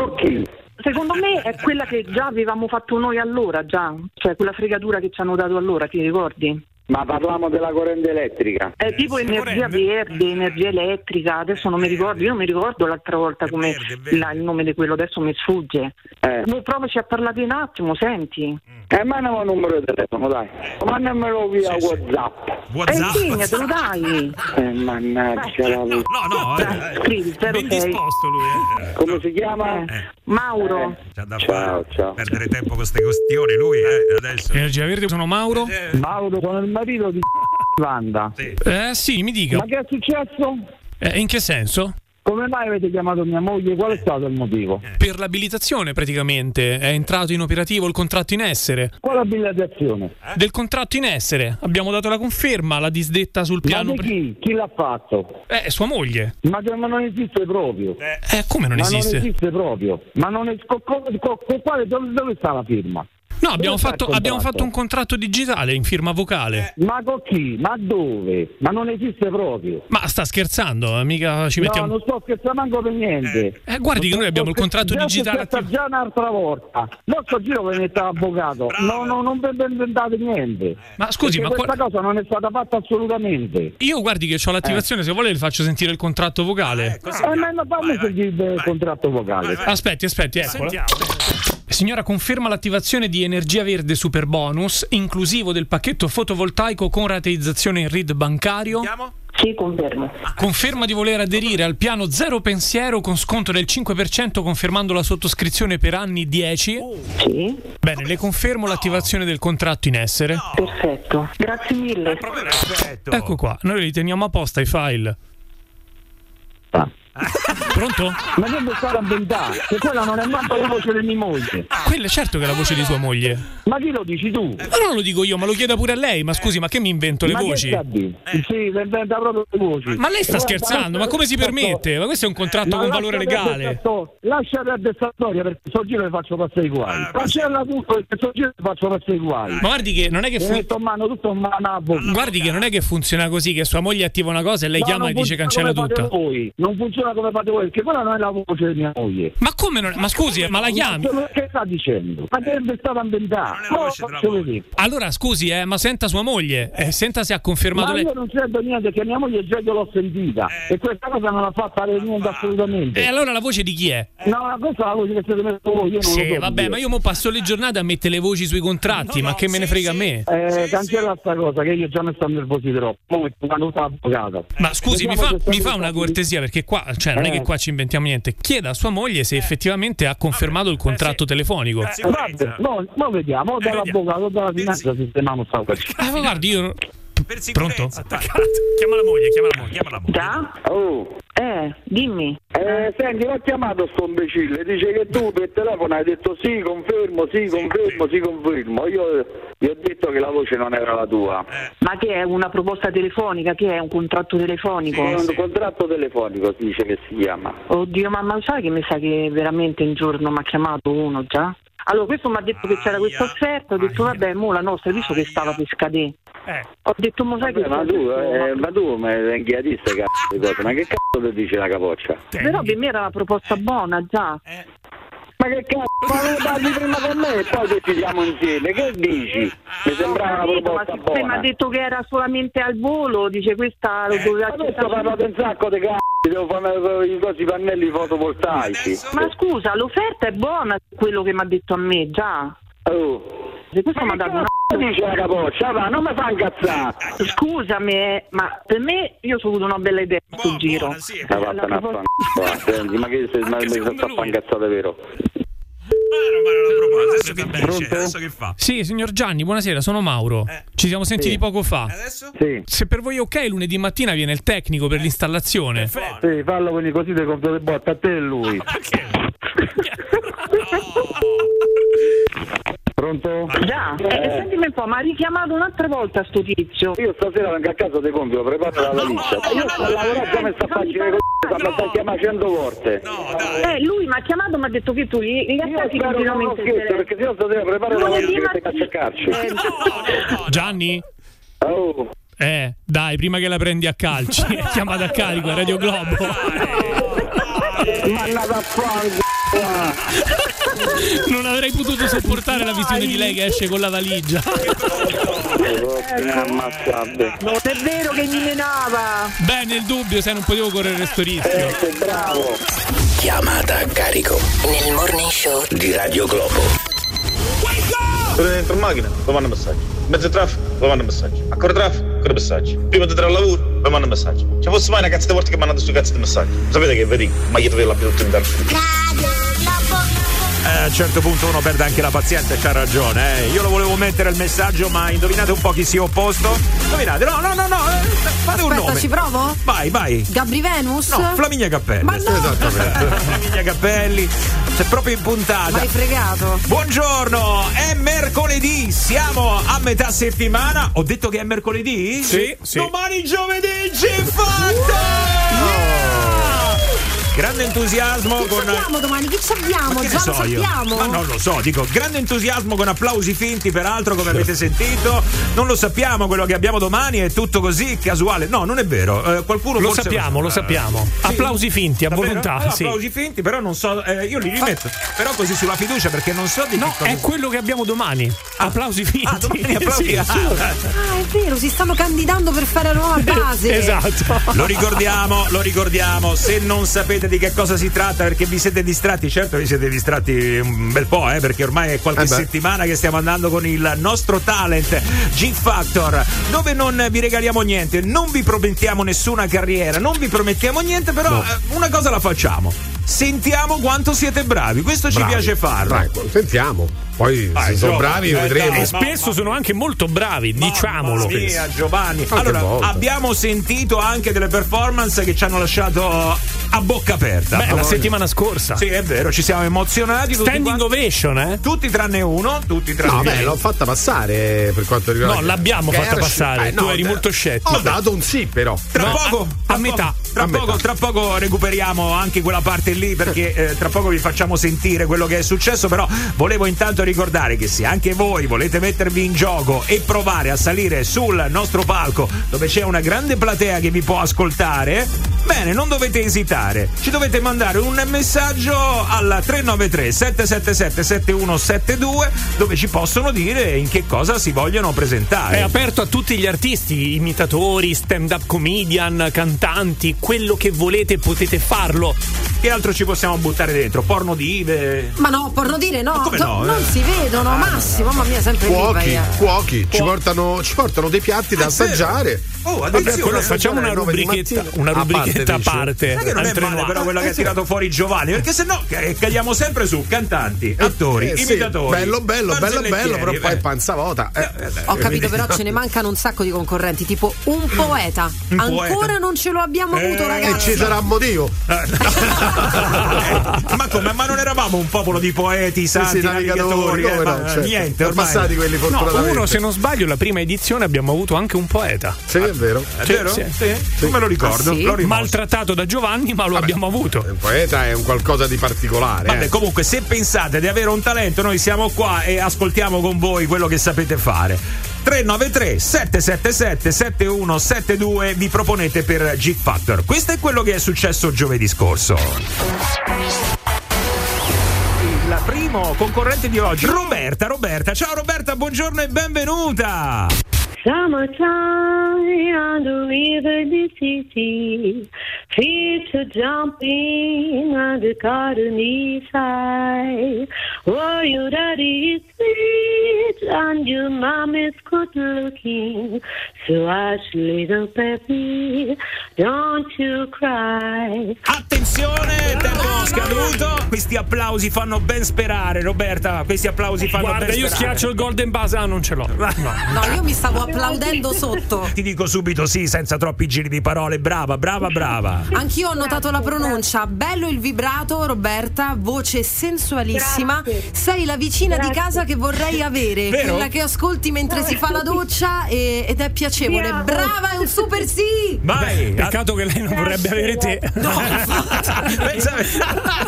Speaker 6: Secondo me è quella che già avevamo fatto noi allora, già, cioè quella fregatura che ci hanno dato allora, ti ricordi?
Speaker 9: Ma parliamo della corrente elettrica.
Speaker 6: È tipo energia verde, energia elettrica, adesso non mi ricordo, io non mi ricordo l'altra volta come la- il nome di quello, adesso mi sfugge.
Speaker 9: Eh.
Speaker 6: Mo proprio ci ha parlato un attimo, senti.
Speaker 9: E mandami un numero di telefono, dai. Mandamelo via WhatsApp.
Speaker 6: Eh sì, te lo dai.
Speaker 9: Eh, mannaggia la no,
Speaker 1: no,
Speaker 6: Dai, scrivi,
Speaker 3: lui,
Speaker 6: 06.
Speaker 3: eh.
Speaker 9: Come si chiama?
Speaker 6: Mauro.
Speaker 1: ciao, ciao. Perdere tempo con queste questioni, lui, eh, adesso. Eh,
Speaker 3: Energia verde, sono Mauro.
Speaker 9: Mauro, sono il marito di Vanda.
Speaker 3: Eh sì, mi dica.
Speaker 9: Ma che è successo?
Speaker 3: Eh, in che
Speaker 23: Oh.
Speaker 3: senso?
Speaker 9: Come mai avete chiamato mia moglie? Qual è stato il motivo?
Speaker 3: Per l'abilitazione praticamente è entrato in operativo il contratto in essere. Eh?
Speaker 9: Quale abilitazione?
Speaker 3: Del contratto in essere abbiamo dato la conferma, la disdetta sul piano.
Speaker 9: Ma di chi? Chi l'ha fatto?
Speaker 3: pre- eh, sua moglie.
Speaker 9: Ma che ma non esiste proprio.
Speaker 3: Eh, come non
Speaker 9: ma
Speaker 3: esiste?
Speaker 9: non esiste proprio. Ma non es- co- co- co- co- quale- dove, dove sta la firma?
Speaker 3: No, abbiamo
Speaker 9: sta il
Speaker 3: fatto, abbiamo
Speaker 9: contratto?
Speaker 3: fatto un contratto digitale in firma vocale.
Speaker 9: Ma con chi? Ma dove? Ma non esiste proprio.
Speaker 3: Ma sta scherzando, eh, mica ci mettiamo.
Speaker 9: No, non sto scherzando manco per niente.
Speaker 3: Eh, guardi che noi abbiamo il contratto
Speaker 9: Già
Speaker 3: digitale
Speaker 9: si scherza già un'altra volta. Non sto giro per mettere avvocato. No, no, non vi inventate niente.
Speaker 3: Ma scusi,
Speaker 9: Perché
Speaker 3: ma qual-
Speaker 9: questa cosa non è stata fatta assolutamente.
Speaker 3: Io guardi che ho l'attivazione, se vuole le faccio sentire il contratto vocale.
Speaker 9: Eh, ma ma fammi sentire il contratto vocale.
Speaker 3: Aspetti, aspetti, eccola. Signora, conferma l'attivazione di energia verde super bonus, inclusivo del pacchetto fotovoltaico con rateizzazione in RID bancario.
Speaker 6: Sì, confermo.
Speaker 3: Conferma di voler aderire al piano Zero Pensiero con sconto del 5% confermando la sottoscrizione per anni 10.
Speaker 6: Sì.
Speaker 3: Bene, le confermo l'attivazione del contratto in essere.
Speaker 6: Perfetto. Grazie mille.
Speaker 3: eh.
Speaker 1: Perfetto.
Speaker 3: Ecco qua, noi li teniamo apposta i file. Pronto?
Speaker 17: Ma che buscate a vent'anni? Che quella non è manco la voce di mia moglie.
Speaker 3: Quella è certo che è la voce di sua moglie.
Speaker 17: Ma chi lo dici tu?
Speaker 3: Ma non lo dico io, ma lo chieda pure a lei. Ma scusi, ma che mi invento le
Speaker 17: Ma che
Speaker 3: voci? Eh.
Speaker 17: sta a dire? Sì, si inventa proprio le voci.
Speaker 3: Ma lei sta
Speaker 17: Guarda,
Speaker 3: scherzando, ma
Speaker 17: lascia
Speaker 3: come si
Speaker 17: perdere sta
Speaker 3: permette? Ma questo è un contratto
Speaker 17: Ma
Speaker 3: con
Speaker 17: lascia
Speaker 3: valore
Speaker 17: perdere
Speaker 3: legale.
Speaker 17: sta sto- Lascia perdere sta storia perché sto giro le faccio passare i guai. Cancella tutto perché sto giro le faccio passare i guai.
Speaker 3: Ah, Ma guardi che non è che
Speaker 17: Mi
Speaker 3: fu-
Speaker 17: metto in mano tutto in mano a bocca.
Speaker 3: Guardi che non è che funziona così, che sua moglie attiva una cosa e lei
Speaker 17: No,
Speaker 3: chiama
Speaker 17: non
Speaker 3: e dice
Speaker 17: funziona
Speaker 3: cancella
Speaker 17: come fate
Speaker 3: tutto.
Speaker 17: voi. Non funziona come fate voi, perché quella non è la voce di mia moglie.
Speaker 3: Ma come non... Ma scusi, ma la chiami?
Speaker 17: Ma Che sta dicendo? Ma che è stata inventata? Ma lo faccio vedere.
Speaker 3: Allora scusi, eh, ma senta sua moglie, eh, senta se ha confermato
Speaker 17: Ma
Speaker 3: lei.
Speaker 17: io non sento niente che mia moglie già gliel'ho sentita
Speaker 3: Eh.
Speaker 17: e questa cosa non l'ha fatta avere niente assolutamente.
Speaker 3: E Eh, allora la voce di chi è?
Speaker 17: No, ma questa è la voce che siete messo voi, io non lo
Speaker 3: Eh. Sì,
Speaker 17: so
Speaker 3: vabbè,
Speaker 17: dire.
Speaker 3: ma io mo passo le giornate a mettere le voci sui contratti, ma che me ne frega a me?
Speaker 17: Eh, cancella sta cosa che io già mi sto nervosi troppo. Mo metto una nota avvocata.
Speaker 3: Ma scusi, mi
Speaker 17: Vediamo
Speaker 3: fa,
Speaker 17: se sta
Speaker 3: mi fa
Speaker 17: cosa-
Speaker 3: una cortesia perché qua, cioè, non è che
Speaker 17: Eh.
Speaker 3: qua ci inventiamo niente. Chieda a sua moglie se effettivamente ha confermato il contratto telefonico.
Speaker 17: Eh, vabbè, mo, mo vediamo, o
Speaker 3: Eh,
Speaker 17: dall'avvocato o dalla finanza sistemiamo sta cosa.
Speaker 3: Ah, ma guardi, io.
Speaker 1: Per
Speaker 3: Pronto?
Speaker 1: Chiama la moglie, chiama la moglie, chiama la moglie.
Speaker 17: Oh.
Speaker 6: Eh, dimmi.
Speaker 17: Eh, senti, l'ho chiamato sto imbecille, dice che tu per telefono hai detto sì, confermo, sì, confermo, sì, confermo. Io gli ho detto che la voce non era la tua.
Speaker 6: Ma che è una proposta telefonica? Che è un contratto telefonico?
Speaker 17: È un contratto telefonico si dice che si chiama.
Speaker 6: Oddio, mamma, lo sai che mi sa che veramente un giorno mi ha chiamato uno già? Allora, questo mi ha detto che c'era questa offerta, ho detto vabbè, mo la nostra, visto che stava per scadere.
Speaker 3: Eh.
Speaker 6: Ho detto, ma sai che...
Speaker 17: ma tu, eh, ma tu ma sei un chiarista, cazzo, di cose. ma che cazzo ti dice la capoccia?
Speaker 6: Però per me era la proposta buona già.
Speaker 17: Ma che cazzo, ma lo parli prima con me e poi decidiamo insieme, che dici? Mi sembrava una
Speaker 6: Capito, ma
Speaker 17: proposta
Speaker 6: se poi mi ha
Speaker 17: buona. Eh,
Speaker 6: detto che era solamente al volo, dice questa lo doveva
Speaker 17: Adesso parlo di un sacco di cazzo, devo fare i cosi pannelli fotovoltaici.
Speaker 6: Ma scusa, l'offerta è buona quello che mi ha detto a me, già.
Speaker 17: Oh.
Speaker 6: Se questo mi ha dato una
Speaker 17: dice la capoccia, va, non mi fa incazzare.
Speaker 6: Scusami, eh, ma per me io ho avuto una bella idea a sto giro.
Speaker 17: Ma vattene a fan- va, senti, eh. ma che se ma mi sto incazzata vero?
Speaker 1: Adesso che dice? Adesso che fa?
Speaker 3: Sì, signor Gianni, buonasera, sono Mauro.
Speaker 17: Eh.
Speaker 3: Ci siamo sentiti
Speaker 1: Sì.
Speaker 3: poco fa.
Speaker 1: Adesso?
Speaker 3: Se per voi è ok, lunedì mattina viene il tecnico
Speaker 17: Eh.
Speaker 3: per l'installazione.
Speaker 17: Sì, fallo quindi così ti compro le botte a te e lui. Pronto?
Speaker 6: Già, eh, eh, sentimi un po', ma ha richiamato un'altra volta sto tizio.
Speaker 17: Io stasera vengo a casa ti compro, preparo la valigia. Io sto a lavorare già mi sta facendo le cose, mi sta chiamando cento volte.
Speaker 6: Eh, lui mi ha chiamato e mi ha detto che tu li- in realtà ti
Speaker 17: Spero non ho
Speaker 6: continuamente
Speaker 17: scritto perché se no stasera preparo la
Speaker 6: Lunedì
Speaker 17: valigia e ti caccia a calcio.
Speaker 3: Gianni?
Speaker 17: Oh.
Speaker 3: Eh, dai, prima che la prendi a calci, chiamata a carico a Radio Globo.
Speaker 17: Mannata a
Speaker 3: Non avrei potuto sopportare la visione di lei che esce con la valigia.
Speaker 6: Non è vero che mi menava.
Speaker 3: Beh, nel dubbio, se non potevo correre sto rischio.
Speaker 17: Eh, bravo.
Speaker 29: Chiamata a carico. Nel morning show di Radio Globo.
Speaker 23: Sono dentro in macchina, mi manda messaggi. In Mezzo al traffico, mi manda messaggi. Ancora traffico, ancora messaggi. Prima di entrare al lavoro, mi manda messaggi. Ci fosse mai una cazzo di volta che mi hanno dato cazzo di messaggi. Sapete che vedi, ma io dovevo l'abito tutto in
Speaker 1: Eh, a un certo punto uno perde anche la pazienza e c'ha ragione. eh. Io lo volevo mettere il messaggio, ma indovinate un po' chi si è opposto. Indovinate, no, no, no, no. eh, fate un
Speaker 5: Aspetta,
Speaker 1: nome.
Speaker 5: ci provo?
Speaker 1: Vai, vai.
Speaker 5: Gabri Venus?
Speaker 1: No, Flaminia Cappelli.
Speaker 5: Ma no!
Speaker 1: Esattamente. Flaminia Cappelli. C'è proprio in puntata.
Speaker 5: M'hai fregato.
Speaker 1: Buongiorno, è mercoledì, siamo a metà settimana. Ho detto che è mercoledì?
Speaker 3: Sì, sì.
Speaker 1: Domani giovedì ci fatto! Grande entusiasmo
Speaker 5: Chi ci
Speaker 1: con
Speaker 5: abbiamo domani? Chi ci abbiamo?
Speaker 1: che
Speaker 5: Già
Speaker 1: ne
Speaker 5: lo
Speaker 1: so io?
Speaker 5: sappiamo?
Speaker 1: Ma non lo so, dico grande entusiasmo con applausi finti, peraltro, come avete sentito. Non lo sappiamo quello che abbiamo domani, è tutto così casuale. No, non è vero. Eh, qualcuno
Speaker 3: Lo
Speaker 1: forse-
Speaker 3: sappiamo, lo sappiamo. Applausi finti, a
Speaker 1: Davvero?
Speaker 3: volontà,
Speaker 1: Allora,
Speaker 3: sì.
Speaker 1: Applausi finti, però non so. eh, io li rimetto. Però così sulla fiducia, perché non so di
Speaker 3: No,
Speaker 1: che cosa.
Speaker 3: è quello che abbiamo domani. Applausi finti.
Speaker 1: Ah, domani applausi.
Speaker 3: Sì,
Speaker 1: Ah,
Speaker 3: sì.
Speaker 5: Ah, è vero, si stanno candidando per fare la nuova base.
Speaker 3: Esatto.
Speaker 1: Lo ricordiamo, lo ricordiamo, se non sapete di che cosa si tratta perché vi siete distratti, certo vi siete distratti un bel po', eh, perché ormai è qualche
Speaker 4: Eh beh.
Speaker 1: settimana che stiamo andando con il nostro talent G Factor, dove non vi regaliamo niente, non vi promettiamo nessuna carriera, non vi promettiamo niente, però eh, una cosa la facciamo. Sentiamo quanto siete bravi, questo ci
Speaker 4: Bravi.
Speaker 1: piace farlo.
Speaker 4: Dai, sentiamo. Poi se sono
Speaker 1: eh,
Speaker 4: bravi, lo vedremo.
Speaker 3: Eh, E spesso sono anche molto bravi, diciamolo.
Speaker 1: Mia Giovanni. Allora, abbiamo sentito anche delle performance che ci hanno lasciato eh, a bocca aperta.
Speaker 3: Beh, la settimana scorsa.
Speaker 1: Sì, è vero, ci siamo emozionati. tutti
Speaker 3: Standing
Speaker 1: quanti.
Speaker 3: ovation, eh?
Speaker 1: Tutti tranne uno, tutti tranne
Speaker 4: No, beh, l'ho fatta passare eh, per quanto riguarda.
Speaker 3: No, l'abbiamo fatta passare, tu eri molto scettico.
Speaker 4: Eh, Ho dato un sì, però.
Speaker 1: Tra poco, a, metà, tra, poco, tra poco recuperiamo anche quella parte lì perché eh, tra poco vi facciamo sentire quello che è successo, però volevo intanto ricordare che se anche voi volete mettervi in gioco e provare a salire sul nostro palco dove c'è una grande platea che vi può ascoltare, bene, non dovete esitare, ci dovete mandare un messaggio alla 393 777 7172 dove ci possono dire in che cosa si vogliono presentare.
Speaker 3: È aperto a tutti gli artisti, imitatori, stand-up comedian, cantanti, quello che volete potete farlo.
Speaker 1: Che altro ci possiamo buttare dentro? Porno dive.
Speaker 5: Ma no, porno dire no,
Speaker 1: come
Speaker 5: to-
Speaker 1: no, eh?
Speaker 5: non si vedono, Massimo, mamma mia, sempre lì.
Speaker 4: Cuochi,
Speaker 5: vai, eh.
Speaker 4: cuochi, ci portano, ci portano dei piatti
Speaker 3: Ah,
Speaker 4: da assaggiare.
Speaker 1: Oh,
Speaker 4: Vabbè,
Speaker 1: attenzione,
Speaker 4: quello
Speaker 3: Facciamo una
Speaker 4: alle nove di
Speaker 3: rubrichetta,
Speaker 4: mattina.
Speaker 3: una rubrichetta a
Speaker 4: dici?
Speaker 3: parte.
Speaker 1: Sai che non è
Speaker 3: Andremo
Speaker 1: male
Speaker 3: a-
Speaker 1: però quella che ha tirato fuori Giovanni, perché sennò eh, cadiamo sempre su cantanti, attori,
Speaker 4: Eh, sì,
Speaker 1: imitatori.
Speaker 4: Bello, bello, bello, bello, però poi
Speaker 1: eh.
Speaker 4: panza vuota. eh.
Speaker 5: Ho capito, però ce ne mancano un sacco di concorrenti, tipo un poeta.
Speaker 4: Un
Speaker 5: Ancora
Speaker 4: poeta.
Speaker 5: non ce lo abbiamo avuto,
Speaker 1: Eh,
Speaker 4: e
Speaker 5: ragazzi.
Speaker 4: ci sarà un motivo.
Speaker 1: Eh, ma come? Ma non eravamo un popolo di poeti, santi,
Speaker 4: sì,
Speaker 1: navigatori,
Speaker 4: navigatori,
Speaker 1: eh,
Speaker 4: come
Speaker 1: ma,
Speaker 4: no,
Speaker 1: eh,
Speaker 4: certo.
Speaker 1: niente,
Speaker 4: Sono
Speaker 1: ormai.
Speaker 4: passati quelli
Speaker 3: No,
Speaker 4: fortunatamente.
Speaker 3: uno, se non sbaglio, la prima edizione abbiamo avuto anche un poeta.
Speaker 4: Sì, è vero.
Speaker 1: È Eh, vero? Sì? Ah, Non me lo
Speaker 3: Ah,
Speaker 1: ricordo, l'ho rimosso.
Speaker 3: Maltrattato da Giovanni, ma lo abbiamo avuto.
Speaker 4: Un poeta è un qualcosa di particolare.
Speaker 1: Vabbè,
Speaker 4: eh.
Speaker 1: comunque, se pensate di avere un talento, noi siamo qua e ascoltiamo con voi quello che sapete fare. 393 777 7172 vi proponete per G Factor. Questo è quello che è successo giovedì scorso. Il primo concorrente di oggi, Roberta. Roberta, ciao Roberta, buongiorno e benvenuta.
Speaker 10: Summertime on the river, the city. Future jumping on the colony side. Oh, your daddy is rich and your mom is good looking. So hush, little baby, don't you cry.
Speaker 1: Attenzione, tempo scaduto. Questi applausi fanno ben sperare, Roberta. Questi applausi fanno
Speaker 3: Guarda,
Speaker 1: ben
Speaker 3: io
Speaker 1: sperare.
Speaker 3: schiaccio il Golden Buzzer, ah, non ce l'ho. No.
Speaker 5: No, io mi stavo applaudendo sotto.
Speaker 1: Ti dico subito sì, senza troppi giri di parole. Brava, brava, brava.
Speaker 5: Anch'io ho notato la pronuncia. Bello il vibrato, Roberta, voce sensualissima. Sei la vicina di casa che vorrei avere,
Speaker 1: Vero?
Speaker 5: quella che ascolti mentre si fa la doccia e- ed è piacevole.
Speaker 10: Ti amo.
Speaker 5: Brava, è un super sì!
Speaker 1: Vai,
Speaker 3: Peccato che lei non vorrebbe avere te.
Speaker 1: Pensavo-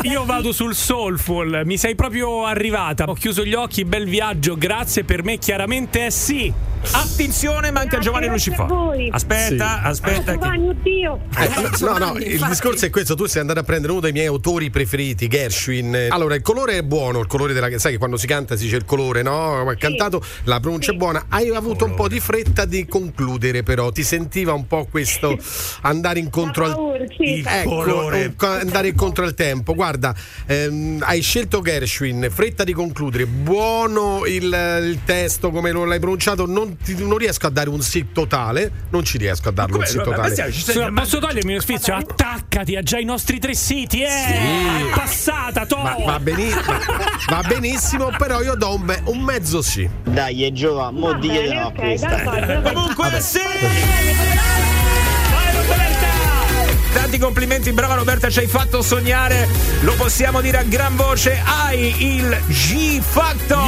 Speaker 3: Io vado sul Soulful, mi sei proprio arrivata. Ho chiuso gli occhi, bel viaggio, grazie per me, chiaramente è sì.
Speaker 1: Attenzione, manca Giovanni Lucifò. Aspetta, aspetta. che-
Speaker 10: Ah, Giovanni, oddio.
Speaker 4: Eh, no, no, il discorso è questo: tu sei andato a prendere uno dei miei autori preferiti, Gershwin. Eh, Allora, il colore è buono, il colore della. Sai che quando si canta si dice il colore, no? Ma è cantato, la pronuncia è buona. Hai avuto un po' di fretta di concludere, però ti sentiva un po' questo andare incontro al.
Speaker 10: Paura, sì.
Speaker 4: Ecco, un co- andare incontro al tempo. Guarda, ehm, hai scelto Gershwin, fretta di concludere, buono il, il testo come lo l'hai pronunciato, non, ti- non riesco a dare un sì totale, non ci riesco a darlo un sì totale.
Speaker 3: Scusa, posso togliermi lo sfizio? Attaccati a già i nostri tre siti, eh! È passata, to!
Speaker 4: Ma- va, beni- va benissimo, però io do un, be- un mezzo sì.
Speaker 14: Dai, Giova, mo
Speaker 10: Bene, ok, d'accordo.
Speaker 1: Comunque sì! Vai, Roberta! Tanti complimenti, brava Roberta, ci hai fatto sognare. Lo possiamo dire a gran voce, hai il G Factor.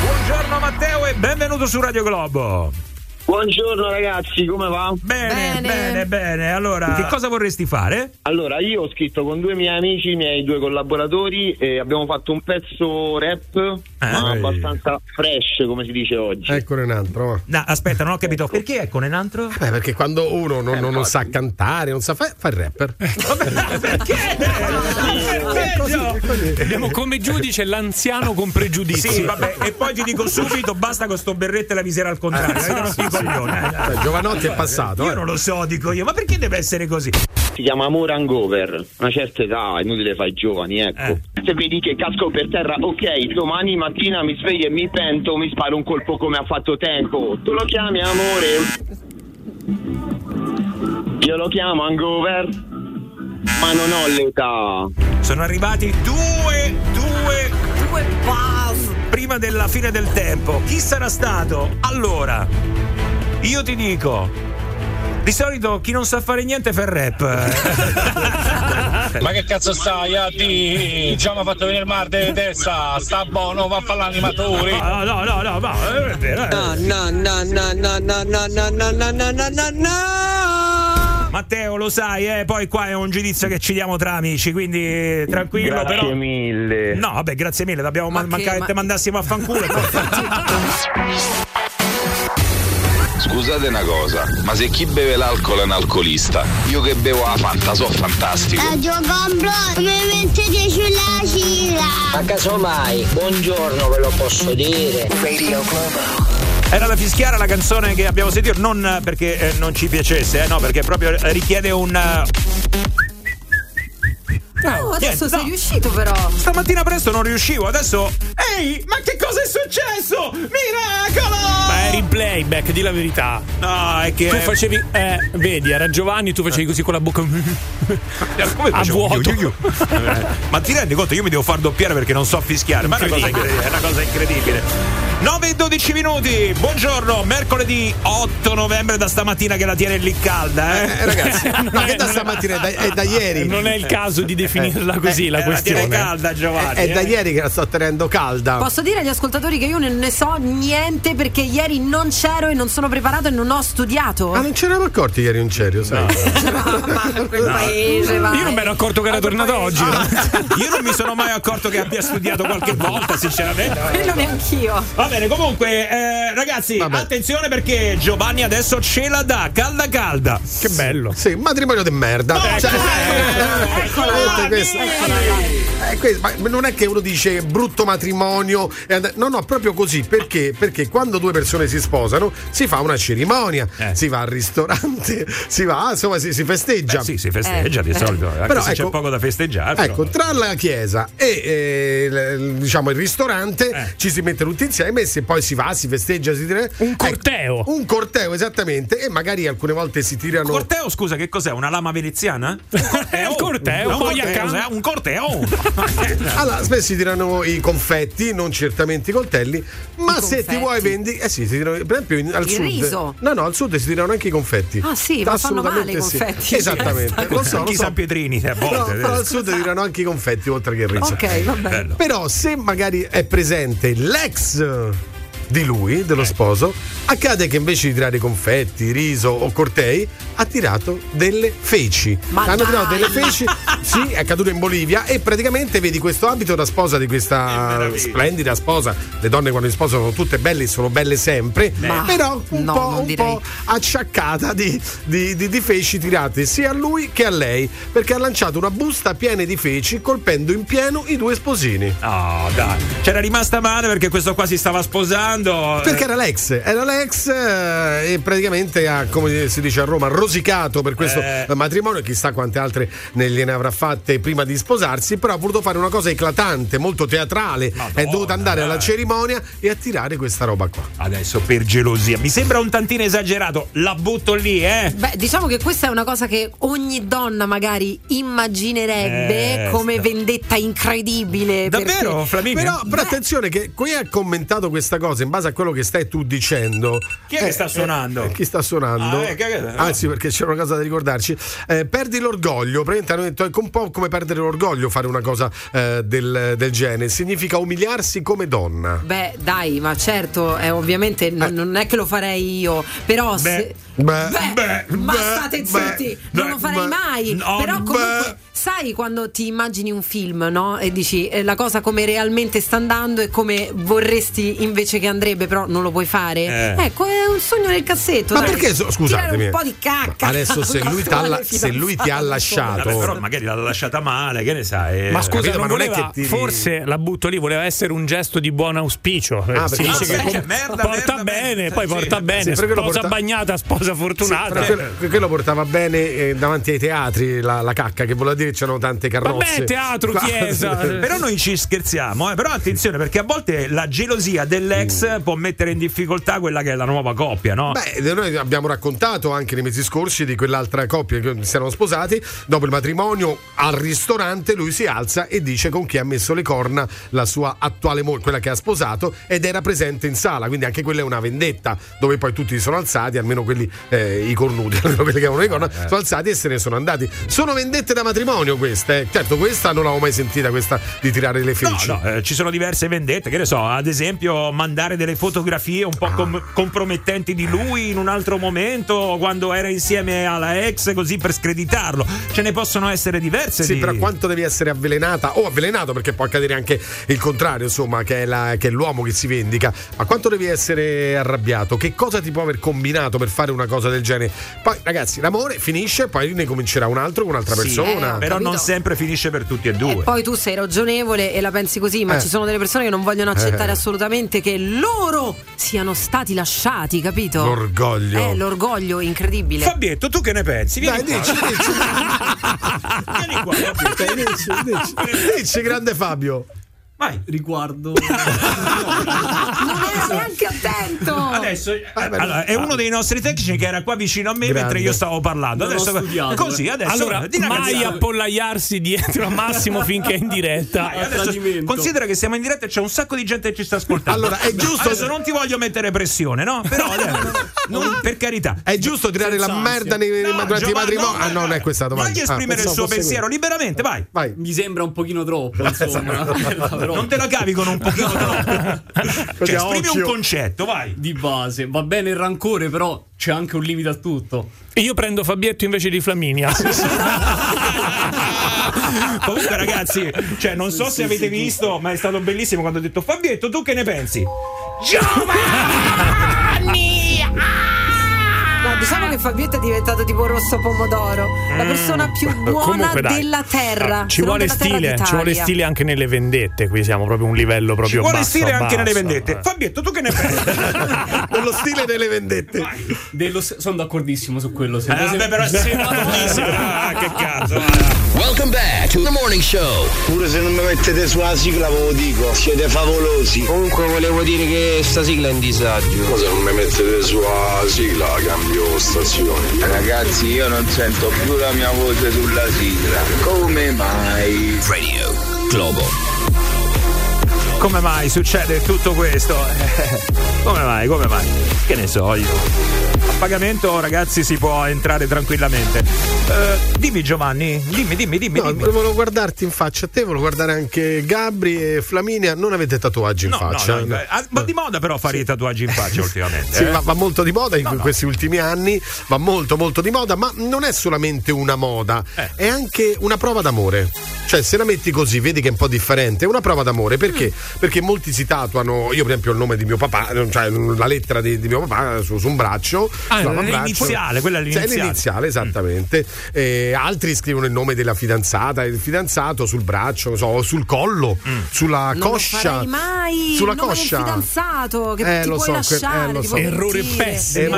Speaker 1: Buongiorno Matteo e benvenuto su Radio Globo.
Speaker 14: Buongiorno ragazzi, come va?
Speaker 1: Bene, bene, bene. Allora, che cosa vorresti fare?
Speaker 14: Allora, io ho scritto con due miei amici, i miei due collaboratori, e abbiamo fatto un pezzo rap, ma
Speaker 1: Eh.
Speaker 14: abbastanza fresh, come si dice oggi.
Speaker 4: Eccone Ecco un altro. va.
Speaker 1: No, aspetta, non ho capito. Perché è con un altro? Eh,
Speaker 4: Eh, perché quando uno non, non- non sa cantare, non sa fare, fa il rapper.
Speaker 3: Abbiamo come giudice l'anziano con pregiudizi.
Speaker 1: Sì, vabbè, e poi ti dico subito: basta con sto berretto e la visiera al contrario.
Speaker 3: Eh,
Speaker 1: Avete uno sficoglione, eh.
Speaker 4: Cioè, Giovanotti è passato.
Speaker 1: Io
Speaker 4: eh.
Speaker 1: non lo so, dico io, ma perché deve essere così?
Speaker 14: Si chiama Amore Hangover, una certa età, è inutile fai giovani, ecco. Se vedi che casco per terra, ok, domani mattina mi sveglio e mi pento, mi sparo un colpo come ha fatto tempo. Tu lo chiami amore? Io lo chiamo Hangover, ma non ho l'età.
Speaker 1: Sono arrivati due, due, due pass prima della fine del tempo. Chi sarà stato? Allora, io ti dico. Di solito chi non sa fare niente fa il rap.
Speaker 7: Ma che cazzo stai, Atti? Già mi ha fatto venire male di testa. Sta buono, va a fare l'animatore.
Speaker 1: No, Ah, no, no, no, no, è vero. eh.
Speaker 7: No, no, no, no, no, no, no, no, no, no, no, no, no,
Speaker 1: no. Matteo, lo sai, eh, poi qua è un giudizio che ci diamo tra amici, quindi eh, tranquillo.
Speaker 19: Grazie
Speaker 1: però...
Speaker 19: mille.
Speaker 1: No, vabbè, grazie mille, l'abbiamo
Speaker 19: Ma
Speaker 1: ma
Speaker 19: che-
Speaker 1: mancare
Speaker 19: ma-
Speaker 1: te mandassimo a fanculo.
Speaker 20: Scusate una cosa, ma se chi beve l'alcol è un alcolista, io che bevo la Fanta so fantastico.
Speaker 15: compro come mettete sulla cila
Speaker 14: Ma casomai, buongiorno ve lo posso dire. Radio Globo.
Speaker 1: Era da fischiare la canzone che abbiamo sentito, non eh, perché eh, non ci piacesse, eh, no, perché proprio eh, richiede un. eh,
Speaker 5: Oh, adesso
Speaker 1: niente,
Speaker 5: sei riuscito però.
Speaker 1: Stamattina presto non riuscivo, adesso.
Speaker 15: Ehi, ma che cosa è successo? Miracolo!
Speaker 3: Ma eri in playback, di la verità.
Speaker 1: No, è che.
Speaker 3: Tu facevi. Eh, vedi, era Giovanni, tu facevi così con la bocca.
Speaker 1: Come
Speaker 3: a
Speaker 1: facevo?
Speaker 3: vuoto.
Speaker 1: Iu, iu, iu. Eh, Ma ti rendi conto? Io mi devo far doppiare perché non so fischiare. Ma è una cosa
Speaker 3: Incredibile.
Speaker 1: incredibile. È una cosa incredibile. 9 e 12 minuti, buongiorno, mercoledì 8 novembre da stamattina che la tiene lì calda, eh?
Speaker 4: ragazzi, no, che da stamattina è da, è da ieri.
Speaker 3: Non è il caso di definirla
Speaker 4: Eh,
Speaker 3: così
Speaker 4: eh,
Speaker 3: la
Speaker 4: eh,
Speaker 3: questione.
Speaker 4: tiene eh. È, è da ieri che la sto tenendo calda.
Speaker 5: Posso dire agli ascoltatori che io non ne so niente perché ieri non c'ero e non sono preparato e non ho studiato.
Speaker 4: Ma Ah, non ce eravamo accorti ieri in serio, sai?
Speaker 5: paese, vai.
Speaker 3: Io non mi ero accorto che era tornata oggi.
Speaker 1: eh. Io non mi sono mai accorto che abbia studiato qualche volta, sinceramente.
Speaker 5: Quello neanch'io.
Speaker 1: Va bene, comunque, eh, ragazzi, attenzione perché Giovanni adesso ce la dà, calda calda.
Speaker 4: Che bello. Sì, un matrimonio di merda. Cioè, eh, veramente questo.
Speaker 1: Ecco
Speaker 4: Eh, questo, ma non è che uno dice brutto matrimonio. e and- No, no, proprio così. Perché? Perché quando due persone si sposano si fa una cerimonia, si va al ristorante, si va, insomma, si, si festeggia.
Speaker 1: Sì, si festeggia di solito, anche
Speaker 4: Però
Speaker 1: se
Speaker 4: ecco,
Speaker 1: c'è poco da festeggiare. però.
Speaker 4: Ecco, tra la chiesa e eh, l- l- diciamo il ristorante ci si mette tutti insieme e se poi si va, si festeggia, si tira... Un corteo. un corteo, esattamente. E magari alcune volte si tirano.
Speaker 1: Corteo, scusa, che cos'è? Una lama veneziana? È un
Speaker 4: corteo,
Speaker 1: un
Speaker 4: poi
Speaker 1: corteo,
Speaker 4: accanto-
Speaker 1: cos'è? un corteo.
Speaker 4: Allora, spesso si tirano i confetti, non certamente i coltelli, ma se ti vuoi vendi. Eh sì, si tirano, per esempio in- al
Speaker 5: Il
Speaker 4: sud.
Speaker 5: riso.
Speaker 4: No, no, al sud si tirano anche i confetti.
Speaker 5: Ah, sì, ma fanno male i
Speaker 4: Assolutamente sì.
Speaker 5: confetti.
Speaker 4: Esattamente. Lo so, lo
Speaker 1: Anche i
Speaker 4: so.
Speaker 1: San Pietrini, eh, a volte.
Speaker 4: No, però al sud tirano anche i confetti oltre che il riso.
Speaker 5: Ok, va bene.
Speaker 4: Però se magari è presente l'ex di lui,
Speaker 1: Eh.
Speaker 4: dello sposo, accade che invece di tirare confetti, riso o cortei, ha tirato delle feci.
Speaker 5: Ma
Speaker 4: Hanno tirato
Speaker 5: dai!
Speaker 4: delle feci, sì, è accaduto in Bolivia e praticamente vedi questo abito da sposa di questa splendida sposa. Le donne quando si sposano sono tutte belle e sono belle sempre,
Speaker 5: Ma-
Speaker 4: però un,
Speaker 5: no, non
Speaker 4: po', un
Speaker 5: direi.
Speaker 4: po' acciaccata di, di- di- di feci tirate sia a lui che a lei, perché ha lanciato una busta piena di feci colpendo in pieno i due sposini.
Speaker 1: Ah, dai. C'era rimasta male perché questo qua si stava sposando.
Speaker 4: Perché era l'ex, era l'ex eh, e praticamente ha, come si dice a Roma, rosicato per questo
Speaker 1: Eh.
Speaker 4: matrimonio e chissà quante altre ne gliene avrà fatte prima di sposarsi, però ha voluto fare una cosa eclatante, molto teatrale, è dovuto andare alla cerimonia e a tirare questa roba qua.
Speaker 1: Adesso per gelosia. Mi sembra un tantino esagerato. La butto lì, eh.
Speaker 5: Beh, diciamo che questa è una cosa che ogni donna magari immaginerebbe
Speaker 4: Eh,
Speaker 5: come vendetta incredibile. perché-
Speaker 4: Però, però attenzione che qui ha commentato questa cosa in base a quello che stai tu dicendo.
Speaker 1: Chi è che sta suonando?
Speaker 4: eh, chi sta suonando?
Speaker 1: Ah, eh, che- che-
Speaker 4: Anzi, perché c'è una cosa da ricordarci. Eh, perdi l'orgoglio, praticamente hanno detto, è un po' come perdere l'orgoglio fare una cosa eh, del, del genere. Significa umiliarsi come donna.
Speaker 5: Beh, dai, ma certo, eh, ovviamente non, non è che lo farei io, però se...
Speaker 4: Beh,
Speaker 5: ma state zitti, non lo farei mai.
Speaker 15: no,
Speaker 5: però comunque,
Speaker 15: beh.
Speaker 5: sai quando ti immagini un film, no? E dici eh, la cosa come realmente sta andando e come vorresti invece che andrebbe, però non lo puoi fare.
Speaker 4: Eh.
Speaker 5: Ecco, è un sogno nel cassetto.
Speaker 4: Ma
Speaker 5: dai.
Speaker 4: perché so-
Speaker 5: Tirare
Speaker 4: scusatami.
Speaker 5: un po' di cacca.
Speaker 4: Adesso se lui t'ha la- se lui ti ha lasciato-
Speaker 1: Vabbè, però magari l'ha lasciata male, che ne sai. eh.
Speaker 3: Ma scusa,
Speaker 1: Capito?
Speaker 3: non
Speaker 1: Ma
Speaker 3: voleva-
Speaker 1: ti-
Speaker 3: forse la butto lì, voleva essere un gesto di buon auspicio. Eh,
Speaker 1: Ah,
Speaker 3: si
Speaker 1: perché-
Speaker 3: dice che
Speaker 1: ah, sì,
Speaker 3: com-
Speaker 1: cioè, merda,
Speaker 3: porta
Speaker 1: merda,
Speaker 3: bene,
Speaker 1: merda,
Speaker 3: poi
Speaker 1: sì.
Speaker 3: porta
Speaker 1: Sì,
Speaker 3: bene.
Speaker 4: perché lo
Speaker 3: sposa
Speaker 4: porta-
Speaker 3: bagnata, sposa
Speaker 4: Sì, però
Speaker 3: fortunata.
Speaker 4: quello, quello portava bene eh, davanti ai teatri la, la cacca che voleva dire che c'erano tante carrozze. Qua-
Speaker 1: però noi ci scherziamo, eh. però attenzione perché a volte la gelosia dell'ex
Speaker 4: Mm.
Speaker 1: può mettere in difficoltà quella che è la nuova coppia, no?
Speaker 4: Beh, noi abbiamo raccontato anche nei mesi scorsi di quell'altra coppia che si erano sposati. Dopo il matrimonio, al ristorante, lui si alza e dice con chi ha messo le corna la sua attuale moglie, quella che ha sposato, ed era presente in sala. Quindi anche quella è una vendetta, dove poi tutti si sono alzati, almeno quelli, eh, i cornuti, almeno quelli che avevano le corna,
Speaker 1: Eh.
Speaker 4: sono alzati e se ne sono andati. Sono vendette da matrimonio queste. eh. Certo, questa non l'avevo mai sentita, questa di tirare le feci.
Speaker 1: No, eh, ci sono diverse vendette, che ne so, ad esempio mandare delle fotografie un po'
Speaker 4: Ah.
Speaker 1: com- compromettenti di lui in un altro momento, quando era insieme alla ex, così per screditarlo. Ce ne possono essere diverse.
Speaker 4: Sì,
Speaker 1: di-
Speaker 4: però quanto devi essere avvelenata oh. o avvelenato, perché può accadere anche il contrario, insomma, che è, la- che è l'uomo che si vendica. Ma quanto devi essere arrabbiato? Che cosa ti può aver combinato per fare una cosa del genere? Poi, ragazzi, l'amore finisce, poi ne comincerà un altro con un'altra
Speaker 1: Sì,
Speaker 4: persona.
Speaker 1: eh, però non sempre finisce per tutti e due.
Speaker 5: Poi tu sei ragionevole e la pensi così, ma
Speaker 4: Eh.
Speaker 5: ci sono delle persone che non vogliono accettare
Speaker 4: Eh.
Speaker 5: assolutamente che loro siano stati lasciati, capito?
Speaker 4: L'orgoglio.
Speaker 5: Eh, l'orgoglio incredibile.
Speaker 1: Fabietto, tu che ne pensi?
Speaker 5: Vieni
Speaker 4: Dai, dici, dici. dici, dici. Dici, grande Fabio.
Speaker 1: Vai.
Speaker 4: Riguardo.
Speaker 5: Non era neanche attento.
Speaker 1: Adesso eh,
Speaker 4: Ah,
Speaker 1: Allora, è uno dei nostri tecnici che era qua vicino a me
Speaker 3: Grande.
Speaker 1: mentre io stavo parlando.
Speaker 3: Non ho
Speaker 1: Adesso
Speaker 3: studiato,
Speaker 1: così,
Speaker 3: eh.
Speaker 1: adesso
Speaker 3: Allora,
Speaker 1: di una
Speaker 3: mai
Speaker 1: cazzata.
Speaker 3: appollaiarsi dietro a Massimo finché è in diretta.
Speaker 1: Dai, adesso considera che siamo in diretta e c'è un sacco di gente che ci sta ascoltando.
Speaker 4: Allora, è giusto-
Speaker 1: Adesso non ti voglio mettere pressione, no? Però adesso, non- per carità.
Speaker 4: È giusto tirare la merda nei, nei- durante i
Speaker 1: Giovanni,
Speaker 4: matrimoni?
Speaker 1: no,
Speaker 4: Ah, no, non è questa domanda.
Speaker 1: Fagli esprimere il suo pensiero liberamente, vai.
Speaker 19: Mi sembra un pochino troppo, insomma.
Speaker 1: Non te la cavi con un pochino troppo. cioè, esprimi un concetto. vai.
Speaker 19: Di base, va bene il rancore, però c'è anche un limite a tutto.
Speaker 3: Io prendo Fabietto invece di Flaminia.
Speaker 1: Comunque, ragazzi, cioè, non so se avete visto, ma è stato bellissimo quando ho detto Fabietto, tu che ne pensi?
Speaker 3: Ah!
Speaker 5: No, diciamo che Fabietto è diventato tipo rosso pomodoro, la
Speaker 3: Mm.
Speaker 5: persona più buona
Speaker 3: Comunque, dai. Ah,
Speaker 5: della terra.
Speaker 3: Ci
Speaker 5: se non
Speaker 3: vuole
Speaker 5: della terra
Speaker 3: stile, ci
Speaker 5: d'Italia.
Speaker 3: vuole stile anche nelle vendette. Qui siamo proprio a un livello proprio
Speaker 1: Ci vuole
Speaker 3: basso,
Speaker 1: stile anche nelle
Speaker 3: basso. Eh.
Speaker 1: vendette. Fabietto, tu che ne pensi?
Speaker 4: Dello stile delle vendette.
Speaker 19: Dello s- sono d'accordissimo su quello. Se
Speaker 1: Eh, vabbè, però è sempre bellissimo. Ah, che cazzo.
Speaker 12: Welcome back to the morning show.
Speaker 21: Pure se non mi mettete sulla sigla ve lo dico, siete favolosi. Comunque volevo dire che sta sigla è in disagio.
Speaker 16: Cosa non mi mettete sulla sigla? Cambio stazione.
Speaker 21: Ragazzi io non sento più la mia voce sulla sigla. Come mai? Radio Globo.
Speaker 1: Come mai succede tutto questo? Come mai? Come mai? Che ne so io. A pagamento, ragazzi, si può entrare tranquillamente. Eh, dimmi, Giovanni, dimmi, dimmi, dimmi.
Speaker 4: No,
Speaker 1: dimmi.
Speaker 4: volevo guardarti in faccia, a te volevo guardare anche Gabri e Flaminia. Non avete tatuaggi in
Speaker 1: No,
Speaker 4: faccia.
Speaker 1: no, no, eh, ah, ma di moda però fare i tatuaggi in faccia ultimamente.
Speaker 4: Sì,
Speaker 1: eh.
Speaker 4: va, va molto di moda in questi ultimi anni, va molto molto di moda, ma non è solamente una moda,
Speaker 1: Eh.
Speaker 4: è anche una prova d'amore. Cioè, se la metti così, vedi che è un po' differente, è una prova d'amore, perché?
Speaker 1: Mm.
Speaker 4: Perché molti si tatuano, io per esempio ho il nome di mio papà, cioè la lettera di, di mio papà eh, su, su un braccio.
Speaker 1: Ah,
Speaker 4: sull'avambraccio.
Speaker 1: l'iniziale, quella è
Speaker 4: Cioè,
Speaker 1: l'iniziale. Mm.
Speaker 4: l'iniziale, esattamente. Eh, altri scrivono il nome della fidanzata, il fidanzato sul braccio, non so, o sul collo,
Speaker 1: Mm.
Speaker 4: sulla
Speaker 5: Non lo
Speaker 4: coscia.
Speaker 5: farei mai
Speaker 4: sulla
Speaker 5: il nome
Speaker 4: coscia.
Speaker 5: del fidanzato che
Speaker 4: Eh,
Speaker 5: ti
Speaker 4: lo
Speaker 5: puoi
Speaker 4: so, que-
Speaker 5: lasciare
Speaker 4: eh, lo
Speaker 5: ti
Speaker 4: so.
Speaker 5: puoi
Speaker 4: Errore
Speaker 5: pentire.
Speaker 1: Del
Speaker 5: Erroraccio,
Speaker 1: marito, del,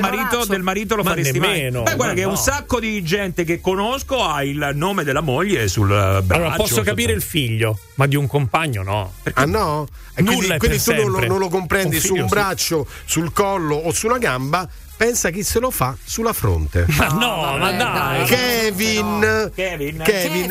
Speaker 1: marito,
Speaker 5: erroraccio.
Speaker 1: del marito lo
Speaker 3: Ma
Speaker 1: faresti
Speaker 3: nemmeno,
Speaker 1: mai. Beh,
Speaker 3: ma
Speaker 1: guarda che
Speaker 3: no.
Speaker 1: un sacco di gente che conosco ha il nome della moglie sul eh, braccio.
Speaker 3: Allora, posso capire il figlio, ma di un compagno no.
Speaker 4: Ah no? E quindi
Speaker 3: Nulla è
Speaker 4: quindi
Speaker 3: per
Speaker 4: tu non lo,
Speaker 3: sempre.
Speaker 4: non lo comprendi
Speaker 3: Un
Speaker 4: su un
Speaker 3: figlio sì.
Speaker 4: braccio, sul collo o sulla gamba, pensa chi se lo fa sulla fronte.
Speaker 3: Ma no, ma dai.
Speaker 4: Kevin,
Speaker 1: Kevin,
Speaker 3: eh,
Speaker 4: Kevin,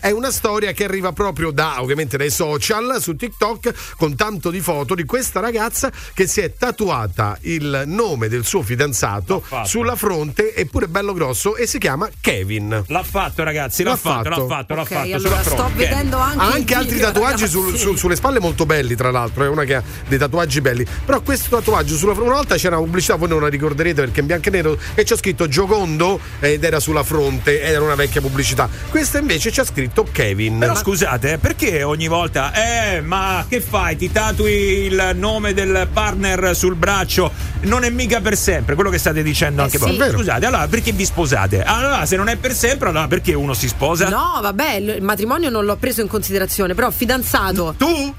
Speaker 4: È, è una storia che arriva proprio da ovviamente dai social su TikTok con tanto di foto di questa ragazza che si è tatuata il nome del suo fidanzato sulla fronte eppure bello grosso e si chiama Kevin.
Speaker 1: L'ha fatto, ragazzi, l'ha, fatto, l'ha fatto, l'ha
Speaker 5: Ok,
Speaker 1: fatto.
Speaker 5: allora
Speaker 1: sulla
Speaker 5: sto
Speaker 1: fronte.
Speaker 5: vedendo anche
Speaker 4: ha
Speaker 5: il
Speaker 4: anche altri
Speaker 5: video,
Speaker 4: tatuaggi
Speaker 5: ragazzi.
Speaker 4: sul- sul- sulle spalle molto belli, tra l'altro. È una che ha dei tatuaggi belli. Però questo tatuaggio sulla fronte. Una volta c'era una pubblicità, voi non la ricorderete perché è in bianco e nero. E c'è scritto Giocondo ed era sulla fronte, ed era una vecchia pubblicità. Questa invece c'è scritto Kevin.
Speaker 1: Però scusate, eh, perché ogni volta, eh, ma che fai? Ti tatui il nome del partner sul braccio? Non è mica per sempre, quello che state dicendo anche
Speaker 5: Eh sì.
Speaker 1: voi.
Speaker 5: Vero.
Speaker 1: Scusate, allora perché vi sposate? Allora, se non è per sempre, allora perché uno si sposa?
Speaker 5: No, vabbè, il matrimonio non l'ho preso in considerazione, però fidanzato.
Speaker 1: Tu?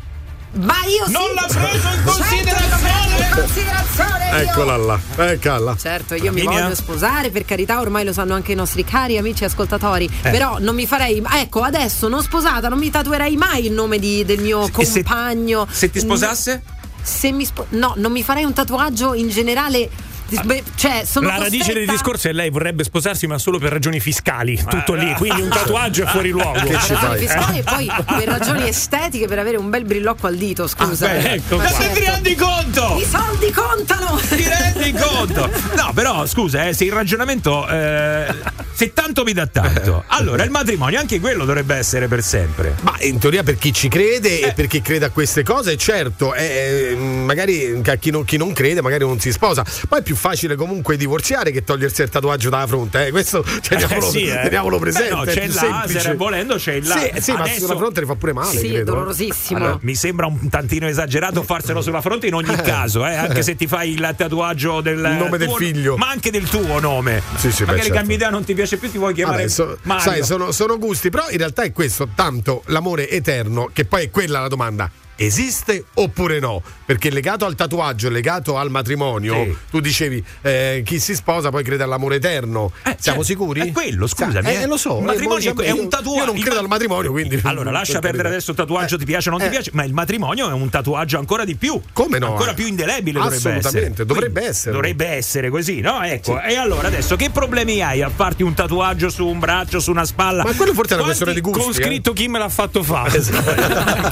Speaker 5: Ma
Speaker 17: Ah,
Speaker 5: io
Speaker 15: Non
Speaker 5: sì.
Speaker 15: l'ha preso in considerazione.
Speaker 5: in considerazione io.
Speaker 4: Eccola là, eccola.
Speaker 5: Certo, io mi
Speaker 1: eh.
Speaker 4: Linea?
Speaker 5: voglio sposare, per carità, ormai lo sanno anche i nostri cari amici ascoltatori.
Speaker 1: Eh.
Speaker 5: Però non mi farei. Ecco, adesso non sposata, non mi tatuerei mai il nome di- del mio compagno.
Speaker 1: se ti sposasse?
Speaker 5: Se mi spo- no, non mi farei un tatuaggio in generale.
Speaker 1: Ah.
Speaker 5: Dis- beh, cioè, sono
Speaker 3: la radice del
Speaker 5: costretta-
Speaker 3: discorso è lei vorrebbe sposarsi ma solo per ragioni fiscali, tutto lì, quindi un tatuaggio è fuori luogo.
Speaker 5: Per Ah. ragioni fiscali
Speaker 3: Eh.
Speaker 5: e poi per ragioni estetiche per avere un bel brillocco al dito, scusa.
Speaker 1: beh, ecco
Speaker 5: Ma
Speaker 1: qua. Ma ti rendi conto?
Speaker 5: I soldi contano!
Speaker 1: Ti rendi conto? No, però scusa, eh, se il ragionamento. eh, se tanto mi dà tanto, allora il matrimonio anche quello dovrebbe essere per sempre.
Speaker 4: Ma in teoria per chi ci crede
Speaker 1: Eh.
Speaker 4: e per chi crede a queste cose, certo, eh, eh, magari a chi non, chi non crede magari non si sposa, ma è più facile comunque divorziare che togliersi il tatuaggio dalla fronte, eh. questo teniamolo,
Speaker 1: Eh, sì, eh.
Speaker 4: teniamolo
Speaker 1: Beh,
Speaker 4: presente.
Speaker 1: no,
Speaker 4: è
Speaker 1: c'è
Speaker 4: più
Speaker 1: il laser,
Speaker 4: semplice.
Speaker 1: volendo c'è il laser.
Speaker 4: Sì, sì, ma
Speaker 1: Adesso-
Speaker 4: sulla fronte le fa pure
Speaker 5: Sì,
Speaker 4: male.
Speaker 5: è
Speaker 4: credo, eh.
Speaker 5: dolorosissimo.
Speaker 1: Allora, mi sembra un tantino esagerato farselo sulla fronte in ogni caso, eh, anche se ti fai il tatuaggio del
Speaker 4: Il nome del
Speaker 1: tuo-
Speaker 4: figlio.
Speaker 1: ma anche del tuo nome.
Speaker 4: Sì, sì, beh,
Speaker 1: Magari
Speaker 4: certo.
Speaker 1: cambi idea, non ti piace più, ti vuoi chiamare
Speaker 4: Vabbè, so-
Speaker 1: Mario.
Speaker 4: sai, sono, sono gusti, però in realtà è questo, tanto l'amore eterno, che poi è quella la domanda. Esiste oppure no? Perché legato al tatuaggio, legato al matrimonio,
Speaker 1: Sì.
Speaker 4: tu dicevi eh, chi si sposa poi crede all'amore eterno. Siamo
Speaker 1: cioè,
Speaker 4: sicuri?
Speaker 1: è quello, scusami,
Speaker 4: Eh,
Speaker 1: eh.
Speaker 4: lo so.
Speaker 1: Il matrimonio
Speaker 4: eh, mo-
Speaker 1: è un
Speaker 4: io-
Speaker 1: tatuaggio.
Speaker 4: Io non credo al matrimonio, quindi.
Speaker 1: Allora, lascia perdere adesso il
Speaker 4: Eh,
Speaker 1: tatuaggio, ti piace o non ti piace, ma il matrimonio è un tatuaggio ancora di più.
Speaker 4: Come no,
Speaker 1: Ancora
Speaker 4: eh?
Speaker 1: più indelebile dovrebbe essere.
Speaker 4: Assolutamente, dovrebbe
Speaker 1: Quindi,
Speaker 4: essere.
Speaker 1: Dovrebbe essere così, no? Ecco. E allora adesso che problemi hai a farti un tatuaggio su un braccio, su una spalla?
Speaker 4: Ma quello forse è una questione di gusti,
Speaker 3: Con
Speaker 4: eh. Esatto.
Speaker 3: scritto chi me l'ha fatto fare.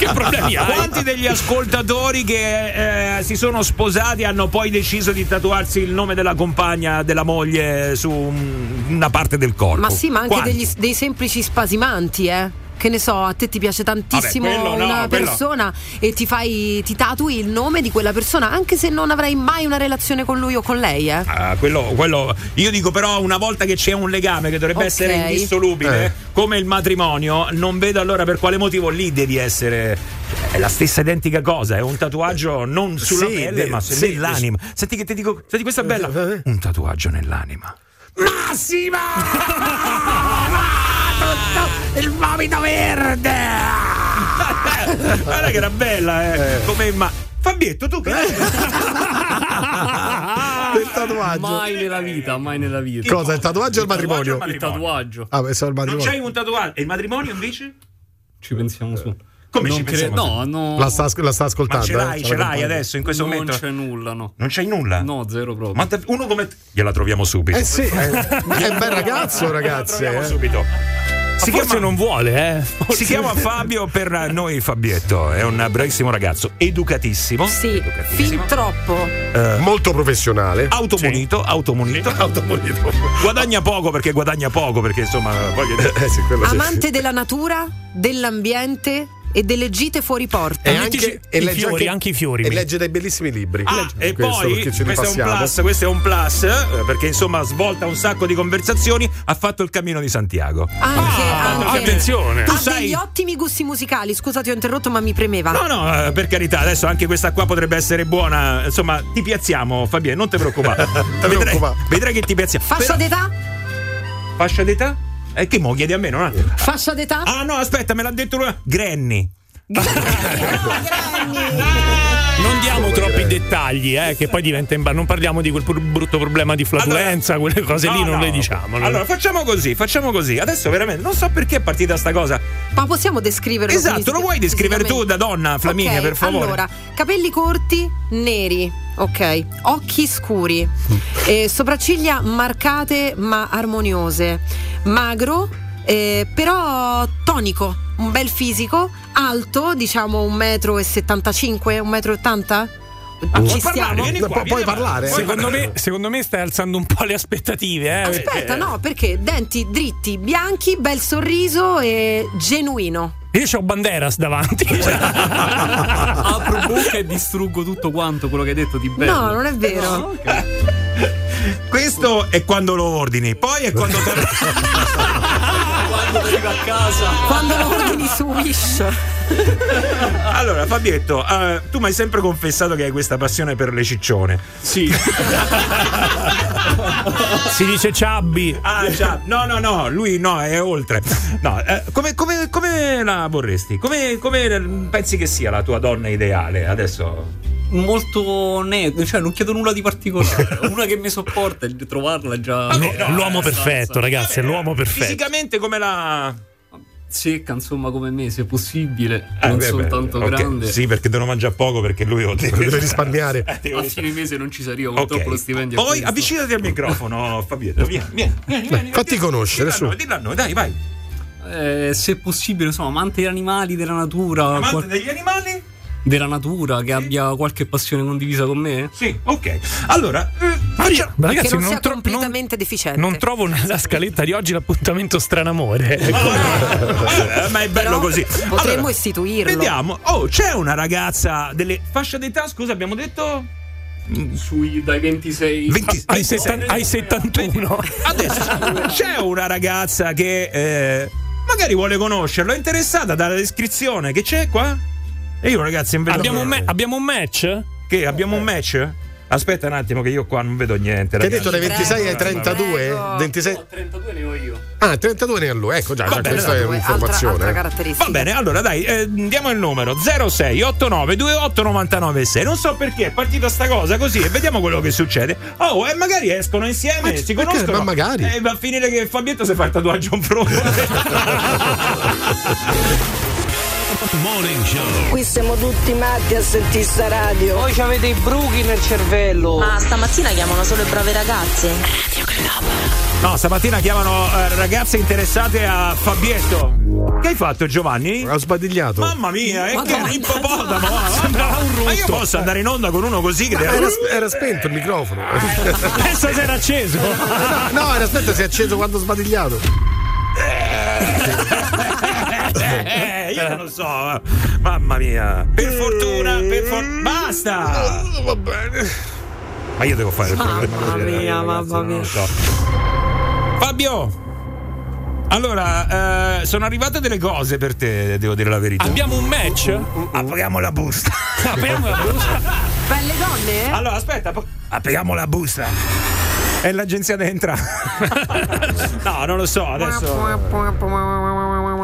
Speaker 3: che problemi hai?
Speaker 1: Quanti degli ascoltatori che eh, si sono sposati hanno poi deciso di tatuarsi il nome della compagna, della moglie su un- una parte del corpo?
Speaker 5: Ma sì, ma anche
Speaker 1: Quanti?
Speaker 5: degli- dei semplici spasimanti, eh. Che ne so, a te ti piace tantissimo
Speaker 1: Vabbè, quello no,
Speaker 5: una
Speaker 1: quello-
Speaker 5: persona e ti fai ti tatui il nome di quella persona, anche se non avrai mai una relazione con lui o con lei, eh.
Speaker 1: Ah, quello, quello- io dico però una volta che c'è un legame che dovrebbe
Speaker 5: Ok.
Speaker 1: essere indissolubile
Speaker 4: Eh.
Speaker 1: come il matrimonio non vedo allora per quale motivo lì devi essere Cioè, è la stessa identica cosa è un tatuaggio non sulla
Speaker 4: Sì,
Speaker 1: pelle
Speaker 4: de-
Speaker 1: ma
Speaker 4: sì, Eh,
Speaker 1: nell'anima senti che ti dico senti questa è bella un tatuaggio nell'anima Massima!
Speaker 17: Ah,
Speaker 1: il vomito verde! Guarda che era bella, eh. Come ma. Fabietto, tu che.
Speaker 4: Eh. Del tatuaggio.
Speaker 19: Mai nella vita, mai nella vita.
Speaker 4: Cosa, il tatuaggio o il matrimonio?
Speaker 19: Il tatuaggio.
Speaker 4: Ah, pensavo al
Speaker 1: Non
Speaker 4: matrimonio.
Speaker 1: c'hai un tatuaggio. E il matrimonio invece?
Speaker 19: Ci pensiamo su.
Speaker 1: Come
Speaker 19: Non
Speaker 1: ci
Speaker 19: cre-
Speaker 1: pensiamo su?
Speaker 19: No, no.
Speaker 4: La sta, la sta
Speaker 1: Ma
Speaker 4: ascoltando.
Speaker 1: ce l'hai,
Speaker 4: eh,
Speaker 1: ce l'hai
Speaker 4: compagna.
Speaker 1: adesso, in questo
Speaker 19: non
Speaker 1: momento.
Speaker 19: c'è nulla, no.
Speaker 1: Non c'hai nulla?
Speaker 19: No, zero proprio.
Speaker 1: Ma te- uno come. te- Gliela troviamo subito.
Speaker 4: Eh sì, eh, è un bel ragazzo, ragazzi.
Speaker 1: Gliela troviamo
Speaker 4: eh.
Speaker 1: subito.
Speaker 3: Si
Speaker 1: Si
Speaker 3: forse
Speaker 1: chiama-
Speaker 3: non vuole, eh.
Speaker 1: Si chiama Fabio per noi Fabietto, è un bravissimo ragazzo, educatissimo. Eh,
Speaker 5: Sì, fin troppo.
Speaker 4: Molto professionale.
Speaker 1: Automunito, automunito, automunito. Guadagna poco perché guadagna poco, perché insomma, voglio dire.
Speaker 4: Eh, sì, quello sì.
Speaker 5: Amante della natura, dell'ambiente e delle gite fuori porta.
Speaker 4: E
Speaker 3: Mettici
Speaker 4: anche, e
Speaker 3: i
Speaker 4: legge
Speaker 3: fiori, anche i fiori,
Speaker 4: E
Speaker 3: mi-
Speaker 4: legge dei bellissimi libri.
Speaker 1: Ah,
Speaker 4: Legge-
Speaker 1: e
Speaker 4: questo,
Speaker 1: poi
Speaker 4: perché ce ne
Speaker 1: questo è un
Speaker 4: passiamo.
Speaker 1: plus, questo è un plus, eh, perché insomma svolta un sacco di conversazioni, ha fatto il cammino di Santiago.
Speaker 5: Anche, anche-
Speaker 3: attenzione.
Speaker 1: Ah, Tu
Speaker 5: ha
Speaker 1: sai-
Speaker 5: degli ottimi gusti musicali. Scusa, ti ho interrotto, ma mi premeva.
Speaker 1: No, no, eh, per carità, adesso anche questa qua potrebbe essere buona. Insomma, ti piazziamo, Fabien, non ti preoccupare. vedrai,
Speaker 4: preoccupare.
Speaker 1: vedrai che ti piazziamo.
Speaker 5: Fascia d'età?
Speaker 1: Però- fascia d'età? E che mo chiedi a me, non a
Speaker 5: Fascia d'età?
Speaker 1: Ah no, aspetta, me l'ha detto lui. Granny.
Speaker 3: Non diamo troppi dettagli, eh, che poi diventa imba- Non parliamo di quel pur- brutto problema di flatulenza, quelle cose lì
Speaker 1: No,
Speaker 3: non
Speaker 1: no.
Speaker 3: le diciamo. non-
Speaker 1: Allora, facciamo così, facciamo diciamo così. Adesso veramente non so perché è partita sta cosa.
Speaker 5: Ma possiamo descriverlo?
Speaker 1: Esatto,
Speaker 5: fisi-
Speaker 1: lo vuoi descrivere tu
Speaker 5: fisicamente?
Speaker 1: da donna, Flaminia,
Speaker 5: Ok,
Speaker 1: per favore?
Speaker 5: Allora, capelli corti, neri, ok, occhi scuri, eh, sopracciglia marcate ma armoniose, magro, eh, però tonico, un bel fisico, alto, diciamo 1,75 m, 1,80 m?
Speaker 1: puoi
Speaker 5: Ah, Ci
Speaker 1: parlare,
Speaker 5: stiamo?
Speaker 1: vieni qua,
Speaker 4: Pu-
Speaker 1: vieni
Speaker 4: puoi
Speaker 1: qua.
Speaker 4: parlare?
Speaker 1: Puoi
Speaker 3: Secondo me, secondo me stai alzando un po' le aspettative, eh.
Speaker 5: Aspetta, no, perché denti dritti, bianchi, bel sorriso e genuino.
Speaker 3: Io c'ho Banderas davanti.
Speaker 19: Apro bocca e distruggo tutto quanto quello che hai detto di bello.
Speaker 5: No, non è vero.
Speaker 19: No, ok.
Speaker 1: Questo è quando lo ordini, poi è quando te
Speaker 19: Quando arrivo a casa.
Speaker 5: Quando lo ordini su Wish.
Speaker 1: Allora, Fabietto, eh, tu mi hai sempre confessato che hai questa passione per le ciccione.
Speaker 19: Sì.
Speaker 3: Si dice Ciabbi.
Speaker 1: Ah, già. No, no, no, lui no, è oltre. No, eh, come, come- come la vorresti? Come, come pensi che sia la tua donna ideale? Adesso.
Speaker 19: Molto netto, cioè non chiedo nulla di particolare. Una che mi sopporta, il- trovarla è già.
Speaker 3: L'u- l'uomo perfetto, ragazzi, è l'uomo perfetto.
Speaker 1: Fisicamente come la.
Speaker 19: Secca, insomma, come me, se possibile.
Speaker 1: Eh,
Speaker 19: non
Speaker 1: beh, beh,
Speaker 19: soltanto
Speaker 1: ok.
Speaker 19: grande.
Speaker 1: Sì, perché devono mangiare poco perché lui Eh,
Speaker 4: Deve risparmiare.
Speaker 5: Eh,
Speaker 19: A fine mese non ci si arriva, purtroppo
Speaker 1: Ok.
Speaker 19: lo stipendio
Speaker 1: Poi
Speaker 19: è questo.
Speaker 1: avvicinati al microfono, Fabietto. Vieni, vieni, vieni, vieni.
Speaker 4: Fatti conoscere,
Speaker 1: Dillo a
Speaker 4: su.
Speaker 1: noi, dillo a noi, dai, vai.
Speaker 19: Eh, se possibile, insomma, amante degli animali, della natura.
Speaker 1: Amante
Speaker 19: qual-
Speaker 1: degli animali?
Speaker 19: Della natura, che abbia qualche passione condivisa con me?
Speaker 1: Sì, ok. Allora, eh,
Speaker 3: Ragazzi,
Speaker 5: che non,
Speaker 3: non
Speaker 5: sia
Speaker 3: tro-
Speaker 5: completamente deficiente.
Speaker 3: Non trovo nella scaletta di oggi l'appuntamento stranamore. ecco.
Speaker 1: Eh, ma è bello
Speaker 5: Però
Speaker 1: così.
Speaker 5: Potremmo
Speaker 1: Allora,
Speaker 5: istituirlo.
Speaker 1: Vediamo. Oh, c'è una ragazza delle fascia d'età, scusa, abbiamo detto
Speaker 19: Mm, sui dai Ah, 26
Speaker 3: ai, settan- ai 71.
Speaker 1: Adesso c'è una ragazza che eh, magari vuole conoscerlo, è interessata dalla descrizione che c'è qua? E io ragazzi non vedo
Speaker 3: Abbiamo un,
Speaker 1: niente.
Speaker 3: ma- abbiamo un match?
Speaker 1: Che abbiamo un match? Aspetta un attimo che io qua non vedo niente.
Speaker 4: Che hai
Speaker 1: ragazzi.
Speaker 4: detto dai 26 ai 32? 26?
Speaker 19: 32 ne ho io.
Speaker 4: Ah, 32 ne ha lui, ecco già,
Speaker 1: Va
Speaker 4: già
Speaker 1: bene,
Speaker 4: questa è
Speaker 1: dai,
Speaker 4: un'informazione.
Speaker 1: altra- altra
Speaker 4: eh.
Speaker 5: caratteristica.
Speaker 1: Va bene, allora dai, eh, diamo il numero 0689298996. Non so perché è partita sta cosa così e vediamo quello che succede. Oh, e magari escono insieme, si
Speaker 4: perché?
Speaker 1: conoscono.
Speaker 4: Ma magari.
Speaker 1: E va a finire che Fabietto si fa il tatuaggio in
Speaker 2: Morning Show.
Speaker 18: Qui siamo tutti matti a sentire sta radio. Voi avete i bruchi nel cervello.
Speaker 22: Ma stamattina chiamano solo le brave ragazze.
Speaker 1: No, stamattina chiamano eh, ragazze interessate a Fabietto. Che hai fatto Giovanni? Ho
Speaker 4: sbadigliato.
Speaker 1: Mamma mia, è che
Speaker 17: Madonna.
Speaker 1: ippopotamo! ah, Sembrava un rotto. Ma io posso andare in onda con uno così che
Speaker 4: Ma
Speaker 1: deve-
Speaker 4: Era, era spento il microfono.
Speaker 3: Adesso si era acceso.
Speaker 4: no, era aspetta, si è acceso quando ho sbadigliato.
Speaker 1: Eh, io non lo so, eh. mamma mia. Per fortuna, per fortuna. Basta!
Speaker 4: Va bene.
Speaker 1: Ma io devo fare il
Speaker 17: Mamma
Speaker 1: programma. così,
Speaker 17: mia,
Speaker 1: ragazzi,
Speaker 17: mamma
Speaker 1: non
Speaker 17: mia.
Speaker 1: lo so. Fabio! Allora, eh, sono arrivate delle cose per te, devo dire la verità.
Speaker 3: Abbiamo un match?
Speaker 1: Apriamo la busta.
Speaker 3: Apriamo la busta.
Speaker 5: Belle donne?
Speaker 1: Allora, aspetta. po- Apriamo la busta. È l'agenzia dentro. no, non lo so, adesso.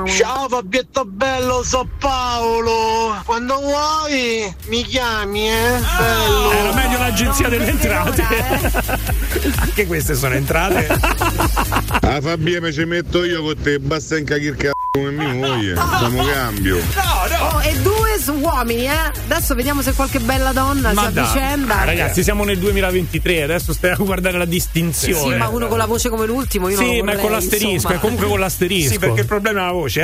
Speaker 23: Ciao Fabietto Bello, so Paolo. Quando vuoi mi chiami, eh? Bello.
Speaker 3: Era meglio l'agenzia delle entrate.
Speaker 5: eh,
Speaker 1: Anche queste sono entrate.
Speaker 24: A Fabia me ci metto io con te, basta incagir c***o come mia moglie. Siamo cambio.
Speaker 5: Oh, e due su uomini, eh? Adesso vediamo se qualche bella donna si
Speaker 3: dai. Ah,
Speaker 5: avvicenda.
Speaker 3: Ragazzi, siamo nel 2023, adesso stai a guardare la
Speaker 5: Sì,
Speaker 3: distinzione.
Speaker 5: ma uno con la voce come l'ultimo, io non
Speaker 3: Sì,
Speaker 5: lo
Speaker 3: ma è
Speaker 5: vorrei,
Speaker 3: con l'asterisco,
Speaker 5: insomma.
Speaker 3: è comunque con l'asterisco.
Speaker 1: Sì, perché il problema è la voce,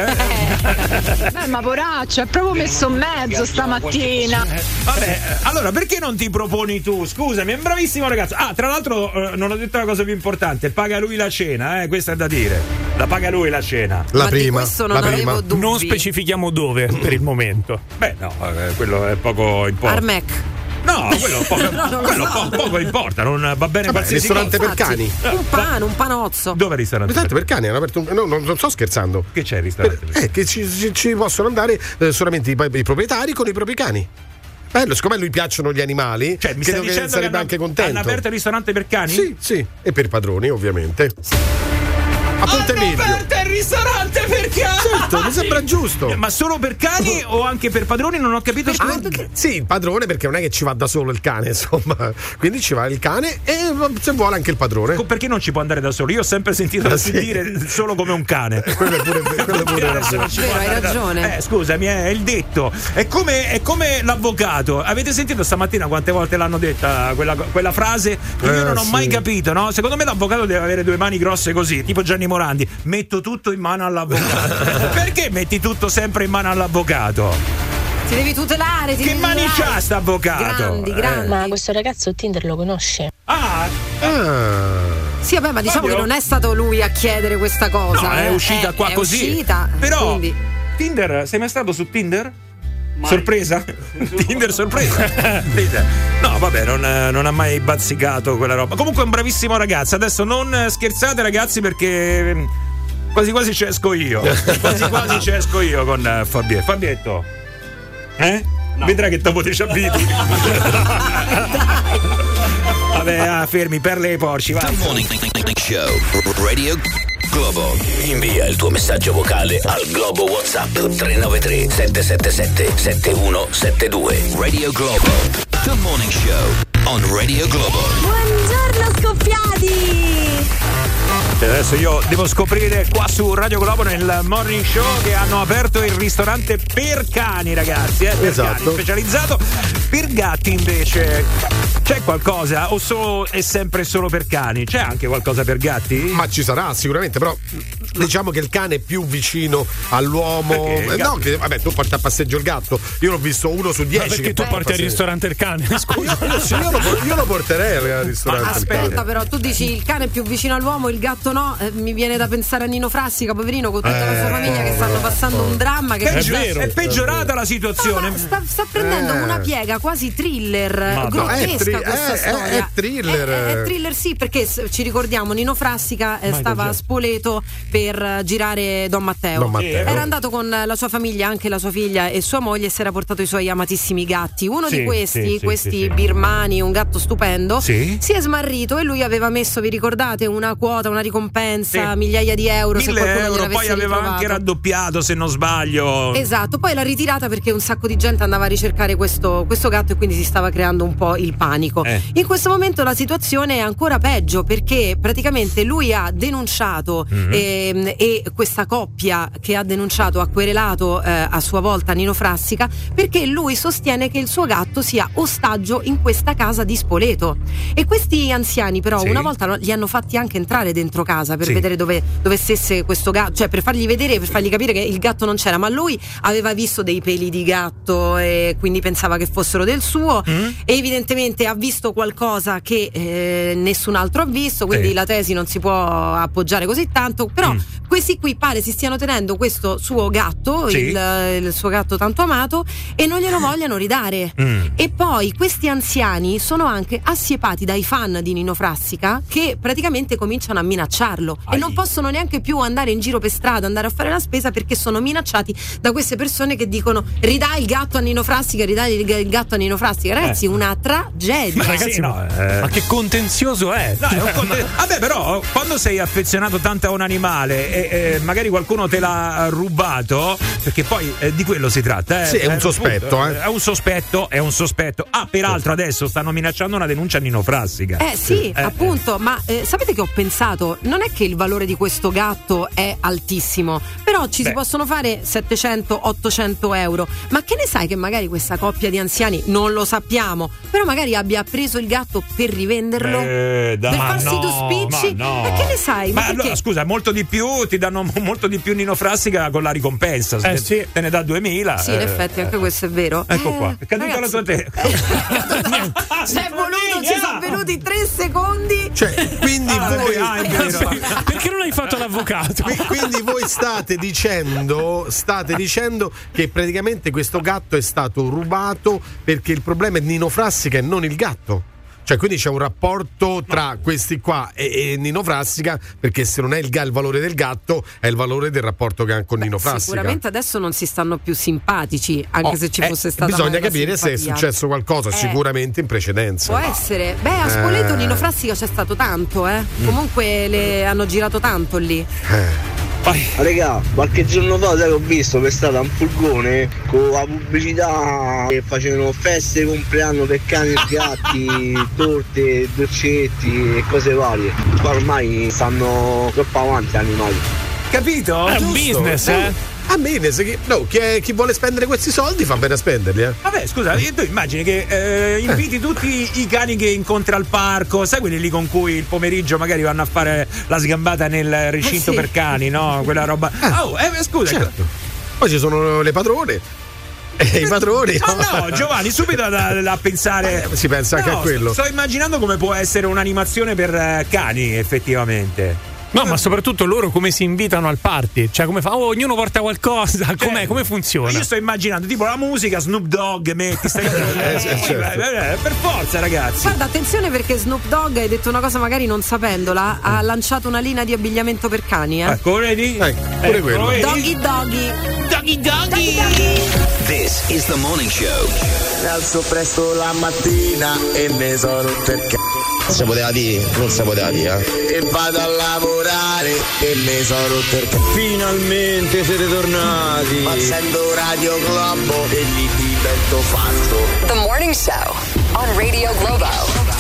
Speaker 1: eh?
Speaker 30: Beh, ma poraccia, è proprio messo in mezzo stamattina.
Speaker 1: Vabbè, eh, allora perché non ti proponi tu? Scusami, è un bravissimo ragazzo. Ah, tra l'altro, eh, non ho detto la cosa più importante: paga lui la cena, eh? Questa è da dire. La paga lui la cena.
Speaker 4: La Ma di prima,
Speaker 5: questo non la avevo prima. dubbi.
Speaker 3: Non specifichiamo dove per il momento.
Speaker 1: Beh, no, eh, quello è poco importante.
Speaker 5: Armec.
Speaker 1: No, quello, poco, quello po- poco importa, non va bene
Speaker 4: Vabbè,
Speaker 1: qualsiasi
Speaker 4: ristorante
Speaker 1: cosa.
Speaker 4: per cani.
Speaker 5: Un pane, un panozzo.
Speaker 1: Dove è il ristorante?
Speaker 4: Ristorante per cani, hanno aperto un- no, non, non sto scherzando.
Speaker 1: Che c'è il ristorante?
Speaker 4: Eh, che ci, ci- ci possono andare eh, solamente i, i proprietari con i propri cani. Bello, siccome a lui piacciono gli animali,
Speaker 1: Cioè, Mi stai
Speaker 4: credo che
Speaker 1: dicendo
Speaker 4: sarebbe
Speaker 1: hanno-
Speaker 4: anche contento.
Speaker 1: Hanno aperto il ristorante per cani?
Speaker 4: Sì, sì, e per padroni, ovviamente. A Ponte
Speaker 1: Hanno
Speaker 4: Milvio.
Speaker 1: aperto il ristorante per cani!
Speaker 4: Certo, mi sembra giusto.
Speaker 1: Ma solo per cani o anche per padroni? Non ho capito.
Speaker 4: Ah, sì, il padrone perché non è che ci va da solo il cane, insomma. Quindi ci va il cane e se vuole anche il padrone.
Speaker 1: Perché non ci può andare da solo? Io ho sempre sentito
Speaker 4: Ah, sì. Eh,
Speaker 1: dire solo come un cane.
Speaker 4: Quello è pure, quello è pure
Speaker 1: Perché
Speaker 4: una
Speaker 1: adesso non ci
Speaker 5: Vero,
Speaker 1: può
Speaker 5: hai
Speaker 1: andare da-
Speaker 5: ragione.
Speaker 1: Eh, scusami, è il detto. È come, è come l'avvocato. Avete sentito stamattina quante volte l'hanno detta quella, quella frase? Che
Speaker 4: Eh,
Speaker 1: io non ho
Speaker 4: sì.
Speaker 1: mai capito, no? Secondo me l'avvocato deve avere due mani grosse così, tipo Gianni Morandi. Metto tutto in mano all'avvocato. Perché metti tutto sempre in mano all'avvocato?
Speaker 5: Ti devi tutelare, ti
Speaker 1: Che
Speaker 5: devi
Speaker 1: mani
Speaker 5: tutelare.
Speaker 1: c'ha sta avvocato?
Speaker 5: Grandi,
Speaker 1: Eh.
Speaker 5: grandi.
Speaker 22: Ma questo ragazzo Tinder lo conosce?
Speaker 1: Ah!
Speaker 4: Ah.
Speaker 5: Sì, vabbè, ma diciamo
Speaker 1: Fabio?
Speaker 5: che non è stato lui a chiedere questa cosa.
Speaker 1: No, è
Speaker 5: eh.
Speaker 1: uscita
Speaker 5: Eh,
Speaker 1: qua
Speaker 5: è
Speaker 1: così.
Speaker 5: uscita,
Speaker 1: Però
Speaker 5: quindi-
Speaker 1: Tinder, sei mai stato su Tinder? Sorpresa? Tinder sorpresa. Tinder. no, vabbè, non, eh, non ha mai bazzicato quella roba. Comunque è un bravissimo ragazzo. Adesso non eh, scherzate, ragazzi, perché mm, quasi quasi ci esco io. quasi quasi ci esco io con eh, Fabie- Fabietto. Eh? Vedrai che dopo ti ci abiti. Vabbè, ah, fermi, perle ai porci, va.
Speaker 12: Show Radio Globo. Invia il tuo messaggio vocale al Globo WhatsApp 393 777 7172. Radio Globo. The Morning Show on Radio Globo.
Speaker 2: Buongiorno scoppiati!
Speaker 1: E Adesso io devo scoprire qua su Radio Globo nel morning show che hanno aperto il ristorante per cani, ragazzi. Eh, per
Speaker 4: Esatto.
Speaker 1: cani, specializzato. Per gatti invece c'è qualcosa o solo è sempre solo per cani? C'è anche qualcosa per gatti?
Speaker 4: Ma ci sarà sicuramente, però diciamo che il cane è più vicino all'uomo.
Speaker 1: Perché il
Speaker 4: Eh, No,
Speaker 1: gatto-
Speaker 4: che, vabbè, tu porti a passeggio il gatto. Io l'ho visto uno su dieci.
Speaker 3: perché
Speaker 4: che
Speaker 3: tu
Speaker 4: porta
Speaker 3: porti al
Speaker 4: passeggio.
Speaker 3: ristorante il cane?
Speaker 1: Ah,
Speaker 3: Scusa.
Speaker 4: Io lo, sì, io lo por- io lo porterei al ristorante. il
Speaker 5: Aspetta,
Speaker 4: cane.
Speaker 5: però tu dici il cane è più vicino all'uomo, il gatto no. Eh, mi viene da pensare a Nino Frassica, poverino, con tutta la sua
Speaker 1: Eh,
Speaker 5: famiglia che stanno passando un dramma. Che
Speaker 1: Peggio- è peggiorata la situazione.
Speaker 5: eh. Sta, sta prendendo
Speaker 1: Eh.
Speaker 5: una piega quasi thriller,
Speaker 1: Madonna.
Speaker 5: grottesca
Speaker 1: È tri-
Speaker 5: questa
Speaker 1: è- è-
Speaker 5: storia.
Speaker 1: è thriller.
Speaker 4: Eh,
Speaker 5: È, è thriller, sì, perché s- ci ricordiamo Nino Frassica eh,
Speaker 1: Michael
Speaker 5: stava a
Speaker 1: Jackson.
Speaker 5: Spoleto per eh, girare Don Matteo.
Speaker 4: Don Matteo.
Speaker 5: Era andato con eh, la sua famiglia, anche la sua figlia e sua moglie, e si era portato i suoi amatissimi gatti. Uno
Speaker 6: Sì,
Speaker 5: di questi,
Speaker 6: sì, sì,
Speaker 5: questi
Speaker 6: sì, sì.
Speaker 5: birmani, un gatto stupendo,
Speaker 6: Sì.
Speaker 5: si è smarrito e lui aveva messo, vi ricordate, una quota, una ricompensa,
Speaker 1: Sì.
Speaker 5: migliaia di euro se
Speaker 1: 1000
Speaker 5: qualcuno
Speaker 1: euro,
Speaker 5: gliel'avesse
Speaker 1: poi aveva
Speaker 5: ritrovato.
Speaker 1: anche raddoppiato se non sbaglio.
Speaker 5: Esatto, poi l'ha ritirata perché un sacco di gente andava a ricercare questo, questo gatto e quindi si stava creando un po' il panico.
Speaker 1: Eh.
Speaker 5: In questo momento la situazione è ancora peggio perché praticamente lui ha denunciato
Speaker 6: Mhm.
Speaker 5: ehm, e questa coppia che ha denunciato ha querelato eh, a sua volta Nino Frassica perché lui sostiene che il suo gatto sia ostaggio in questa casa di Spoleto. E questi anziani però
Speaker 6: Sì.
Speaker 5: una volta no- li hanno fatti anche entrare dentro casa per
Speaker 6: Sì.
Speaker 5: vedere dove, dove stesse questo gatto, cioè per fargli vedere, per fargli capire che il gatto non c'era, ma lui aveva visto dei peli di gatto e quindi pensava che fossero del suo
Speaker 6: Mm.
Speaker 5: e evidentemente ha visto qualcosa che eh, nessun altro ha visto, quindi
Speaker 6: Sì.
Speaker 5: la tesi non si può appoggiare così tanto, però
Speaker 6: Mm.
Speaker 5: questi qui pare si stiano tenendo questo suo gatto,
Speaker 6: Sì.
Speaker 5: il, il suo gatto tanto amato e non glielo vogliono ridare.
Speaker 3: Mm.
Speaker 5: E poi questi anziani sono anche assiepati dai fan di Nino Frassica che praticamente cominciano a minacciarlo e non possono neanche più andare in giro per strada, andare a fare la spesa perché sono minacciati da queste persone che dicono ridai il gatto a Nino Frassica, ridai il, il gatto a Nino Frassica. Ragazzi,
Speaker 3: Eh.
Speaker 5: una tragedia.
Speaker 3: Ma ragazzi, ma, ma che contenzioso è?
Speaker 1: eh. No, è un conte- Vabbè, però, quando sei affezionato tanto a un animale e eh, magari qualcuno te l'ha rubato, perché poi eh, di quello si tratta. Eh,
Speaker 4: Sì, è un
Speaker 1: Eh,
Speaker 4: sospetto,
Speaker 1: appunto,
Speaker 4: eh. Certo.
Speaker 1: È un sospetto, è un sospetto. Ah, peraltro, adesso stanno minacciando una denuncia a Nino Frassica.
Speaker 5: Eh sì,
Speaker 1: Eh,
Speaker 5: appunto, ma eh, sapete che ho pensato? Non è che il valore di questo gatto è altissimo, però ci si
Speaker 1: Beh.
Speaker 5: possono fare 700-800 euro. Ma che ne sai che magari questa coppia di anziani, non lo sappiamo, però magari abbia preso il gatto per rivenderlo?
Speaker 1: Eh, dai,
Speaker 5: per
Speaker 1: ma
Speaker 5: farsi
Speaker 1: no,
Speaker 5: due spicci?
Speaker 1: ma no.
Speaker 5: che ne sai? Ma,
Speaker 1: Ma allora,
Speaker 5: perché?
Speaker 1: scusa, molto di più, ti danno mo- molto di più Nino Frassica con la ricompensa. Se te, te ne dà 2000.
Speaker 5: Eh, Sì, in
Speaker 1: eh,
Speaker 5: effetti anche questo è vero.
Speaker 1: Ecco
Speaker 5: Eh,
Speaker 1: qua, è caduta la tua te.
Speaker 5: C'è voluto, ci sono venuti tre secondi.
Speaker 4: Quindi voi, Ah,
Speaker 3: perché non hai fatto l'avvocato?
Speaker 4: Quindi voi state dicendo, state dicendo che praticamente questo gatto è stato rubato perché il problema è Nino Frassica e non il gatto. Cioè, quindi c'è un rapporto tra questi qua e, e Nino Frassica, perché se non è il, ga- il valore del gatto, è il valore del rapporto che ha con Nino Frassica.
Speaker 5: Sicuramente adesso non si stanno più simpatici, anche
Speaker 4: Oh,
Speaker 5: se ci
Speaker 4: eh,
Speaker 5: fosse stata
Speaker 4: Bisogna
Speaker 5: mai una
Speaker 4: capire se è
Speaker 5: simpatia.
Speaker 4: successo qualcosa,
Speaker 5: Eh.
Speaker 4: sicuramente in precedenza.
Speaker 5: Può essere. Beh, a Spoleto
Speaker 4: Eh.
Speaker 5: Nino Frassica c'è stato tanto, eh.
Speaker 4: Mm.
Speaker 5: Comunque le hanno girato tanto lì.
Speaker 4: Eh.
Speaker 18: Regà, qualche giorno fa sai che ho visto che è stata un furgone con la pubblicità che facevano feste di compleanno per cani e gatti, torte, dolcetti e cose varie. Qua ormai stanno troppo avanti gli animali.
Speaker 1: Capito?
Speaker 4: Giusto, sì. Ah, bene, se chi, no, chi, è- chi vuole spendere questi soldi fa bene a spenderli, eh.
Speaker 1: Vabbè, scusa, io- tu immagini che eh, inviti tutti i cani che incontri al parco, sai quelli lì con cui il pomeriggio magari vanno a fare la sgambata nel recinto
Speaker 4: Eh sì. Ah.
Speaker 1: per cani, no? Quella roba. Oh, eh, scusa.
Speaker 4: Certo. Poi ci sono le padrone. E i padroni. Eh,
Speaker 1: Ma no, Giovanni, subito da, da- a pensare.
Speaker 4: Si pensa anche
Speaker 1: No,
Speaker 4: a quello.
Speaker 1: Sto immaginando come può essere un'animazione per eh, cani, effettivamente.
Speaker 3: No, ma soprattutto loro come si invitano al party? Cioè, come fa? Oh, ognuno porta qualcosa.
Speaker 19: Cioè,
Speaker 3: Com'è? Come funziona?
Speaker 1: Io sto immaginando tipo la musica, Snoop Dogg, metti, stai eh,
Speaker 5: sì, certo.
Speaker 1: eh, eh, per forza ragazzi.
Speaker 5: Guarda, attenzione perché Snoop Dogg, hai detto una cosa magari non sapendola, ha lanciato una linea di abbigliamento per cani, eh.
Speaker 1: Mm. Ecco, vedi?
Speaker 4: pure
Speaker 1: Ecco,
Speaker 4: quello.
Speaker 1: vedi?
Speaker 5: Doggy doggy.
Speaker 1: Doggy
Speaker 5: doggy.
Speaker 6: This is the morning show. Mi alzo presto la mattina e ne sono rotto il c***o.
Speaker 18: Si poteva dire, non si poteva dire. eh.
Speaker 6: E vado a lavorare e ne sono rotto il c***o. Finalmente siete tornati. Passando Radio Globo e mi divento fatto.
Speaker 8: The Morning Show on Radio Globo.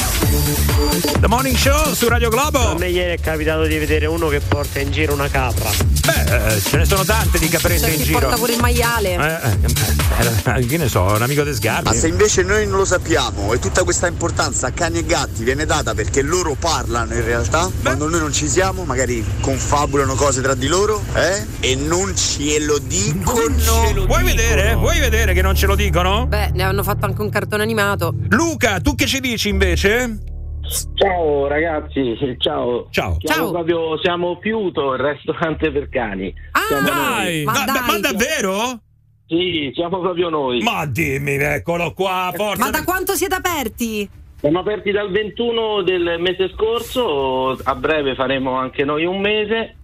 Speaker 1: The Morning Show su Radio Globo.
Speaker 9: A me ieri è capitato di vedere uno che porta in giro una capra.
Speaker 1: Beh, eh, ce ne sono tante di caprette
Speaker 5: C'è
Speaker 1: in
Speaker 5: chi
Speaker 1: giro.
Speaker 5: Cioè, porta pure il maiale.
Speaker 1: Eh, eh, eh, che ne so, un amico di
Speaker 6: Ma se
Speaker 1: Sgarbi.
Speaker 6: invece noi non lo sappiamo e tutta questa importanza a cani e gatti viene data perché loro parlano in realtà, quando noi non ci siamo, magari confabulano cose tra di loro, eh? E non ce lo dicono.
Speaker 1: Vuoi vedere? Vuoi vedere che non ce lo dicono?
Speaker 5: Beh, ne hanno fatto anche un cartone animato.
Speaker 1: Luca, tu che ci dici invece?
Speaker 11: Ciao ragazzi, ciao.
Speaker 1: Ciao.
Speaker 5: Ciao.
Speaker 11: Proprio, siamo Piuto, il ristorante per cani. Siamo noi.
Speaker 1: Ma, da- ma davvero?
Speaker 11: Sì, siamo proprio noi.
Speaker 1: Ma dimmi, eccolo qua, forza.
Speaker 5: Ma da quanto siete aperti?
Speaker 11: Siamo aperti dal 21 del mese scorso, a breve faremo anche noi un mese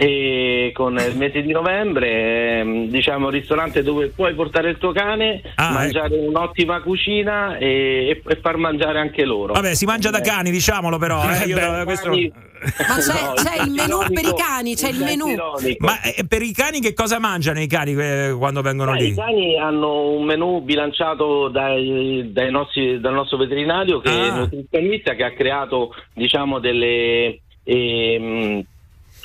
Speaker 11: e con il mese di novembre ehm, diciamo un ristorante dove puoi portare il tuo cane,
Speaker 1: Ah,
Speaker 11: mangiare
Speaker 1: ecco.
Speaker 11: un'ottima cucina e, e- e far mangiare anche loro.
Speaker 1: Vabbè, si mangia
Speaker 11: Eh.
Speaker 1: da cani, diciamolo però. eh, io- questo-
Speaker 5: Ma c'è, c'è il menù per i cani, c'è il menù.
Speaker 1: Ma eh, per i cani che cosa mangiano i cani eh, quando vengono
Speaker 11: Eh, I
Speaker 1: lì?
Speaker 11: cani hanno un menù bilanciato dai- dai nostri- dal nostro veterinario
Speaker 1: Ah.
Speaker 11: che è nutrizionista che ha creato diciamo delle, ehm,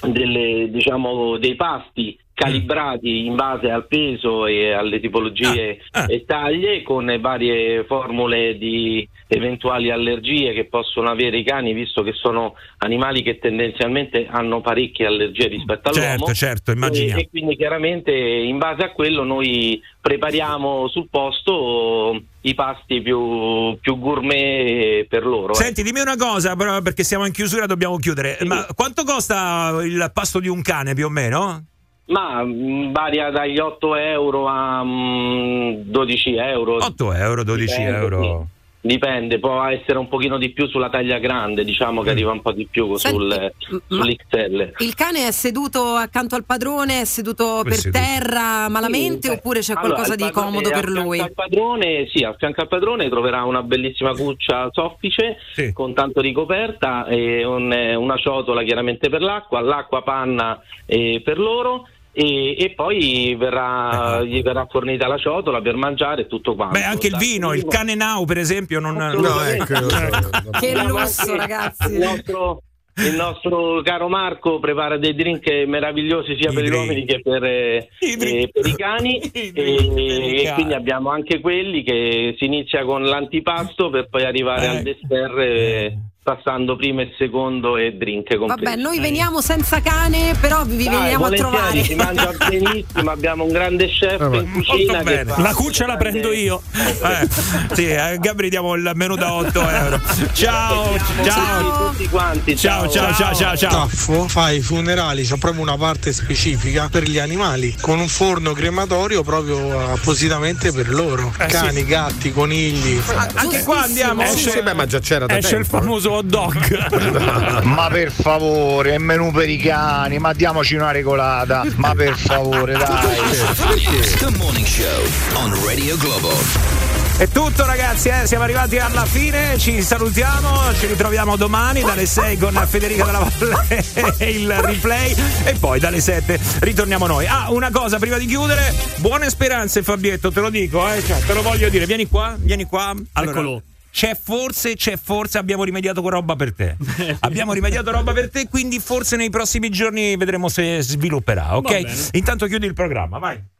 Speaker 11: delle, diciamo, dei pasti
Speaker 1: Mm.
Speaker 11: calibrati in base al peso e alle tipologie
Speaker 1: Ah,
Speaker 11: e taglie con varie formule di eventuali allergie che possono avere i cani visto che sono animali che tendenzialmente hanno parecchie allergie rispetto all'uomo Eh,
Speaker 1: Certo, certo, immaginiamo.
Speaker 11: e, e quindi chiaramente in base a quello noi prepariamo sul posto i pasti più, più gourmet per loro. eh.
Speaker 1: Senti, dimmi una cosa, però, perché siamo in chiusura, dobbiamo chiudere. Ma quanto costa il pasto di un cane più o meno?
Speaker 11: Ma mh, varia dagli 8 euro a mh, 12 euro.
Speaker 1: 8 euro, 12
Speaker 11: Dipende,
Speaker 1: euro.
Speaker 11: sì. Dipende, può essere un pochino di più sulla taglia grande, diciamo
Speaker 1: Mm.
Speaker 11: che arriva un po' di più sul, sull'XL.
Speaker 5: Il cane è seduto accanto al padrone, è seduto
Speaker 11: È
Speaker 5: per
Speaker 11: seduto.
Speaker 5: terra malamente oppure c'è qualcosa
Speaker 11: Allora,
Speaker 5: di
Speaker 11: al padrone-
Speaker 5: comodo per
Speaker 11: a fianco
Speaker 5: lui?
Speaker 11: Al padrone, sì, a fianco al padrone troverà una bellissima cuccia soffice con tanto di coperta e un- eh, una ciotola chiaramente per l'acqua, l'acqua panna eh, per loro. E, e poi verrà, gli verrà fornita la ciotola per mangiare e tutto quanto.
Speaker 1: Beh, anche il
Speaker 11: Dal
Speaker 1: vino, il
Speaker 11: primo-
Speaker 1: cane Nau, per esempio, non.
Speaker 11: No, ecco, io lo so.
Speaker 5: Che
Speaker 11: Guarda,
Speaker 5: lusso,
Speaker 11: sì.
Speaker 5: ragazzi!
Speaker 11: Il nostro, il nostro caro Marco prepara dei drink meravigliosi sia per gli uomini che per, eh, eh, per i cani e, e
Speaker 1: cani.
Speaker 11: quindi abbiamo anche quelli che si inizia con l'antipasto per poi arrivare al dessert eh, passando primo e secondo e drink completo.
Speaker 5: Vabbè, noi veniamo senza cane, però vi
Speaker 11: Dai,
Speaker 5: veniamo a
Speaker 11: volentieri,
Speaker 5: trovare.
Speaker 11: Si mangia benissimo, abbiamo un grande chef in cucina
Speaker 1: Molto
Speaker 11: che
Speaker 1: bene.
Speaker 11: fa-
Speaker 1: La cuccia la prendo io. Eh, sì, a Gabri diamo il menù da 8 euro. Ciao,
Speaker 11: Aspettiamo
Speaker 1: ciao.
Speaker 11: tutti quanti.
Speaker 1: Ciao, ciao, ciao, ciao, ciao.
Speaker 13: Taffo fa i funerali, c'è proprio una parte specifica per gli animali, con un forno crematorio proprio appositamente per loro.
Speaker 4: Eh,
Speaker 13: Cani,
Speaker 4: sì.
Speaker 13: gatti, conigli.
Speaker 1: Ah, Anche qua andiamo.
Speaker 13: Eh,
Speaker 1: eh,
Speaker 13: Sì, sì, beh, ma già c'era da
Speaker 4: tempo,
Speaker 13: tempo,
Speaker 4: eh.
Speaker 13: famoso
Speaker 3: hot dog.
Speaker 25: Ma per favore, è menù per i cani, ma diamoci una regolata. Ma per favore, dai.
Speaker 1: The Morning Show on Radio Globo. È tutto ragazzi, eh, siamo arrivati alla fine, ci salutiamo, ci ritroviamo domani dalle 6 con Federica della Valle e il replay e poi dalle 7 ritorniamo noi. Ah, una cosa prima di chiudere, buone speranze Fabietto, te lo dico, eh, cioè, te lo voglio dire, vieni qua, vieni qua. Allora, C'è forse, c'è forse, abbiamo rimediato con roba per te. abbiamo rimediato roba per te, quindi forse nei prossimi giorni vedremo se svilupperà,
Speaker 19: Va bene.
Speaker 1: ok? Intanto chiudi il programma, vai.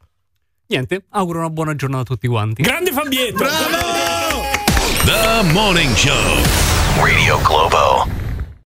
Speaker 19: Niente, auguro una buona giornata a tutti quanti.
Speaker 3: Grande Fabietto!
Speaker 19: Bravo!
Speaker 31: The Morning Show. Radio Globo.